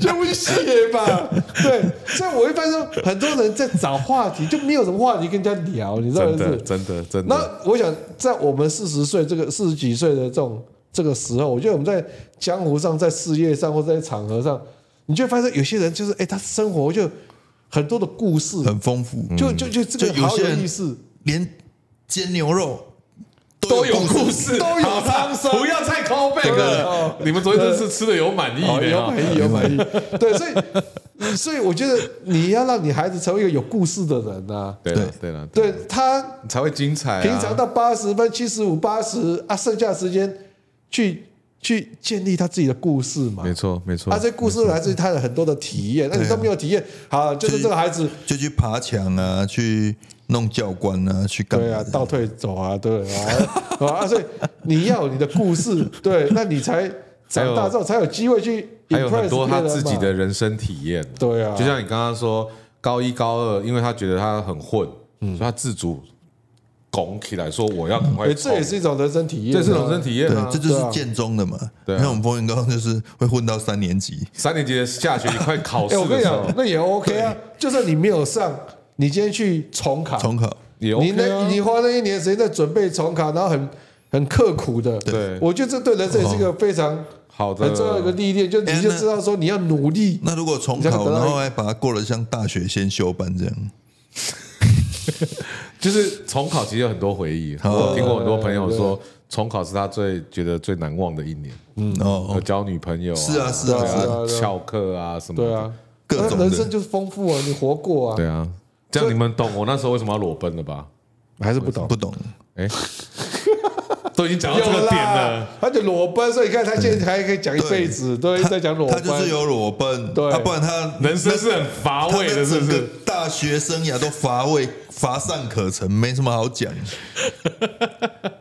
Speaker 2: 就不屑吧？对，所以我一般说，很多人在找话题，就没有什么话题跟人家聊，你知道
Speaker 1: 真
Speaker 2: 吗？
Speaker 1: 的
Speaker 2: 是
Speaker 1: 真的真的，
Speaker 2: 那我想，在我们四十岁这个四十几岁的这种这个时候，我觉得我们在江湖上、在事业上或者在场合上，你就会发现有些人就是，哎，他生活就很多的故事？”，
Speaker 3: 很丰富，
Speaker 2: 就就就这个
Speaker 3: 就有
Speaker 2: 好
Speaker 3: 些人
Speaker 2: 意思。
Speaker 3: 连煎牛肉
Speaker 1: 都有
Speaker 3: 故
Speaker 1: 故事，
Speaker 2: 都有
Speaker 1: 好
Speaker 2: 苍生
Speaker 1: 不要再 call back 了。你们昨天真是吃的有满意
Speaker 2: 哦，
Speaker 1: 的
Speaker 2: 有
Speaker 1: 啊
Speaker 2: 满，意，有满意。对，所以所以我觉得你要让你孩子成为一个有故事的人呐、
Speaker 1: 对了对了，
Speaker 2: 对他
Speaker 1: 才会精彩啊。
Speaker 2: 平常到八十分、七十五、八十啊，剩下的时间去去建立他自己的故事嘛。
Speaker 1: 没错没错
Speaker 2: 啊，，这故事来
Speaker 1: 嗯
Speaker 2: 自于他的很多的体验，那
Speaker 1: 啊
Speaker 2: 你都没有体验，好，就是这个孩子，
Speaker 3: 就去爬墙啊，去弄教官啊，去干嘛
Speaker 2: 对
Speaker 3: 的
Speaker 2: 啊，倒退走啊，对啊， 啊啊，所以你要有你的故事，对，那你才长大之后才有机会去
Speaker 1: 还有
Speaker 2: impress
Speaker 1: 很多他
Speaker 2: 别人嘛
Speaker 1: 自己的，人生体验。
Speaker 2: 对啊，
Speaker 1: 就像你刚刚说，高一高二，因为他觉得他很混，
Speaker 2: 嗯
Speaker 1: 所以他自主拱起来说我要赶快
Speaker 2: 哎，
Speaker 1: 冲
Speaker 2: 这也是一种人生体验啊，
Speaker 1: 这是人生体验啊
Speaker 3: 对，这。就是建中的嘛。
Speaker 1: 对啊
Speaker 3: 你看我们风云高中就是会混到三年级，
Speaker 1: 三年级的下学期快考试
Speaker 2: 哎，我跟
Speaker 1: 的
Speaker 2: 你
Speaker 1: 时
Speaker 2: 讲
Speaker 1: 候，
Speaker 2: 那也 OK 啊，就算你没有上，你今天去重考，
Speaker 3: 重考
Speaker 1: 也
Speaker 2: 你
Speaker 1: OK
Speaker 2: 那
Speaker 1: 啊
Speaker 2: 你花那一年的时间在准备重考，然后很很刻苦的，
Speaker 1: 对
Speaker 2: 我觉得这对人生也是一个非常
Speaker 1: 好的
Speaker 2: 很重要的一个历练，就你就知道说你要努力。
Speaker 3: 哎那如果重
Speaker 2: 你才能
Speaker 3: 考，
Speaker 2: 得到
Speaker 3: 然
Speaker 2: 一
Speaker 3: 后还把它过得像大学先修班这样，
Speaker 1: 就是重考其实有很多回忆，
Speaker 2: 哦
Speaker 1: 我听过很多朋友说，重考是他最觉得最难忘的一年，
Speaker 3: 嗯哦
Speaker 1: 有，交女朋友啊，
Speaker 3: 是啊是啊
Speaker 2: 对啊对
Speaker 3: 是啊，
Speaker 2: 啊
Speaker 1: 翘课啊什么的，
Speaker 2: 对啊，
Speaker 3: 各种
Speaker 2: 那人
Speaker 3: 的
Speaker 2: 生就是丰富啊，你活过啊，
Speaker 1: 对啊，这样你们懂我那时候为什么要裸奔了 吧？
Speaker 2: 还是不懂
Speaker 3: 不。懂
Speaker 1: 哎，都已经讲到
Speaker 2: 有
Speaker 1: 这个点
Speaker 2: 啦
Speaker 1: 了，，
Speaker 2: 他就裸奔，所以你看他现在还可以讲一辈子，都一直在讲裸
Speaker 3: 他
Speaker 2: 奔。
Speaker 3: 就是有裸奔，
Speaker 2: 对
Speaker 3: 啊不然他
Speaker 1: 人生是很乏
Speaker 3: 他
Speaker 1: 味的，
Speaker 3: 的
Speaker 1: 是不
Speaker 3: 整个
Speaker 1: 是？
Speaker 3: 大学生涯都乏味，乏善可陈，没什么好讲。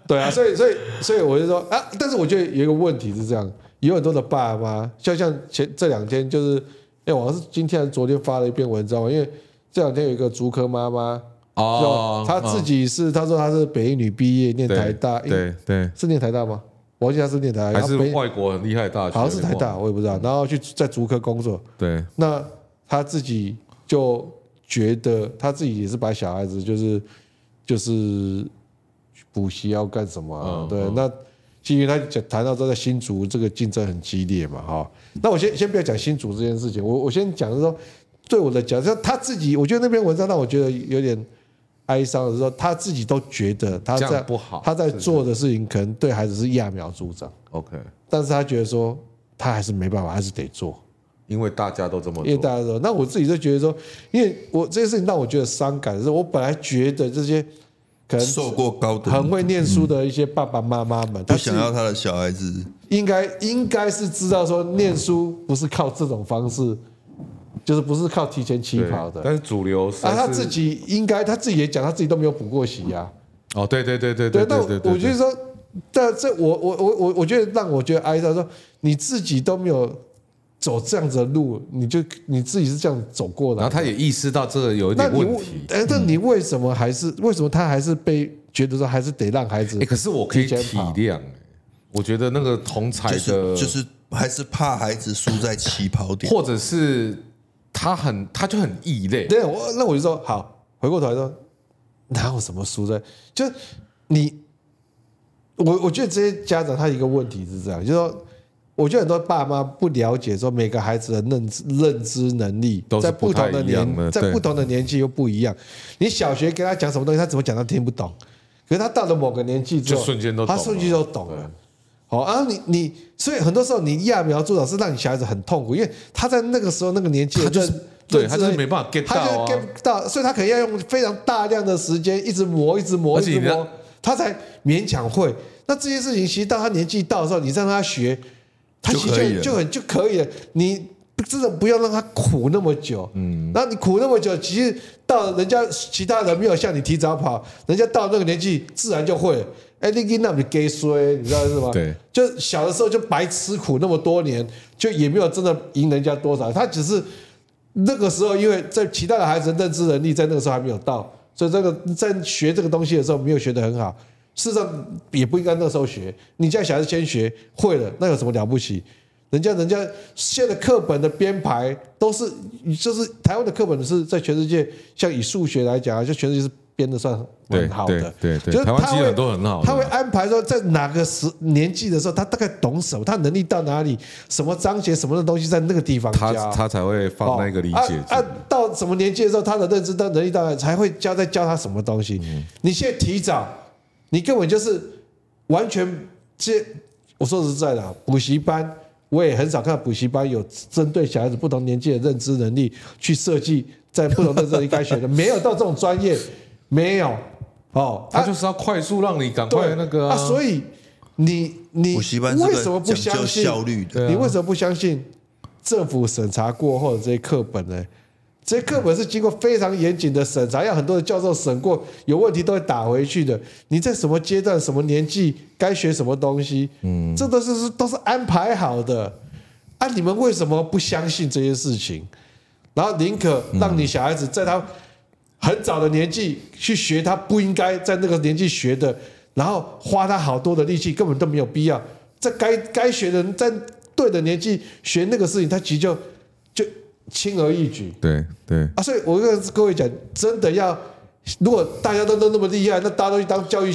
Speaker 2: 对啊，所以所以所以我就说啊，但是我觉得有一个问题是这样，有很多的爸妈，就像前这两天就是，哎，我好像是今天还是昨天发了一篇文章，因为这两天有一个竹科妈妈，
Speaker 1: 哦嗯
Speaker 2: 她自己是她说她是北一女毕业，念
Speaker 1: 对
Speaker 2: 台大，
Speaker 1: 对对，
Speaker 2: 是念台大吗？我忘记她是念台大，
Speaker 1: 还是
Speaker 2: 她北
Speaker 1: 外国很厉害的大学，
Speaker 2: 好像是台大，我也不知道，然后去在竹科工作，
Speaker 1: 对，
Speaker 2: 那他自己就觉得他自己也是把小孩子就是就是补习要干什么、啊
Speaker 1: 嗯
Speaker 2: 对，那基于他讲谈到说在新竹这个竞争很激烈嘛，哈、那我先先不要讲新竹这件事情，我我先讲是说对我的讲，像他自己，我觉得那篇文章让我觉得有点哀伤的是说，他自己都觉得他
Speaker 1: 这
Speaker 2: 在
Speaker 1: 样不好
Speaker 2: 他在
Speaker 1: 是不是
Speaker 2: 做的事情可能对孩子是揠苗助长，
Speaker 1: OK，
Speaker 2: 但是他觉得说他还是没办法，还是得做。
Speaker 1: 因为大家都这么
Speaker 2: 因为
Speaker 1: 做，
Speaker 2: 大家都，那我自己就觉得说，因为我这件事情让我觉得伤感的是，我本来觉得这些可能
Speaker 3: 受过高等，
Speaker 2: 很会念书的一些爸爸妈妈们，他
Speaker 3: 不
Speaker 2: 是
Speaker 3: 想要他的小孩子
Speaker 2: 应该应该是知道说，念书不是靠这种方式，就是不是靠提前起
Speaker 1: 对
Speaker 2: 跑的。
Speaker 1: 但是主流是
Speaker 2: 啊，他自己应该他自己也讲，他自己都没有补过习啊。
Speaker 1: 哦，对对对对
Speaker 2: 对，
Speaker 1: 对
Speaker 2: 那
Speaker 1: 对对，
Speaker 2: 我觉得说，但这我我我我我觉得让我觉得哀伤，说你自己都没有走这样子的路，你就你自己是这样走过来
Speaker 1: 然后
Speaker 2: 的。啊
Speaker 1: 他也意识到这有一
Speaker 2: 那
Speaker 1: 点
Speaker 2: 你
Speaker 1: 问
Speaker 2: 为
Speaker 1: 题。
Speaker 2: 哎，那你为什么还是为什么他还是被觉得说还是得让孩子
Speaker 1: 哎，？可是我可以
Speaker 2: 提前
Speaker 1: 体
Speaker 2: 跑
Speaker 1: 谅，哎我觉得那个同才
Speaker 3: 就
Speaker 1: 的
Speaker 3: 是就是还是怕孩子输在起跑点。
Speaker 1: 或者是他很他就很异类，
Speaker 2: 对，我那我就说好，回过头来说，哪有什么输在？就是你，我我觉得这些家长他一个问题是这样，就是说，我觉得很多爸妈不了解说每个孩子的认知认知能力
Speaker 1: 都是
Speaker 2: 在不同
Speaker 1: 不太一样的
Speaker 2: 年在
Speaker 1: 对
Speaker 2: 不同的年纪又不一样。你小学跟他讲什么东西，他怎么讲他听不懂，可是他到了某个年纪之后，
Speaker 1: 就瞬间都懂
Speaker 2: 他
Speaker 1: 了
Speaker 2: 瞬间就懂了。好啊，你你，所以很多时候你揠苗助长是让你小孩子很痛苦，因为他在那个时候那个年纪的
Speaker 1: 他
Speaker 2: 认，
Speaker 1: 就是对
Speaker 2: 认
Speaker 1: 他
Speaker 2: 知
Speaker 1: 就是
Speaker 2: 能力
Speaker 1: 没办法 get
Speaker 2: 他就是
Speaker 1: 到啊
Speaker 2: get 不到，所以他可能要用非常大量的时间一直磨，一直磨，
Speaker 1: 而
Speaker 2: 一
Speaker 1: 且
Speaker 2: 直
Speaker 1: 你让
Speaker 2: 磨，他才勉强会。那这些事情其实到他年纪到的时候，你让他学，他
Speaker 3: 就
Speaker 2: 其实
Speaker 3: 可以
Speaker 2: 就
Speaker 3: 了
Speaker 2: 就很就可以了。你真的不要让他苦那么久，嗯，然后你苦那么久，其实到人家其他人没有像你提早跑，人家到那个年纪自然就会了。哎，你给那你给衰，你知道是吗？
Speaker 1: 对，
Speaker 2: 就小的时候就白吃苦那么多年，就也没有真的赢人家多少，他只是那个时候，因为在其他的孩子认知能力在那个时候还没有到，所以这个在学这个东西的时候没有学得很好。事实上也不应该那时候学，你叫小孩子先学会了，那有什么了不起？人家人家现在课本的编排都是，就是台湾的课本是在全世界，像以数学来讲啊，就全世界是编的算蛮好的，
Speaker 1: 对对对对
Speaker 2: 就是
Speaker 1: 台湾
Speaker 2: 他
Speaker 1: 其实
Speaker 2: 会
Speaker 1: 很多很好的
Speaker 2: 他会安排说在哪个时年纪的时候，他大概懂什么，他能力到哪里，什么章节什么的东西在那个地方
Speaker 1: 他
Speaker 2: 教
Speaker 1: 他才会放那个理解
Speaker 2: 哦啊
Speaker 1: 进
Speaker 2: 啊，到什么年纪的时候，他的认知到能力到了，才会教再教他什么东西。
Speaker 1: 嗯
Speaker 2: 你现在提早，你根本就是完全这。我说实在的啊，补习班我也很少看到补习班有针对小孩子不同年纪的认知能力去设计在不同的认知应该学的，没有到这种专业，没有哦。
Speaker 1: 他
Speaker 2: 啊
Speaker 1: 就是要快速让你赶快
Speaker 2: 对
Speaker 1: 那个、
Speaker 2: 啊，所以你你
Speaker 3: 补习班是
Speaker 2: 为
Speaker 3: 个
Speaker 2: 什么不
Speaker 3: 讲
Speaker 2: 相
Speaker 3: 究
Speaker 2: 信
Speaker 3: 效率的，
Speaker 1: 对啊
Speaker 2: 你为什么不相信政府审查过后的这些课本呢？这些课本是经过非常严谨的审查，要很多的教授审过，有问题都会打回去的。你在什么阶段、什么年纪该学什么东西，嗯，这都是是都是安排好的。啊，你们为什么不相信这些事情？然后宁可让
Speaker 3: 嗯
Speaker 2: 你小孩子在他很早的年纪去学他不应该在那个年纪学的，然后花他好多的力气，根本都没有必要。在该该学的在对的年纪学那个事情，他其实就就轻而易举
Speaker 1: 对对，
Speaker 2: 啊。所以我跟各位讲，真的要如果大家都都那么厉害，那大家都去当教育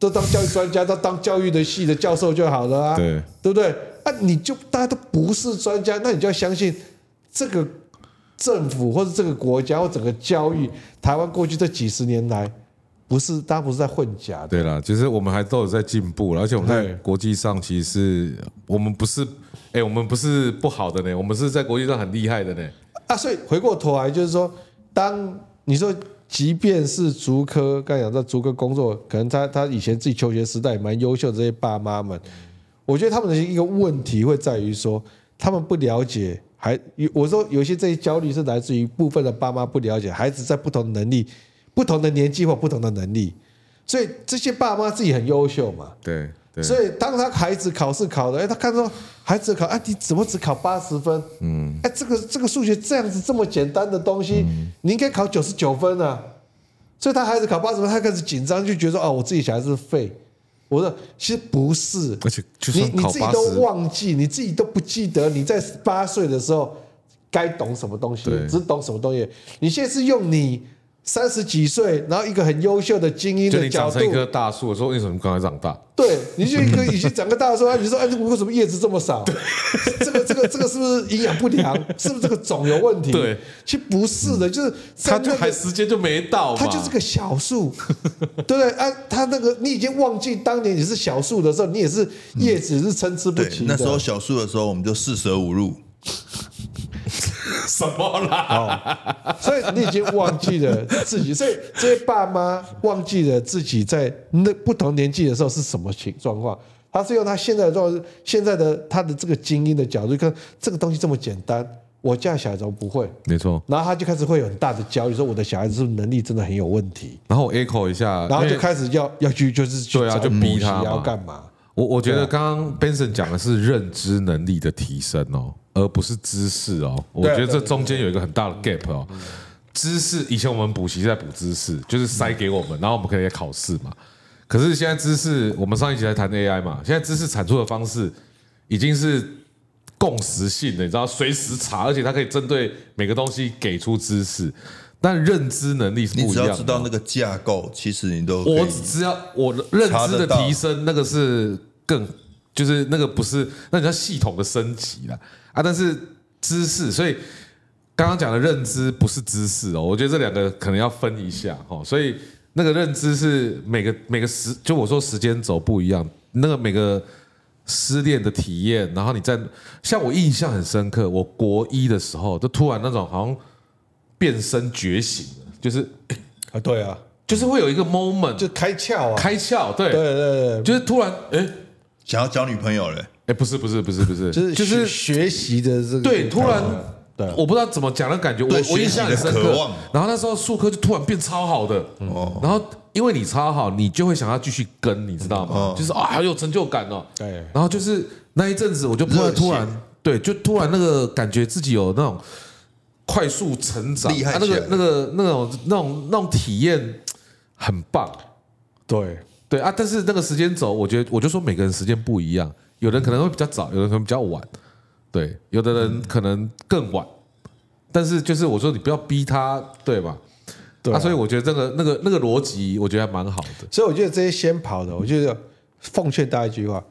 Speaker 2: 都当教育专家，都当教育的系的教授就好了啊。
Speaker 1: 对，
Speaker 2: 对不对？啊，你就大家都不是专家，那你就要相信这个政府或者这个国家或整个教育，台湾过去这几十年来，不是大家不是在混假的，
Speaker 1: 对啦，其实我们还都有在进步啦，而且我们在
Speaker 2: 对
Speaker 1: 国际上其实是我们不是，哎、我们不是不好的呢，我们是在国际上很厉害的呢。
Speaker 2: 啊，所以回过头来就是说，当你说即便是竹科，刚才讲在竹科工作，可能他他以前自己求学时代也蛮优秀的这些爸妈们，我觉得他们的一个问题会在于说，他们不了解孩，有我说有些这些焦虑是来自于部分的爸妈不了解孩子在不同的能力、不同的年纪或不同的能力，所以这些爸妈自己很优秀嘛，
Speaker 1: 对对，
Speaker 2: 所以当他孩子考试考的，哎，他看到孩子考，哎，你怎么只考八十分？嗯，哎，这个这个数学这样子这么简单的东西，
Speaker 1: 嗯
Speaker 2: 你应该考九十九分啊。所以他孩子考八十分，他开始紧张，就觉得说，哦，我自己小孩子废。我说，其实不是，
Speaker 1: 而且就
Speaker 2: 你
Speaker 1: 算
Speaker 2: 你
Speaker 1: 考
Speaker 2: 自己
Speaker 1: 八
Speaker 2: 都
Speaker 1: 十，
Speaker 2: 忘记，你自己都不记得你在八岁的时候该懂什么东西
Speaker 1: 对，
Speaker 2: 只懂什么东西。你现在是用你三十几岁，然后一个很优秀的精英
Speaker 1: 就
Speaker 2: 的
Speaker 1: 你长
Speaker 2: 角度
Speaker 1: 成一，棵大树的时候，为什么刚才长大？
Speaker 2: 对，你就一个已经长个大的时候，啊你说哎，这为什么叶子这么少？这个这个这个是不是营养不良？是不是这个种有问题？
Speaker 1: 对，
Speaker 2: 其实不是的，就是在
Speaker 1: 他
Speaker 2: 那
Speaker 1: 就
Speaker 2: 个
Speaker 1: 还时间就没到嘛，
Speaker 2: 它就是个小树，对不对？啊，它那个你已经忘记当年你是小树的时候，你也是叶子是参差不
Speaker 3: 对，
Speaker 2: 齐的。
Speaker 3: 那时候小树的时候，我们就四舍五入，
Speaker 1: 什么啦？
Speaker 2: 所以你已经忘记了自己， 所以这些爸妈忘记了自己在那不同年纪的时候是什么情状况。他是用他现在的状况，现在的他的这个精英的角度，看这个东西这么简单，我家小孩怎么不会？
Speaker 1: 没错。
Speaker 2: 然后他就开始会有很大的焦虑，说我的小孩子是不是能力真的很有问题？
Speaker 1: 然后我 echo 一下，
Speaker 2: 然后
Speaker 1: 因
Speaker 2: 就
Speaker 1: 为
Speaker 2: 开始要要去就是去
Speaker 1: 对啊
Speaker 2: 找
Speaker 1: 就
Speaker 2: 补
Speaker 1: 逼
Speaker 2: 习
Speaker 1: 他嘛
Speaker 2: 要干嘛？
Speaker 1: 我我觉得刚刚 Benson 讲的是认知能力的提升哦，而不是知识哦。我
Speaker 2: 对啊嗯
Speaker 1: 觉得
Speaker 2: 对
Speaker 1: 这
Speaker 2: 对
Speaker 1: 中间有一个很大的 gap 哦。知识以前我们补习在补知识，就是塞给我们，
Speaker 2: 嗯
Speaker 1: 然后我们可以考试嘛。可是现在知识，我们上一集在谈 AI 嘛，现在知识产出的方式已经是共识性的，你知道，随时查，而且它可以针对每个东西给出知识，但认知能力是
Speaker 3: 你
Speaker 1: 不一
Speaker 3: 只
Speaker 1: 样的。
Speaker 3: 要知道那个架构，其实你都可
Speaker 1: 我
Speaker 3: 以。
Speaker 1: 只要我认知的提升，那个是更就是那个不是那叫系统的升级啦啊，但是知识，所以刚刚讲的认知不是知识哦，我觉得这两个可能要分一下哦，所以那个认知是每个每个时就我说时间轴不一样，那个每个。失恋的体验，然后你在像我印象很深刻，我国一的时候，就突然那种好像变身觉醒了，就是
Speaker 2: 啊，对啊，
Speaker 1: 就是会有一个 moment，
Speaker 2: 就开窍啊，
Speaker 1: 开窍，对，
Speaker 2: 对对对，
Speaker 1: 就是突然，哎、
Speaker 3: 想要交女朋友了，
Speaker 1: 哎，不是不是不是不是，
Speaker 2: 就是
Speaker 1: 就
Speaker 2: 学
Speaker 1: 是
Speaker 2: 学习的这个啊
Speaker 1: 对，突然
Speaker 2: 对，
Speaker 1: 我不知道怎么讲的感觉，我
Speaker 3: 对
Speaker 1: 我
Speaker 3: 学
Speaker 1: 印
Speaker 3: 习
Speaker 1: 象
Speaker 3: 的
Speaker 1: 很深
Speaker 3: 渴
Speaker 1: 刻
Speaker 3: 望。
Speaker 1: 然后那时候数科就突然变超好的，
Speaker 3: 哦
Speaker 1: 然后因为你超好，你就会想要继续跟，你知道吗？就是啊，好有成就感哦。
Speaker 2: 对
Speaker 1: 然后就是那一阵子，我就不会
Speaker 3: 热血
Speaker 1: 突然对，就突然那个感觉自己有那种快速成长，
Speaker 3: 厉害
Speaker 1: 啊那
Speaker 3: 起
Speaker 1: 个
Speaker 3: 来
Speaker 1: 那个那种那种那种体验很棒。
Speaker 2: 对
Speaker 1: 对啊，但是那个时间轴，我觉得我就说每个人时间不一样，有人可能会比较早，有人可能比较晚，对，有的人可能更晚。但是就是我说你不要逼他，对吧？
Speaker 2: 对
Speaker 1: 啊，
Speaker 2: 啊，
Speaker 1: 所以我觉得这个那个那个逻辑，我觉得还蛮好的。
Speaker 2: 所以我觉得这些先跑的，我觉得奉劝大家一句话：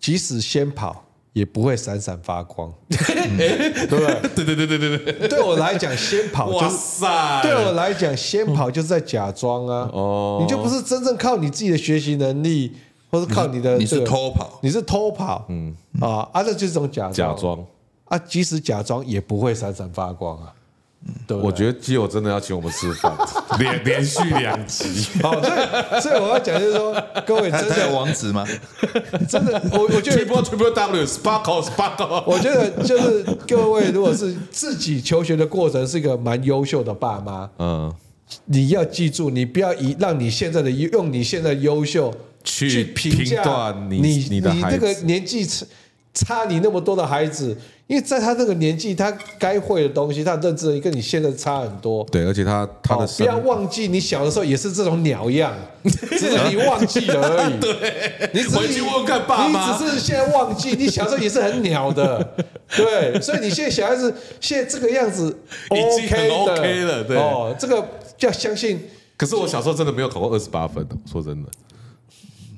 Speaker 2: 即使先跑，也不会闪闪发 光，嗯对不对？
Speaker 1: 对对对对对对，
Speaker 2: 对我来讲，先跑就是。
Speaker 1: 塞
Speaker 2: 对我来讲，先跑就是在假装啊，
Speaker 1: 哦
Speaker 2: 你就不是真正靠你自己的学习能力，或是靠你的
Speaker 3: 你
Speaker 2: 呃这
Speaker 3: 是
Speaker 2: 个
Speaker 3: 偷跑，
Speaker 2: 你是偷跑，嗯啊啊，这就是一种假
Speaker 1: 假
Speaker 2: 装，
Speaker 1: 装。
Speaker 2: 啊，即使假装也不会闪闪发光啊，对不对？
Speaker 1: 我觉得基友真的要请我们吃 饭，连连续两集。
Speaker 2: 好，所以所以我要讲就是说，各位
Speaker 3: 他
Speaker 2: 真
Speaker 3: 他有
Speaker 2: 的
Speaker 3: 网址吗？
Speaker 2: 真的，我我觉得
Speaker 1: triple triple w sparkle sparkle，
Speaker 2: 我觉得就是各位，如果是自己求学的过程是一个蛮优秀的爸妈，
Speaker 1: 嗯，
Speaker 2: 你要记住，你不要以让你现在的用你现在的优秀
Speaker 1: 去
Speaker 2: 评
Speaker 1: 评
Speaker 2: 价
Speaker 1: 断
Speaker 2: 你
Speaker 1: 你你的孩
Speaker 2: 这个
Speaker 1: 子
Speaker 2: 年纪差差你那么多的孩子，因为在他这个年纪，他该会的东西，他认知的跟你现在差很多。
Speaker 1: 对，而且他他的
Speaker 2: 哦不
Speaker 1: 生
Speaker 2: 要忘记，你小的时候也是这种 鸟样，只是你忘记了而已。对，你只
Speaker 1: 回
Speaker 2: 是
Speaker 1: 去问看爸妈
Speaker 2: 你只是现在忘 记，你小时候也是很鸟的，对，所以你现在小孩子现在这个样子
Speaker 1: 已
Speaker 2: OK
Speaker 1: 经很
Speaker 2: 的
Speaker 1: OK 了对
Speaker 2: 哦，这个要相信。
Speaker 1: 可是我小时候真的没有考过二十八分的，说真的。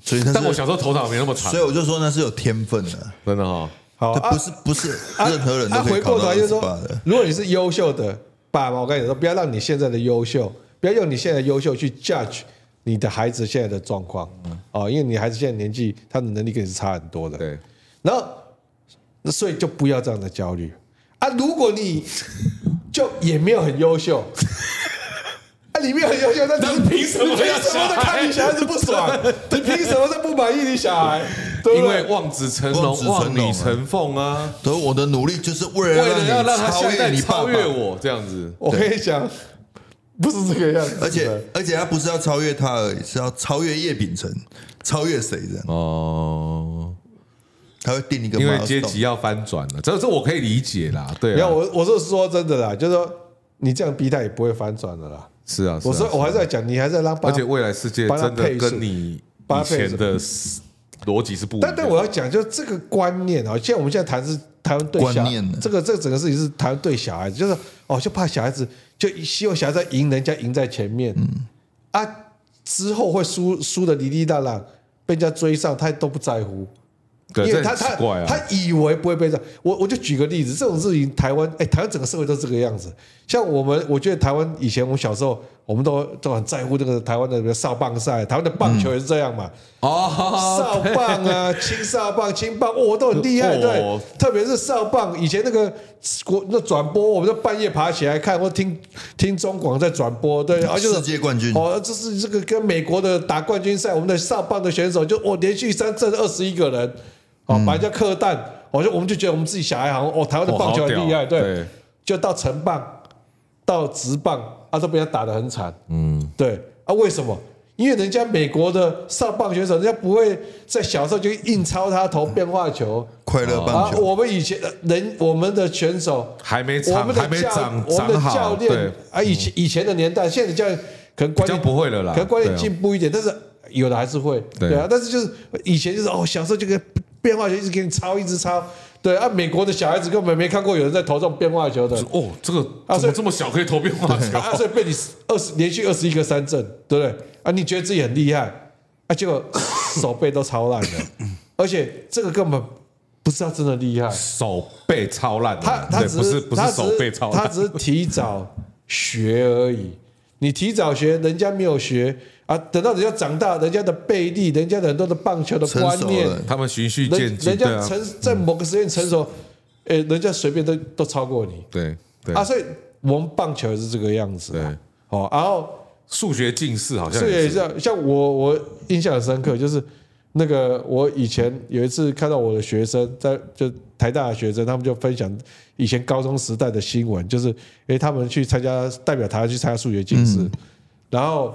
Speaker 3: 所以那
Speaker 1: 但我
Speaker 3: 是，
Speaker 1: 小时候头脑没那么长
Speaker 3: 所以，我就说那是有天分的，
Speaker 1: 真的哈。
Speaker 2: 好
Speaker 3: 这
Speaker 2: 啊
Speaker 3: 不是不是任何人
Speaker 2: 啊
Speaker 3: 都可
Speaker 2: 回
Speaker 3: 以考
Speaker 2: 过头
Speaker 3: 到
Speaker 2: 来
Speaker 3: 二
Speaker 2: 就是
Speaker 3: 十
Speaker 2: 说
Speaker 3: 八的。，
Speaker 2: 如果你是优秀的爸妈，我跟你说，不要让你现在的优秀，不要用你现在的优秀去 judge 你的孩子现在的状况
Speaker 1: 嗯
Speaker 2: 哦，因为你孩子现在年纪，他的能力跟你是差很多的。
Speaker 1: 对，
Speaker 2: 然后那所以就不要这样的焦虑啊！如果 你就也没有很优秀，啊，你没有很优秀，那
Speaker 1: 那
Speaker 2: 你
Speaker 1: 凭什么
Speaker 2: 你凭
Speaker 1: 要
Speaker 2: 什么在
Speaker 1: 小孩
Speaker 2: 看你小孩子不 爽？你凭什么在不满意你小孩？对不
Speaker 1: 因
Speaker 2: 对
Speaker 1: 为望子成
Speaker 3: 望
Speaker 1: 龙，
Speaker 3: 子成龙
Speaker 1: 望女成凤啊，
Speaker 3: 所以我的努力就是为
Speaker 1: 为
Speaker 3: 了
Speaker 1: 了要
Speaker 3: 让
Speaker 1: 让他
Speaker 3: 超
Speaker 1: 下一
Speaker 3: 越
Speaker 1: 代
Speaker 3: 你爸
Speaker 1: 超越
Speaker 3: 爸，
Speaker 1: 我这样子。
Speaker 2: 我跟你讲，不是这个样子的，
Speaker 3: 而且而且他不是要超越他而已，是要超越叶秉辰，超越谁这样？
Speaker 1: 哦，
Speaker 3: 他会定一个
Speaker 1: 因为
Speaker 3: milestone
Speaker 1: 阶级要翻转了，这这我可以理解啦。对
Speaker 2: 没有
Speaker 1: 啊，
Speaker 2: 我我是说真的啦，就是说你这样逼他也不会反转的啦。
Speaker 1: 是啊，
Speaker 2: 我
Speaker 1: 是
Speaker 2: 说
Speaker 1: 啊
Speaker 2: 我还是在讲，你还是在让爸
Speaker 1: 而且未来世界
Speaker 2: 帮他
Speaker 1: 真的
Speaker 2: 配
Speaker 1: 跟
Speaker 2: 速
Speaker 1: 你
Speaker 2: 帮
Speaker 1: 以
Speaker 2: 他配
Speaker 1: 前
Speaker 2: 速
Speaker 1: 的逻辑是不一样
Speaker 2: 但
Speaker 1: 的。
Speaker 2: 但我要讲，就这个观念啊，现在我们现在谈是台湾对小
Speaker 3: 观念呢
Speaker 2: 这个这个整个事情是台湾对小孩子，就是哦，就怕小孩子就希望小孩子赢人家赢在前面，
Speaker 1: 嗯
Speaker 2: 啊，之后会输输的哩哩啦啦，被人家追上，他都不在乎，
Speaker 1: 对，
Speaker 2: 因为
Speaker 1: 这
Speaker 2: 他
Speaker 1: 很
Speaker 2: 他
Speaker 1: 奇怪
Speaker 2: 他
Speaker 1: 啊。
Speaker 2: 以为不会被这样，我我就举个例子，这种事情台湾哎、台湾整个社会都这个样子。像我们，我觉得台湾以前我们小时候，我们都都很在乎这个台湾的比如少棒赛，台湾的棒球也是这样嘛，
Speaker 1: 哦，
Speaker 2: 少棒啊，青少棒、青棒，哦，都很厉害，对
Speaker 1: 哦，
Speaker 2: 特别是少棒，以前那个国那转播，我们都半夜爬起来看，或听听中广在转播，对，而且
Speaker 3: 世界冠军
Speaker 2: 哦，这是这个跟美国的打冠军赛，我们的上棒的选手就哦连续三阵二十一个人，哦，把人家客蛋，我就我们就觉得我们自己小孩好像哦台湾的
Speaker 1: 哦
Speaker 2: 棒球
Speaker 1: 好
Speaker 2: 很
Speaker 1: 屌
Speaker 2: 厉害，对
Speaker 1: 对，
Speaker 2: 就到城棒，到职棒啊都被人家打得很惨，嗯，对啊，为什么？因为人家美国的上棒选手，人家不会在小时候就硬超他投变化球
Speaker 3: 快乐
Speaker 2: 啊
Speaker 3: 棒。球，
Speaker 2: 我们以前的人，我们的选手，
Speaker 1: 还没
Speaker 2: 我
Speaker 1: 长，
Speaker 2: 们
Speaker 1: 还
Speaker 2: 的
Speaker 1: 没
Speaker 2: 教，
Speaker 1: 长
Speaker 2: 我们的
Speaker 1: 长
Speaker 2: 教
Speaker 1: 好，对嗯
Speaker 2: 练，啊，以前以前的年代，现在的教练可能观念
Speaker 1: 比较不会了啦
Speaker 2: 可能观念
Speaker 1: 对啊
Speaker 2: 进步一点，但是有的还是会，
Speaker 1: 对
Speaker 2: 对啊，但是就是以前就是哦，小时候就给变化球一直给你抄，一直抄，对啊，美国的小孩子根本没看过有人在投这种变化球的，
Speaker 1: 哦，这个怎
Speaker 2: 啊所
Speaker 1: 么
Speaker 2: 以
Speaker 1: 这么小可以投变化球？
Speaker 2: 啊，所以被你二十连续二十一个三振，对不对？啊，你觉得自己很厉害，啊，结果手背都超烂了，而且这个根本不是他真的厉害，
Speaker 1: 手背超烂的，
Speaker 2: 他他
Speaker 1: 对
Speaker 2: 只
Speaker 1: 不是不
Speaker 2: 他
Speaker 1: 是
Speaker 2: 只
Speaker 1: 手背超
Speaker 2: 他
Speaker 1: 烂，
Speaker 2: 只是提早学而已。你提早学，人家没有学啊，等到人家长大，人家的背力，人家的很多的棒球的
Speaker 3: 成
Speaker 2: 观
Speaker 3: 熟
Speaker 2: 念，
Speaker 3: 了
Speaker 1: 他们循序渐
Speaker 2: 人
Speaker 1: 进，
Speaker 2: 人
Speaker 1: 对
Speaker 2: 家
Speaker 1: 啊，
Speaker 2: 成在某个时间成熟，诶、人家随便都都超过你
Speaker 1: 对对
Speaker 2: 啊，所以我们棒球也是这个样子啊。
Speaker 1: 对，
Speaker 2: 哦，然后
Speaker 1: 数学近视好像
Speaker 2: 所以
Speaker 1: 也
Speaker 2: 也
Speaker 1: 是
Speaker 2: 是啊像我，我印象很深刻，就是那个我以前有一次看到我的学生在就台大的学生，他们就分享以前高中时代的新闻，就是诶、他们去参加代表台湾去参加数学竞赛，然后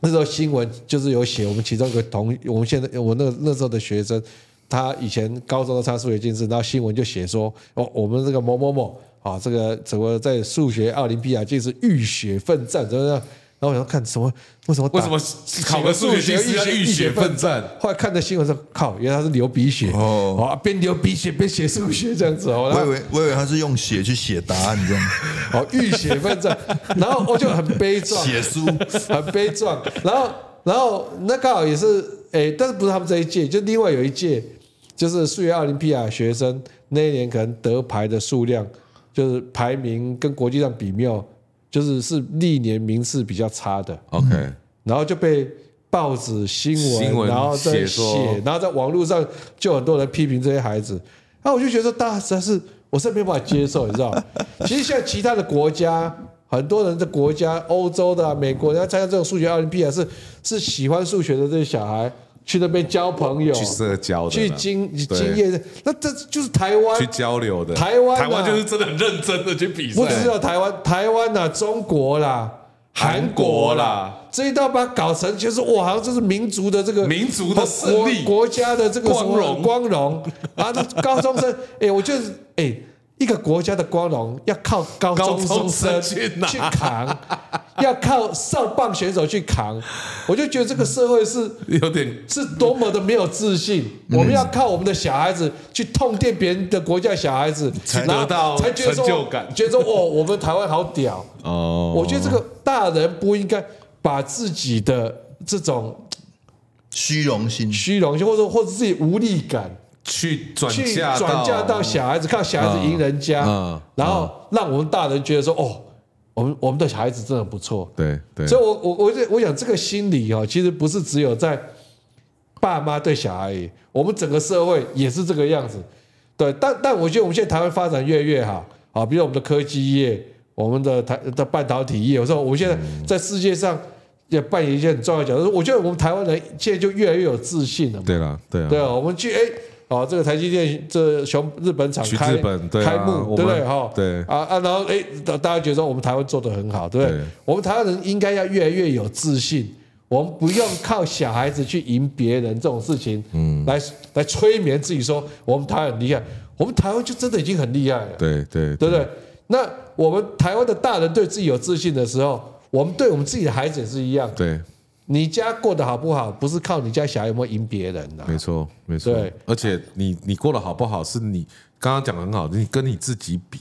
Speaker 2: 那时候新闻就是有写我们其中一个同我们现在我那那时候的学生，他以前高中的参加数学竞赛，然后新闻就写说哦，我们这个某某某啊，这个怎么在数学奥林匹亚竞赛浴血奋战怎么样？然后我想看什么？为什么打？
Speaker 1: 为什么考个数学竞赛要浴血奋战？
Speaker 2: 后来看的新闻说，靠，原来他是流鼻血
Speaker 3: 哦
Speaker 2: 哦，啊边流鼻血边写数学这样子哦。然
Speaker 3: 我
Speaker 2: 后
Speaker 3: 以为我以为他是用血去写答案，这样
Speaker 2: 哦，浴血奋战，然后我就很悲壮，
Speaker 3: 写书，
Speaker 2: 很悲壮。然后，然后那刚好也是，诶，但是不是他们这一届，就另外有一届，就是数学奥林匹亚学生那一年可能得牌的数量，就是排名跟国际上比没有，就是是历年名次比较差的，
Speaker 1: OK，
Speaker 2: 然后就被。报纸新闻，
Speaker 1: 新闻
Speaker 2: 然后在
Speaker 1: 写说
Speaker 2: 写，然后在网络上就很多人批评这些孩子，那我就觉得大家实在是我是没有办法接受，你知 道吗？其实像其他的国家，很多人的国家，欧洲的啊、美国，人家参加这种数学奥林匹亚是是喜欢数学的这些小孩去那边交朋友，
Speaker 1: 去社交的啦，
Speaker 2: 去经
Speaker 1: 对
Speaker 2: 经验，那这就是台湾
Speaker 1: 去交流的。
Speaker 2: 台湾啊
Speaker 1: 台湾就是真的很认真的去比赛，
Speaker 2: 不只是啊有台湾，台湾呐、中国啦、
Speaker 1: 韩国啦，
Speaker 2: 这一道把它搞成就是哇，好像就是民族的这个
Speaker 1: 民族的胜利
Speaker 2: 国国家的这个什么
Speaker 1: 光荣
Speaker 2: 光荣啊！那高中生， 哎，我就是哎。一个国家的光荣要靠高中
Speaker 1: 高中生
Speaker 2: 生
Speaker 1: 去拿
Speaker 2: 去扛，要靠少棒选手去扛，我就觉得这个社会是
Speaker 1: 有点
Speaker 2: 是多么的没有自信。
Speaker 1: 嗯
Speaker 2: 我们要靠我们的小孩子去痛电别人的国家小孩子，
Speaker 1: 才
Speaker 2: 然后
Speaker 1: 得到
Speaker 2: 才觉得
Speaker 1: 成
Speaker 2: 说
Speaker 1: 就感
Speaker 2: 觉得说哦，我们台湾好屌。
Speaker 1: 哦。
Speaker 2: 我觉得这个大人不应该把自己的这种
Speaker 3: 虚荣心。
Speaker 2: 虚荣心，或者或者自己无力感，
Speaker 1: 去转
Speaker 2: 去
Speaker 1: 嫁
Speaker 2: 转嫁到小孩子，靠小孩子赢人家
Speaker 1: 嗯嗯，
Speaker 2: 然后让我们大人觉得说哦，我们我们的小孩子真的不错。
Speaker 1: 对对，
Speaker 2: 所以我，我我就我想这个心理哦，其实不是只有在爸妈对小孩而已，我们整个社会也是这个样子。对，但但我觉得我们现在台湾发展越来越好啊，比如我们的科技业、我们的台的半导体业，我说我们现在在世界上也扮演一些很重要的角色。我觉得我们台湾人现在就越来越有自信了嘛。
Speaker 1: 对啦对啊，
Speaker 2: 对啊，我们去哎，哦，这个台积电这熊日本厂
Speaker 1: 去
Speaker 2: 开
Speaker 1: 日本对啊
Speaker 2: 开幕，
Speaker 1: 我们
Speaker 2: 对不对？哈，
Speaker 1: 对
Speaker 2: 啊啊，然后哎，大大家觉得说我们台湾做的很好，对不对
Speaker 1: 对？
Speaker 2: 我们台湾人应该要越来越有自信，我们不用靠小孩子去赢别人这种事情，嗯，来来催眠自己说我们台湾很厉害，我们台湾就真的已经很厉害了。
Speaker 1: 对对
Speaker 2: 对不对？那我们台湾的大人对自己有自信的时候，我们对我们自己的孩子也是一样。
Speaker 1: 对，
Speaker 2: 你家过得好不好，不是靠你家小孩有没有赢别人啊呐、
Speaker 1: 没错没错
Speaker 2: 对。
Speaker 1: 而且你你过得好不好，是你刚刚讲的很好，你跟你自己比，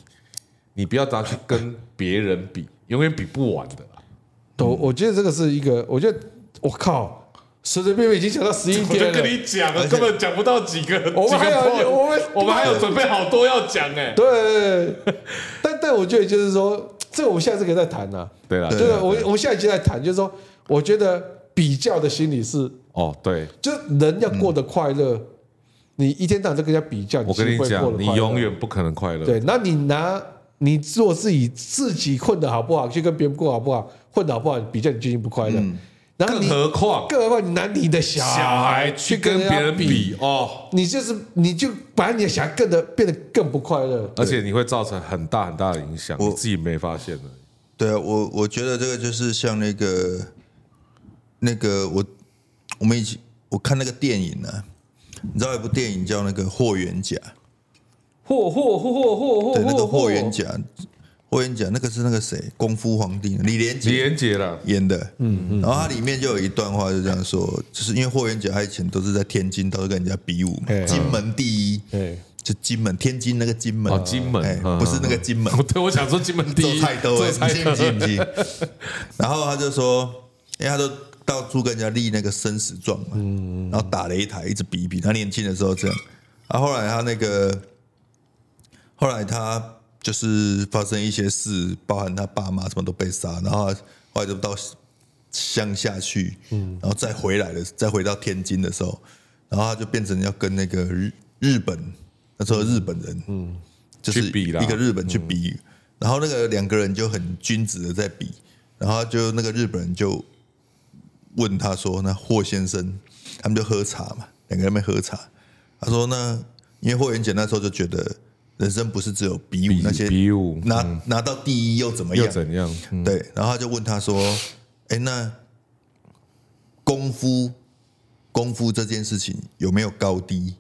Speaker 1: 你不要拿去跟别人比，永远比不完的啦。
Speaker 2: 都，
Speaker 1: 嗯
Speaker 2: 我觉得这个是一个，我觉得我靠，随随便便已经讲到十一
Speaker 1: 我就
Speaker 2: 点
Speaker 1: 跟
Speaker 2: 了。
Speaker 1: 你讲了，根本讲不到几个，
Speaker 2: 我
Speaker 1: 几个
Speaker 2: 们还有
Speaker 1: point
Speaker 2: 我们
Speaker 1: 我们还有准备好多要讲哎。
Speaker 2: 对，但但我觉得就是说，这个我们下次可以再谈呐、
Speaker 1: 对啦，
Speaker 3: 对
Speaker 2: 这
Speaker 1: 对
Speaker 2: 个
Speaker 1: 啦
Speaker 2: 我
Speaker 1: 对
Speaker 2: 我们下一集再谈，就是说，我觉得比较的心理是，
Speaker 1: 哦对，
Speaker 2: 就是人要过得快乐，你一天到晚都跟人家比较，
Speaker 1: 嗯我跟你
Speaker 2: 心里会过
Speaker 1: 讲，
Speaker 2: 得
Speaker 1: 你
Speaker 2: 快乐
Speaker 1: 永远不可能快乐。
Speaker 2: 对，那你拿你做自己自己混的好不好，去跟别人过好不好，混的好不好，比较你最近不快乐。然后
Speaker 1: 嗯更
Speaker 2: 你
Speaker 1: 何况
Speaker 2: 更何况你拿你的小
Speaker 1: 小孩去
Speaker 2: 去
Speaker 1: 跟
Speaker 2: 人家
Speaker 1: 别人
Speaker 2: 比，
Speaker 1: 比哦，
Speaker 2: 你就是你就把你的小孩更的变得更不快乐。
Speaker 1: 而且你会造成很大很大的影响，
Speaker 3: 我
Speaker 1: 你自己没发现的。
Speaker 3: 对啊，我我觉得这个就是像那个那个我我们以前我看那个电影呢、你知道有部电影叫那个《霍元甲》，
Speaker 1: 嚯嚯嚯嚯嚯嚯！
Speaker 3: 对，那
Speaker 2: 哦
Speaker 3: 个
Speaker 1: 嚯
Speaker 3: 霍元，甲，霍元甲那个是那个谁，功夫皇帝李连
Speaker 1: 李
Speaker 3: 杰
Speaker 1: 连杰了，
Speaker 3: 演的，嗯嗯，然后它里面就有一段话就这样说，就是因为霍元甲他以前都是在天津到处跟人家比武嘛
Speaker 2: 嘿，
Speaker 3: 金门第一，
Speaker 2: 对，
Speaker 3: 就金门，天津那个金门，
Speaker 1: 哦金门
Speaker 3: 哎
Speaker 1: 嗯
Speaker 3: 不是那个金门，
Speaker 1: 对我想说金门第
Speaker 3: 做
Speaker 1: 一
Speaker 3: 菜刀
Speaker 1: 做
Speaker 3: 哎，
Speaker 1: 菜
Speaker 3: 你信不信？你 信？然后他就说，因为他都到处跟人家立那个生死状嘛，然后打擂台一直比一比。他年轻的时候这样，啊，后来他那个，后来他就是发生一些事，包含他爸妈什么都被杀，然后他后来就到乡下去，
Speaker 1: 嗯
Speaker 3: 然后再回来的，再回到天津的时候，然后他就变成要跟那个日日本那时候日本人，嗯，就是
Speaker 1: 去比啦嗯
Speaker 3: 一个日本去比，然后那个两个人就很均值的在比，然后就那个日本人就问他说：“那霍先生，他们就喝茶嘛，两个人没喝茶。”他说：“那因为霍元姐那时候就觉得人生不是只有比武
Speaker 1: 比
Speaker 3: 那些
Speaker 1: 比武嗯
Speaker 3: 拿、拿到第一又怎么样？
Speaker 1: 又怎样？嗯
Speaker 3: 对，然后他就问他说：“哎，那功夫功夫这件事情有没有高低？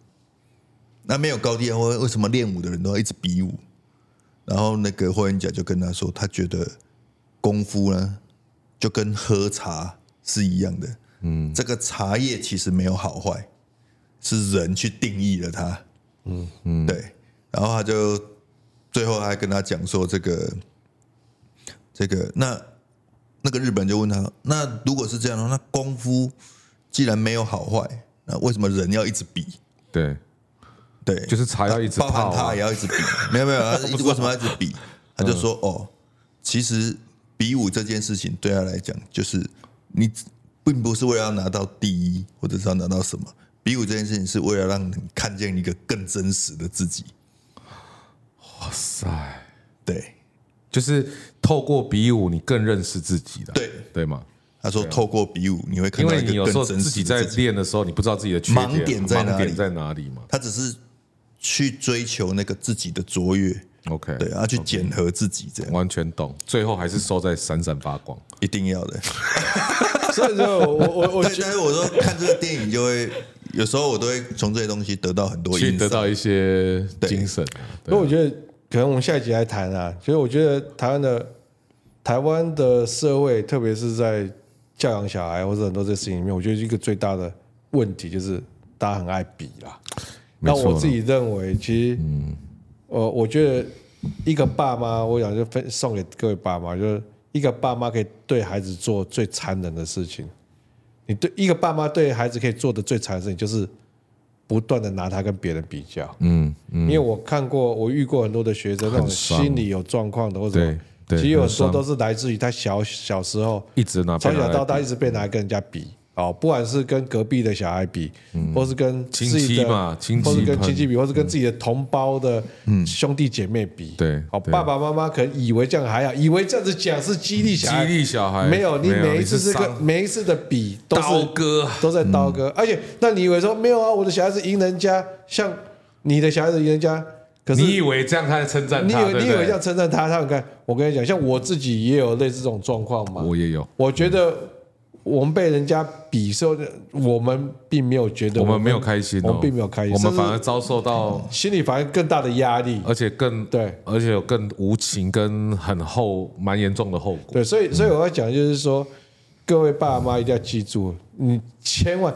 Speaker 3: 那没有高低的话，为什么练武的人都要一直比武？”然后那个霍元甲就跟他说，他觉得功夫呢就跟喝茶是一样的，嗯，这个茶叶其实没有好坏，是人去定义了它，嗯嗯，对。然后他就最后还跟他讲说这个。这个那那个日本人就问他，那如果是这样的话，那功夫既然没有好坏，那为什么人要一直比？
Speaker 1: 对，
Speaker 3: 对，
Speaker 1: 就是茶要一直
Speaker 3: 包
Speaker 1: 泡
Speaker 3: 含
Speaker 1: 啊
Speaker 3: 他也要一直比，没有没有，他一直为什么要一直比？他就
Speaker 1: 嗯
Speaker 3: 说哦，其实比武这件事情对他来讲，就是你并不是为了要拿到第一，或者是要拿到什么，比武这件事情是为了让你看见一个更真实的自己。
Speaker 1: 塞，
Speaker 3: 对，
Speaker 1: 就是透过比武，你更认识自己了，
Speaker 3: 对
Speaker 1: 对吗？
Speaker 3: 他说透过比武，你会看
Speaker 1: 因
Speaker 3: 到
Speaker 1: 为
Speaker 3: 一
Speaker 1: 你
Speaker 3: 个
Speaker 1: 有时候
Speaker 3: 更真
Speaker 1: 自己
Speaker 3: 实的
Speaker 1: 在
Speaker 3: 自己。
Speaker 1: 练的时候，你不知道自己的缺点
Speaker 3: 盲点在哪里
Speaker 1: 盲点在哪里嘛
Speaker 3: 他只是去追求那个自己的卓越，
Speaker 1: 哎？OK，
Speaker 3: 对，啊要去检核自己，这样
Speaker 1: 完全懂，最后还是收在闪闪发光。
Speaker 3: 一定要的。
Speaker 2: 所以说我我我
Speaker 3: 但但是我说看这个电影就会，有时候我都会从这些东西得到很多
Speaker 1: 去
Speaker 3: 印
Speaker 1: 得
Speaker 3: 象。
Speaker 1: 到一些精神啊。
Speaker 2: 所以我
Speaker 1: 对啊
Speaker 2: 觉得，可能我们下一集来谈啊。所以我觉得台湾的台湾的社会，特别是在教养小孩或者很多这些事情里面，我觉得一个最大的问题就是大家很爱比啦。
Speaker 1: 没
Speaker 2: 那
Speaker 1: 错
Speaker 2: 我自己认为，其实，呃，我觉得一个爸妈，我想就分送给各位爸妈，就是一个爸妈可以对孩子做最残忍的事情。你对一个爸妈对孩子可以做的最残忍的事情，就是不断的拿他跟别人比较。
Speaker 1: 嗯，
Speaker 2: 因为我看过，我遇过很多的学生，那种
Speaker 1: 很伤
Speaker 2: 心理有状况的，或者什么
Speaker 1: 对对
Speaker 2: 其实有
Speaker 1: 很
Speaker 2: 时候
Speaker 1: 伤
Speaker 2: 都是来自于他小小时候
Speaker 1: 一直拿
Speaker 2: 从
Speaker 1: 别
Speaker 2: 小
Speaker 1: 人来
Speaker 2: 到大一直被拿来跟人家比哦，不管是跟隔壁的小孩比，或是跟自
Speaker 1: 嗯亲
Speaker 2: 己
Speaker 1: 戚
Speaker 2: 的，
Speaker 1: 嘛亲戚
Speaker 2: 或是跟
Speaker 1: 朋嗯
Speaker 2: 亲戚比，或是跟自己的同胞的兄弟姐妹比，
Speaker 1: 对
Speaker 2: 哦，
Speaker 1: 对
Speaker 2: 爸爸妈妈可能以为这样还好，以为这样子讲是激励小孩，
Speaker 1: 激励小孩
Speaker 2: 没有，你
Speaker 1: 哎没有
Speaker 2: 每一
Speaker 1: 你
Speaker 2: 次
Speaker 1: 是
Speaker 2: 这个
Speaker 1: 伤
Speaker 2: 每一次的比都是
Speaker 1: 刀割啊
Speaker 2: 都在刀割，而且那你以为说没有啊，我的小孩子赢人家，像你的小孩子赢人家，可是
Speaker 1: 你以为这样他在称赞
Speaker 2: 你以
Speaker 1: 他，
Speaker 2: 为
Speaker 1: 对
Speaker 2: 你
Speaker 1: 不
Speaker 2: 以为这
Speaker 1: 对
Speaker 2: 样？称赞他，他很看，我跟你讲，像我自己也有类似这种状况嘛，
Speaker 1: 我也有，
Speaker 2: 我觉得我们被人家比时候，我们并没有觉得
Speaker 1: 我们没有开心哦，
Speaker 2: 我们并没有开心，
Speaker 1: 我们反而
Speaker 2: 甚至
Speaker 1: 遭受到，
Speaker 2: 心里反而更大的压力。
Speaker 1: 而且更
Speaker 2: 对，
Speaker 1: 而且有更无情跟很后蛮严重的后果。
Speaker 2: 对，所以所以我要讲就是说，各位爸妈一定要记住，你千万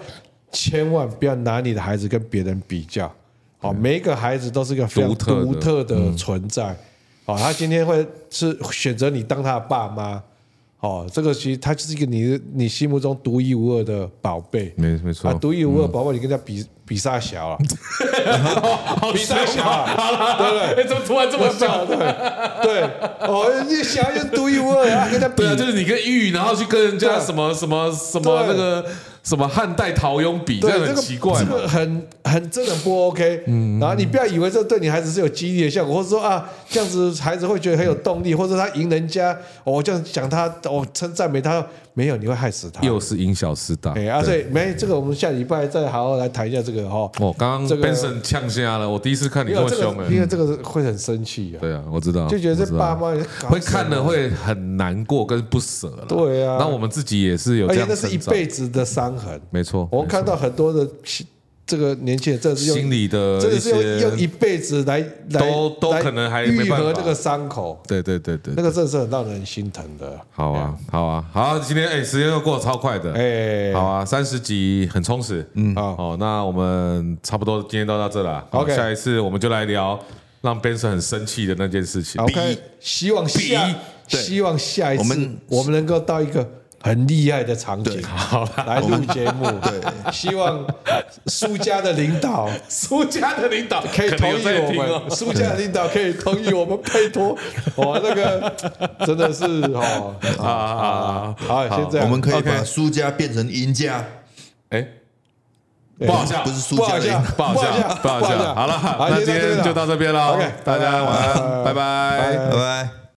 Speaker 2: 千万不要拿你的孩子跟别人比较。好，每一个孩子都是一个非
Speaker 1: 独
Speaker 2: 常
Speaker 1: 特的嗯
Speaker 2: 独特的存在。好，他今天会是选择你当他的爸妈。哦，这个其实他就是一个你你心目中独一无二的宝贝。
Speaker 1: 没没错嗯
Speaker 2: 啊，，独一无二宝贝，你跟人家比比啥小 啊？
Speaker 1: 好
Speaker 2: 比大小啊对不 对
Speaker 1: 对？哎怎么突然这么 小？
Speaker 2: 对对，哦，你小孩就是独一无二啊，跟他比
Speaker 1: 对啊，就是你跟玉，然后去跟人
Speaker 2: 对
Speaker 1: 家
Speaker 2: 啊
Speaker 1: 什么什么什么
Speaker 2: 对
Speaker 1: 那个什么汉代陶俑比，这
Speaker 2: 对，
Speaker 1: 样
Speaker 2: 这
Speaker 1: 很
Speaker 2: 个
Speaker 1: 奇怪
Speaker 2: 这
Speaker 1: 嘛。嗯
Speaker 2: 个很很真的不 OK。然后你不要以为这对你孩子是有激励的效果，或者说啊这样子孩子会觉得很有动力，或者他赢人家，哦我这样讲他，我称赞美他，没有，你会害死他。
Speaker 1: 又是因小失大。
Speaker 2: 哎啊，所以没这个，我们下礼拜再好好来谈一下这个哈。
Speaker 1: 哦，刚
Speaker 2: 这
Speaker 1: 刚
Speaker 2: 个
Speaker 1: Benson 呛瞎了，我第一次看你
Speaker 2: 因
Speaker 1: 这
Speaker 2: 为
Speaker 1: 么
Speaker 2: 这
Speaker 1: 凶
Speaker 2: 个，因
Speaker 1: 哎。
Speaker 2: 为这个会很生气啊，
Speaker 1: 对啊，我知道，
Speaker 2: 就觉得
Speaker 1: 我知道
Speaker 2: 这爸妈也是搞
Speaker 1: 会
Speaker 2: 什么
Speaker 1: 看了会很难过跟不舍了。
Speaker 2: 对啊
Speaker 1: 那我们自己也是有
Speaker 2: 而
Speaker 1: 这
Speaker 2: 且
Speaker 1: 样
Speaker 2: 那是一
Speaker 1: 成长，
Speaker 2: 辈子的伤痕。
Speaker 1: 没错。
Speaker 2: 我看
Speaker 1: 没错
Speaker 2: 到很多的这个年轻人，真的是
Speaker 1: 心
Speaker 2: 用
Speaker 1: 里的
Speaker 2: 真的
Speaker 1: 一
Speaker 2: 是用用一
Speaker 1: 些，
Speaker 2: 辈子来来
Speaker 1: 都都
Speaker 2: 来
Speaker 1: 可能还没办
Speaker 2: 愈
Speaker 1: 法
Speaker 2: 合这个伤口，
Speaker 1: 对对对对
Speaker 2: 那，个真的是很让人心疼的。
Speaker 1: 好啊，好啊，好，今天哎，时间又过得超快的，
Speaker 2: 哎，
Speaker 1: 好啊，三十集很充实，嗯，
Speaker 2: 好
Speaker 1: 好，那我们差不多今天都到这了好
Speaker 2: OK
Speaker 1: 下一次我们就来聊让 Benson 很生气的那件事情。
Speaker 2: ，OK，希望下
Speaker 3: 对
Speaker 2: 希望下一次
Speaker 3: 我们
Speaker 2: 我们能够到一个很厉害的场景
Speaker 3: 对，
Speaker 2: 好来录节目。对，希望苏家的领 导
Speaker 1: 苏家的领导
Speaker 2: 可以
Speaker 1: 能
Speaker 2: 同
Speaker 1: 有
Speaker 2: 意
Speaker 1: 在
Speaker 2: 我
Speaker 1: 听
Speaker 2: 们，
Speaker 1: 哦
Speaker 2: 苏家的领导可以同意我们，拜托， 哇，那个真的是哦，
Speaker 1: 啊啊啊！
Speaker 2: 好，先这样，
Speaker 3: 我们可以
Speaker 1: OK
Speaker 3: 把输家变成赢家，
Speaker 1: 哎，不好笑，
Speaker 3: 不是输
Speaker 2: 不
Speaker 3: 家
Speaker 2: 好啊
Speaker 3: 的赢
Speaker 2: 笑
Speaker 3: 家。，
Speaker 1: 不好笑，不好笑。好了，那今天就到这边了，
Speaker 2: OK，
Speaker 1: 大家晚
Speaker 2: 拜拜
Speaker 1: 安，拜拜
Speaker 3: 拜拜。